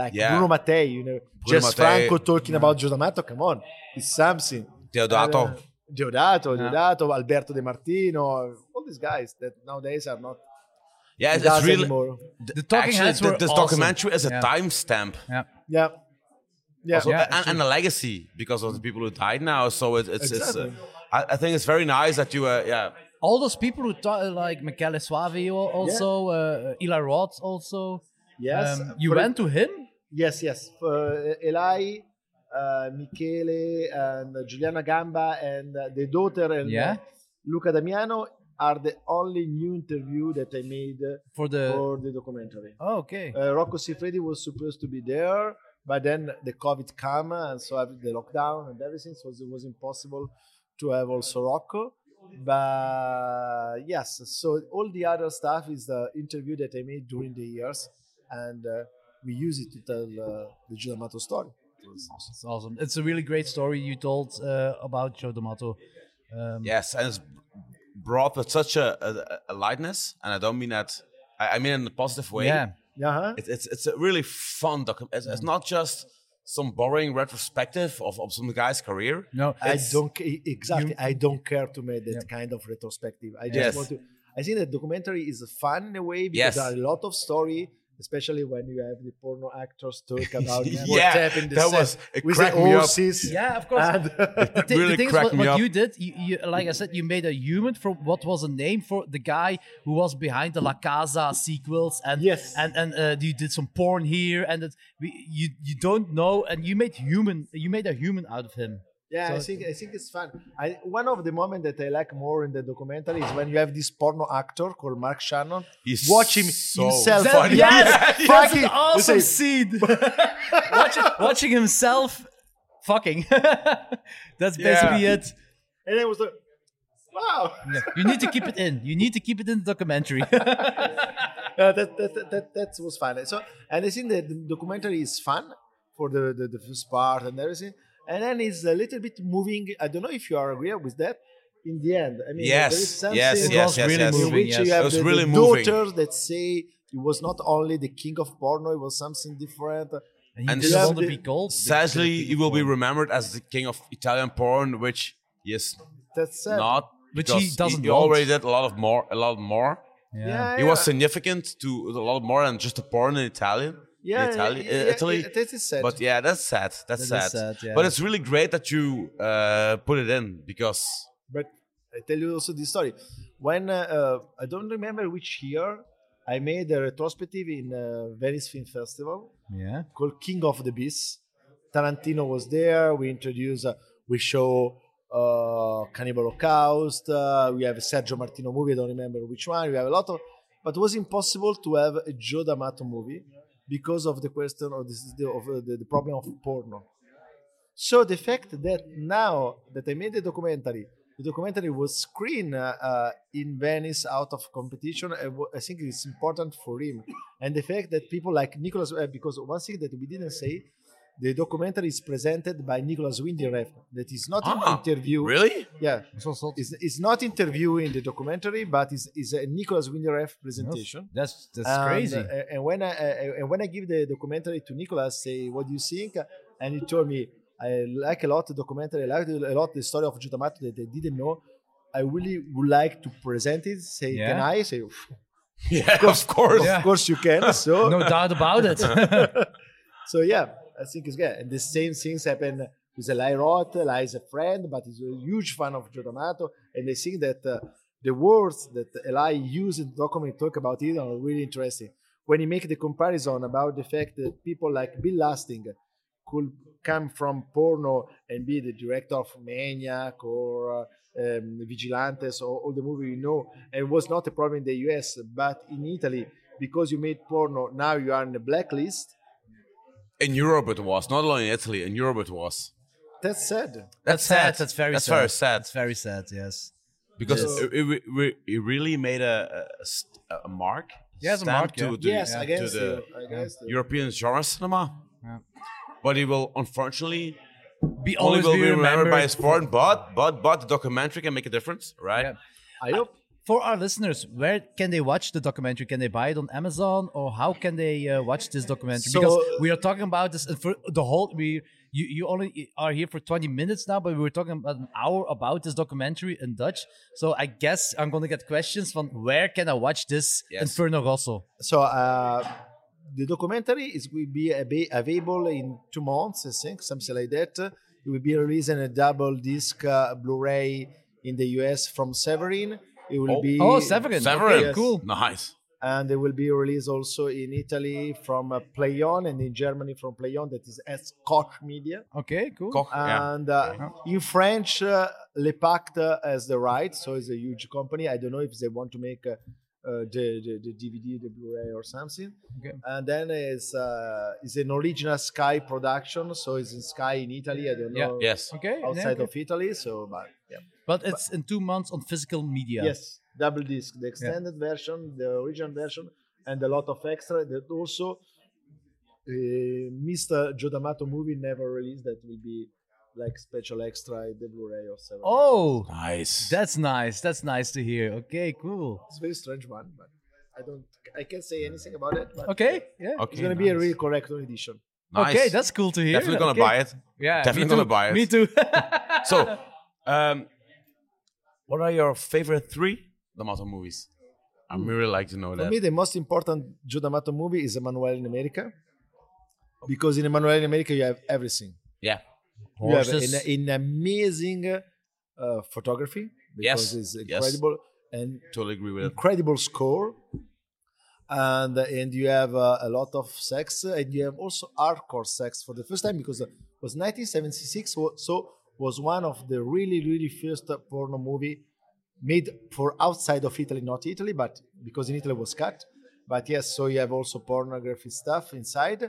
like Yeah. Bruno Mattei, you know, Bruno Jess Mattei. Franco talking about Giordamato. Come on, it's something. Deodato. Uh, Deodato, Yeah. Deodato, Alberto De Martino, all these guys that nowadays are not. Yeah, it's, stars it's really. anymore. The talking actually, Heads th- were this awesome. documentary is a Yeah. timestamp. Yeah. Yeah. Yeah. Also, Yeah, and, and a legacy because of the people who died now. So it, it's, Exactly. it's uh, I, I think it's very nice that you, uh, yeah, All those people who talk, uh, like Michele Suave al- also, uh, Eli Roth also. Yes, uh, Um, you for- went to him? Yes, yes. For uh, Eli, uh, Michele, and Giuliana Gamba, and uh, the daughter and Yeah. uh, Luca Damiano are the only new interview that I made uh, For the- for the documentary. Oh, okay. Uh, Rocco Siffredi was supposed to be there, but then the COVID came, and so have the lockdown and everything, so it was impossible to have also Rocco. But yes, so all the other stuff is the interview that I made during the years, and uh, we use it to tell uh, the Giordamato story. It's awesome. It's a really great story you told uh, about Joe D'Amato. Um, yes, and it's brought with such a, a, a lightness, and I don't mean that. I, I mean in a positive way. Yeah. Mm. Yeah. It's it's it's a really fun document. It's, it's not just some boring retrospective of, of some guy's career. No, I It's- don't ca- e, exactly. I don't care to make that kind of retrospective. I just Yes. want to. I think that documentary is fun in a way Yes. because there are a lot of story, especially when you have the porno actors talk about Yeah, what happened. that set was- it with cracked the me up. horses. Yeah, of course. And- The thi- the thing is, what, cracked me what up. you did, you, you, like I said, you made a human from what was a name for the guy who was behind the La Casa sequels, and yes. and and uh, you did some porn here, and it, we, you you don't know, and you made human, you made a human out of him. Yeah, I So- think I think it's fun. I, one of the moments that I like more in the documentary is when you have this porno actor called Mark Shannon He's watching so himself. funny. Yes! He's That's an fucking- awesome you scene. watching, watching himself fucking. That's basically Yeah. it. and I was like, wow. You need to keep it in. You need to keep it in the documentary. Yeah, Uh, that, that, that, that, that was fun. So, and I think that the documentary is fun for the, the, the first part and everything. And then it's a little bit moving. I don't know if you are agree with that. In the end, I mean, Yes, there is something yes, It yes, was yes, really yes. in moving, which yes. you It have was the, really the moving. daughters that say it was not only the king of porno, it was something different. And You have the- called. Sadly, he will be remembered as the king of Italian porn, which he is That's sad. not. Which he because doesn't He want. already did a lot of more. A lot more. Yeah, he was yeah. significant to a lot more than just the porn in Italian. in Yeah, yeah, Itali- uh, yeah, yeah, Italy. yeah, that is sad. But yeah, that's sad. That's That sad. is sad, yeah. But it's really great that you uh, put it in because But I tell you also this story. When uh, uh, I don't remember which year, I made a retrospective in uh, Venice Film Festival yeah. called King of the Beasts. Tarantino was there. We introduce, uh, we show uh, Cannibal Holocaust. Uh, we have a Sergio Martino movie. I don't remember which one. We have a lot of, but it was impossible to have a Joe D'Amato movie because of the question of, this, of uh, the, the problem of porno. So the fact that now that I made the documentary, the documentary was screened uh, uh, in Venice out of competition. I, w- I think it's important for him, and the fact that people like Nicholas, uh, because one thing that we didn't say, the documentary is presented by Nicholas Windiref. That is not an Ah, interview. really? Yeah. It's, it's not interview in the documentary, but it's, it's a Nicholas Windiref presentation That's that's and, crazy. uh, and when I uh, and when I give the documentary to Nicolas, say, "What do you think?" and he told me, "I like a lot the documentary. I like a lot the story of Giotamato that I didn't know. I really would like to present it. Say, Yeah. can I?" Say, "Pff, Yeah, of course. of Yeah. course you can. So No doubt about it. so yeah, I think it's good. And the same things happen with Eli Roth. Eli is a friend, but he's a huge fan of Giordamato. And I think that uh, the words that Eli used in the document talk about it are really interesting. When he make the comparison about the fact that people like Bill Lasting could come from porno and be the director of Maniac or uh, um, Vigilantes or all the movie you know. And it was not a problem in the US, but in Italy, because you made porno, now you are in the blacklist. In Europe it was, not only in Italy, in Europe it was. That's sad. That's sad. That's very That's sad. very sad. That's very sad, yes. Because Yes. it, it, it, it really made a, a- a st- a mark. Yeah, it's a stamp mark, to, yeah. to, Yes, to against the the- against the- European genre cinema. But it will unfortunately Be only always will be be remembered by remembered. its porn. But but but the documentary can make a difference, right? I hope. For our listeners, where can they watch the documentary? Can they buy it on Amazon, or how can they uh, watch this documentary? So- because we are talking about this uh, for the whole. We you, you only are here for twenty minutes now, but we were talking about an hour about this documentary in Dutch. So I guess I'm going to get questions from where can I watch this Inferno Rosso? So uh, the documentary is will be ab- available in two months, I think, something like that. It will be released in a double disc uh, Blu-ray in the US from Severin. It will oh, be Severin, Yes. cool, nice. And it will be released also in Italy from uh, Play On and in Germany from Play On, that is S Koch Media. Okay, cool. yeah. and uh, Mm-hmm. in French, uh, Le Pacte uh, has the right, so it's a huge company. I don't know if they want to make uh, uh, the, the the DVD, the Blu-ray, or something. Okay. And then it's uh, it's an original Sky production, so it's in Sky in Italy. I don't Yeah. know. Yes. Okay, yeah, Outside okay. of Italy, so but yeah. But it's in two months on physical media. Yes, double disc, the extended version, the original version, and a lot of extra. That also, uh, Mr. Giordamato movie never released. That will be like special extra in the Blu-ray or something. Oh, nice. That's nice. That's nice to hear. Okay, cool. it's a very strange one, but I don't, I can't say anything about it. But Okay, yeah. it's Okay, gonna be a real correct edition. Nice. Okay, that's cool to hear. Definitely gonna Okay. buy it. Yeah, me definitely too. gonna buy it. Me too. so, um, what are your favorite three D'Amato movies? I'm really like to know For that. me, the most important Giordamato movie is Emmanuel in America, because in Emmanuel in America you have everything. yeah. You have an, an amazing uh, photography because Yes, it's yes. incredible and totally agree Mm. with it. incredible score, and and you have uh, a lot of sex and you have also hardcore sex for the first time because uh, it was 1976, so- so was one of the really really first porno movie made for outside of Italy, not Italy, but because in Italy was cut. But yes, so you have also pornography stuff inside,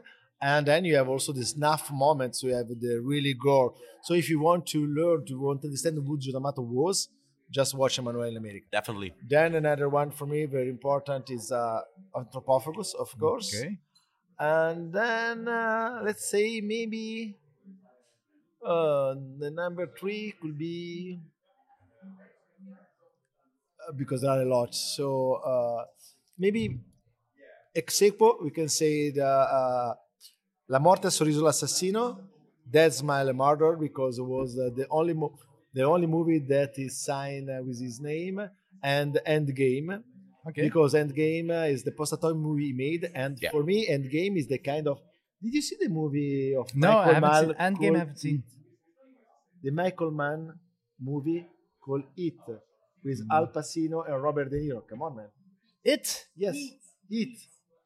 and then you have also the snuff moments. You have the really gore. So if you want to learn, to want to understand who Giordamato was, just watch Emanuele in America. Definitely. Then another one for me, very important, is uh, Anthropophagus, of course. Okay. And then uh, let's say maybe uh, the number three could be uh, because there are a lot. So uh, maybe ex aequo, we can say the uh, La Morte e Sorriso l'Assassino, Dead Smile and Murder, because it was uh, the only mo- the only movie that is signed uh, with his name, and Endgame. Okay. Because Endgame uh, is the post-atomic movie he made, and for me, Endgame is the kind of. Did you see the movie of No, I Michael haven't Mann seen Endgame. called I haven't seen. the Michael Mann movie called It with Mm. Al Pacino and Robert De Niro. Come on, man. It? Yes. It.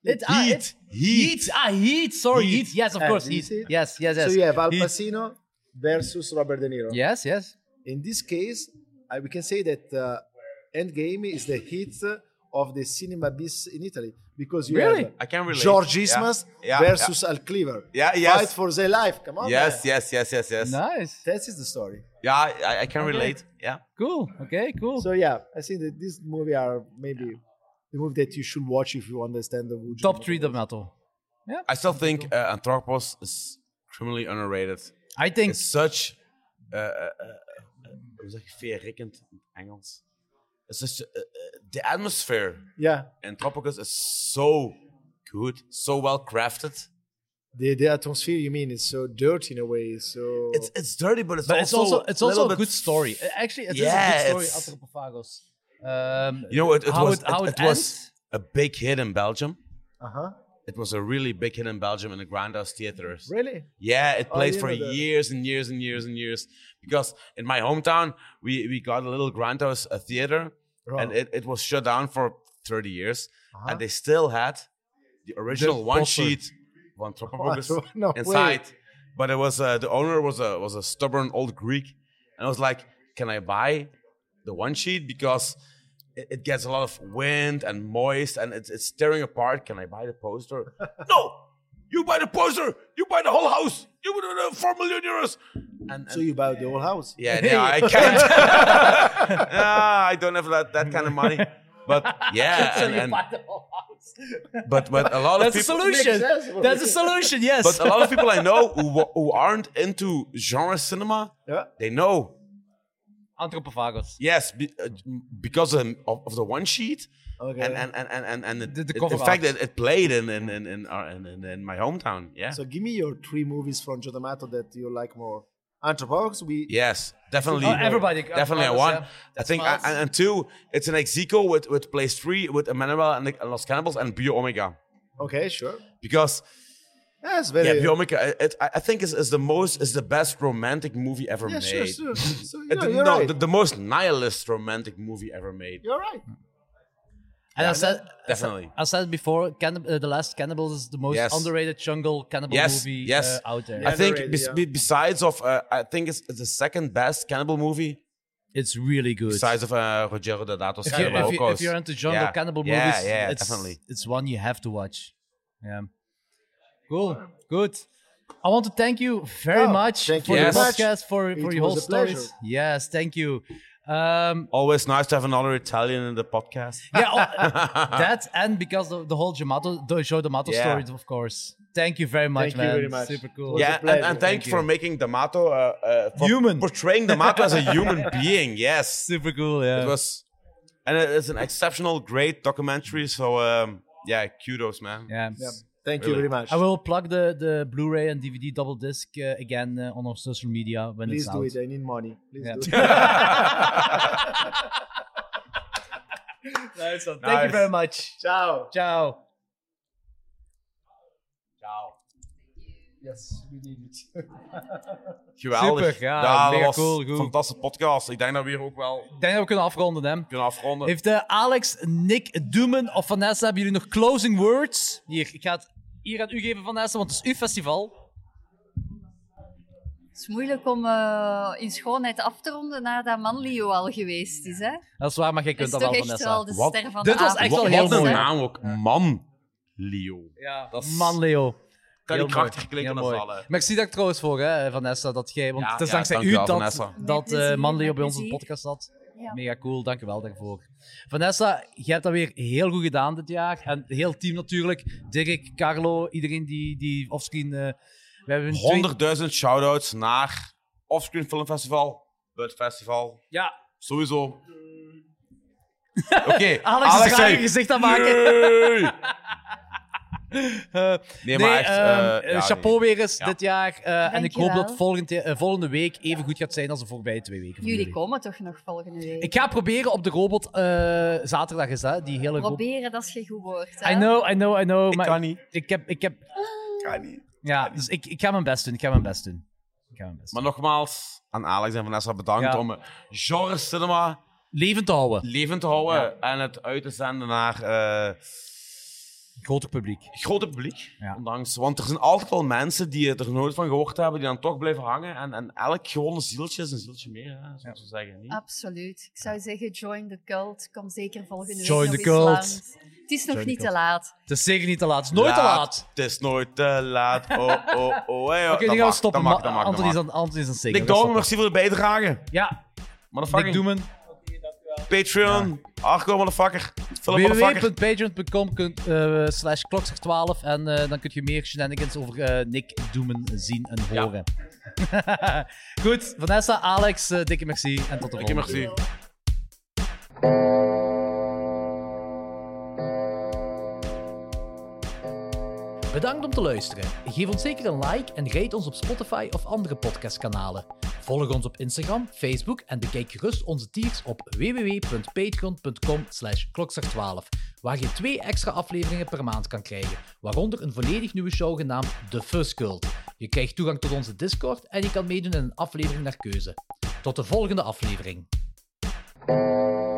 It, ah, Heat. it- Heat. Heat. Ah, Heat. Sorry, Heat. Yes, of Ah, course, did you Heat. see it? Yes, yes, So yes. you have Al Heat. Pacino versus Robert De Niro. Yes, yes. In this case, I, we can say that uh, Endgame is the hit of the cinema biz in Italy because you Really? have I can relate. George Yeah. Ismas Yeah, versus yeah. Al Cleaver. Yeah, yes. Fight for their life. Come on. yes, man. yes, yes, yes, yes. Nice. That is the story. Yeah, I, I can Okay. relate. Yeah. Cool. Okay, cool. So yeah, I think that this movie are maybe the movie that you should watch if you understand the Wu Top three D'Amato. I still think uh, Anthropos is criminally underrated. I think it's such. eh, eh, eh, eh, Hoe zeg je verrekkend in het Engels? It's such eh, eh, the atmosphere. Yeah. Anthropos is so good, so well crafted. The the atmosphere you mean is so dirty in a way. So It's it's dirty, but it's But also it's also it's also little a bit good story. Uh, Actually, it is Yeah, a good it's- story. Anthropophagus. Um, You know, it, it how was, it, how it, it, it was ends? a big hit in Belgium. Uh-huh. It was a really big hit in Belgium in the Grindhouse theaters. Really? Yeah, it Oh, I played didn't for know that. years and years and years and years. Because in my hometown, we, we got a little Grindhouse uh, theater, and Wow. it, it was shut down for 30 years. Uh-huh. And they still had the original one poster. sheet of Anthropophagus No way. inside. But it was uh, the owner was a was a stubborn old Greek, and I was like, "Can I buy the one sheet because it, it gets a lot of wind and moist and it's, it's tearing apart? Can I buy the poster?" no, you buy the poster. You buy the whole house. You would uh, four million euros. so you buy the whole house? Yeah, no, I can't. no, I don't have that, that kind of money. But yeah, So and- you and- buy the whole house. but but a lot of That's a people solution. Makes sense. That's a solution, yes. But a lot of people I know who, wa- who aren't into genre cinema, they know Anthropophagus. yes be, uh, because of, of the one sheet. And, and and and and and the, the the cover fact art. that it played in in in in, our, in, in, in my hometown, yeah. So give me your three movies from Giordamato that you like more. Anthropologues, we Yes, definitely. Oh, everybody. Definitely, I Carlos, won. yeah. I That's think, Miles. and, and two, it's an Exico with, with Place 3, with Emmanuel and, the, and Los Cannibals, and Bio Omega. okay, sure. Because, Yeah, it's very yeah, Bio Omega, it, it- I I think, is, is the most, is the best romantic movie ever Yeah, made. sure, sure. So, It- yeah, you're no, right. the, the most nihilist romantic movie ever made. You're right. And I said, Definitely. I said before, Cannib- uh, The Last Cannibals is the most Yes. underrated jungle cannibal yes, movie yes. uh, out there. I think bes- be- besides of, uh, I think it's, it's the second best cannibal movie. It's really good. Besides of uh, Rogero Dodato's if, you, Cannibal if, you, if Holocaust. you're into jungle Yeah. cannibal Yeah, movies, yeah, it's, definitely. it's one you have to watch. Yeah. Cool. Good. I want to thank you very much Oh, thank for you the very much. podcast, for, It for was your whole a stories. pleasure. Yes, thank you. Um, Always nice to have another Italian in the podcast. Yeah, oh, that and because of the whole Jamato, the Joe D'Amato Ah. Yeah. story, of course. Thank you very much, man. Super cool. Yeah, and, and thank you for making D'Amato uh, uh, for human, portraying D'Amato as a human being. Yes, super cool. Yeah, it was, and it is an exceptional, great documentary. So um, yeah, kudos, man. Yeah, Thank you very much. I will plug the, the Blu-ray and DVD double disc uh, again uh, on our social media when Please it's out. do it. I need money. Please Yeah. do it. nice one. Thank you Nice. very much. Ciao. Ciao. Ciao. Yes, we need it. Geweldig. Super, ja, dat mega was cool, een goed. fantastische podcast. Ik denk dat we hier ook wel Ik denk dat we kunnen afronden, hè. kunnen afronden. Heeft eh, Alex, Nick, Doemen of Vanessa, hebben jullie nog closing words? Hier, ik ga het hier aan u geven, Vanessa, want het is uw festival. Het is moeilijk om eh, in schoonheid af te ronden nadat Manlio al geweest is. Hè? Dat is waar, maar jij Dat kunt is dat toch wel, echt Vanessa. wel de ster van de Dit was avond. echt Wat wel heel een mooi. naam ook. Man, Leo. Ja, dat dus- is- Man, Leo. Kan Heel niet krachtig mooi, klinken heel als mooi. alle. Maar ik zie daar trouwens voor, hè, Vanessa, dat jij... Want Ja, het is ja, dankzij u dankjewel, dat, Vanessa. dat Met plezier, eh Manlio met bij ons in de plezier. podcast zat. Ja. Mega cool, dankjewel daarvoor. Vanessa, jij hebt dat weer heel goed gedaan dit jaar. En heel het team natuurlijk. Dirk, Carlo, iedereen die, die offscreen... eh, we hebben een twee- 100.000 shout-outs naar Offscreen Film Festival, Bud Festival. Ja. Sowieso. Oké. Alex is raar zei, een gezicht aan het maken. "Yay!" Eh, Nee, nee, maar echt, ehm, eh, eh, ja, chapeau nee. weer eens Ja. dit jaar. eh, en ik hoop Dankjewel. dat volgend, jaar- eh, volgende week even goed gaat zijn als de voorbije twee weken. voor Jullie komen toch nog volgende week? Ik ga proberen op de robot eh, zaterdag is dat, die hele robot. Proberen, dat is geen goed woord. Hè? I know, I know, I know. Ik maar kan niet. Ik heb, ik heb... Kan niet. Ja, dus ik, ik ga mijn best doen, ik ga mijn best doen. Ik ga mijn best Maar nogmaals, aan Alex en Vanessa bedankt Ja. om eh, genre cinema levend te houden. Levend te houden en het uit te zenden naar... eh Groter publiek. Groter publiek, ondanks. Want er zijn altijd wel mensen die er nooit van gehoord hebben, die dan toch blijven hangen. En, en elk gewone zieltje is een zieltje meer, hè, zoals ze zeggen. Niet? Absoluut. Ik zou zeggen, join the cult. Kom zeker volgende Join week the nog cult. eens langs. Het is nog Join the niet te cult. laat. Het is zeker niet te laat. Het is nooit te laat. Het is nooit te laat. Oh, oh, oh. hey, Oké, oh. Dat die gaan mag, we stoppen. dat mag, Ma- dat mag, dat Anthony is mag. aan- Anthony is aan het zingen. Nick We gaan Dormen, stoppen. merci voor de bijdrage. Ja. Motherfucking. Nick Doemen. Patreon. Arco, motherfucker. Philip, motherfucker. www.patreon.com kunt, eh, slash klokster12 en eh, dan kun je meer shenanigans over eh, Nick Doemen zien en horen. Goed, Vanessa, Alex, eh, dikke merci en tot de Dikke volgende merci. Bedankt om te luisteren. Geef ons zeker een like en rate ons op Spotify of andere podcastkanalen. Volg ons op Instagram, Facebook en bekijk gerust onze tiers op www.patreon.com slash klokslag12, waar je twee extra afleveringen per maand kan krijgen, waaronder een volledig nieuwe show genaamd The Fuzz Cult. Je krijgt toegang tot onze Discord en je kan meedoen in een aflevering naar keuze. Tot de volgende aflevering.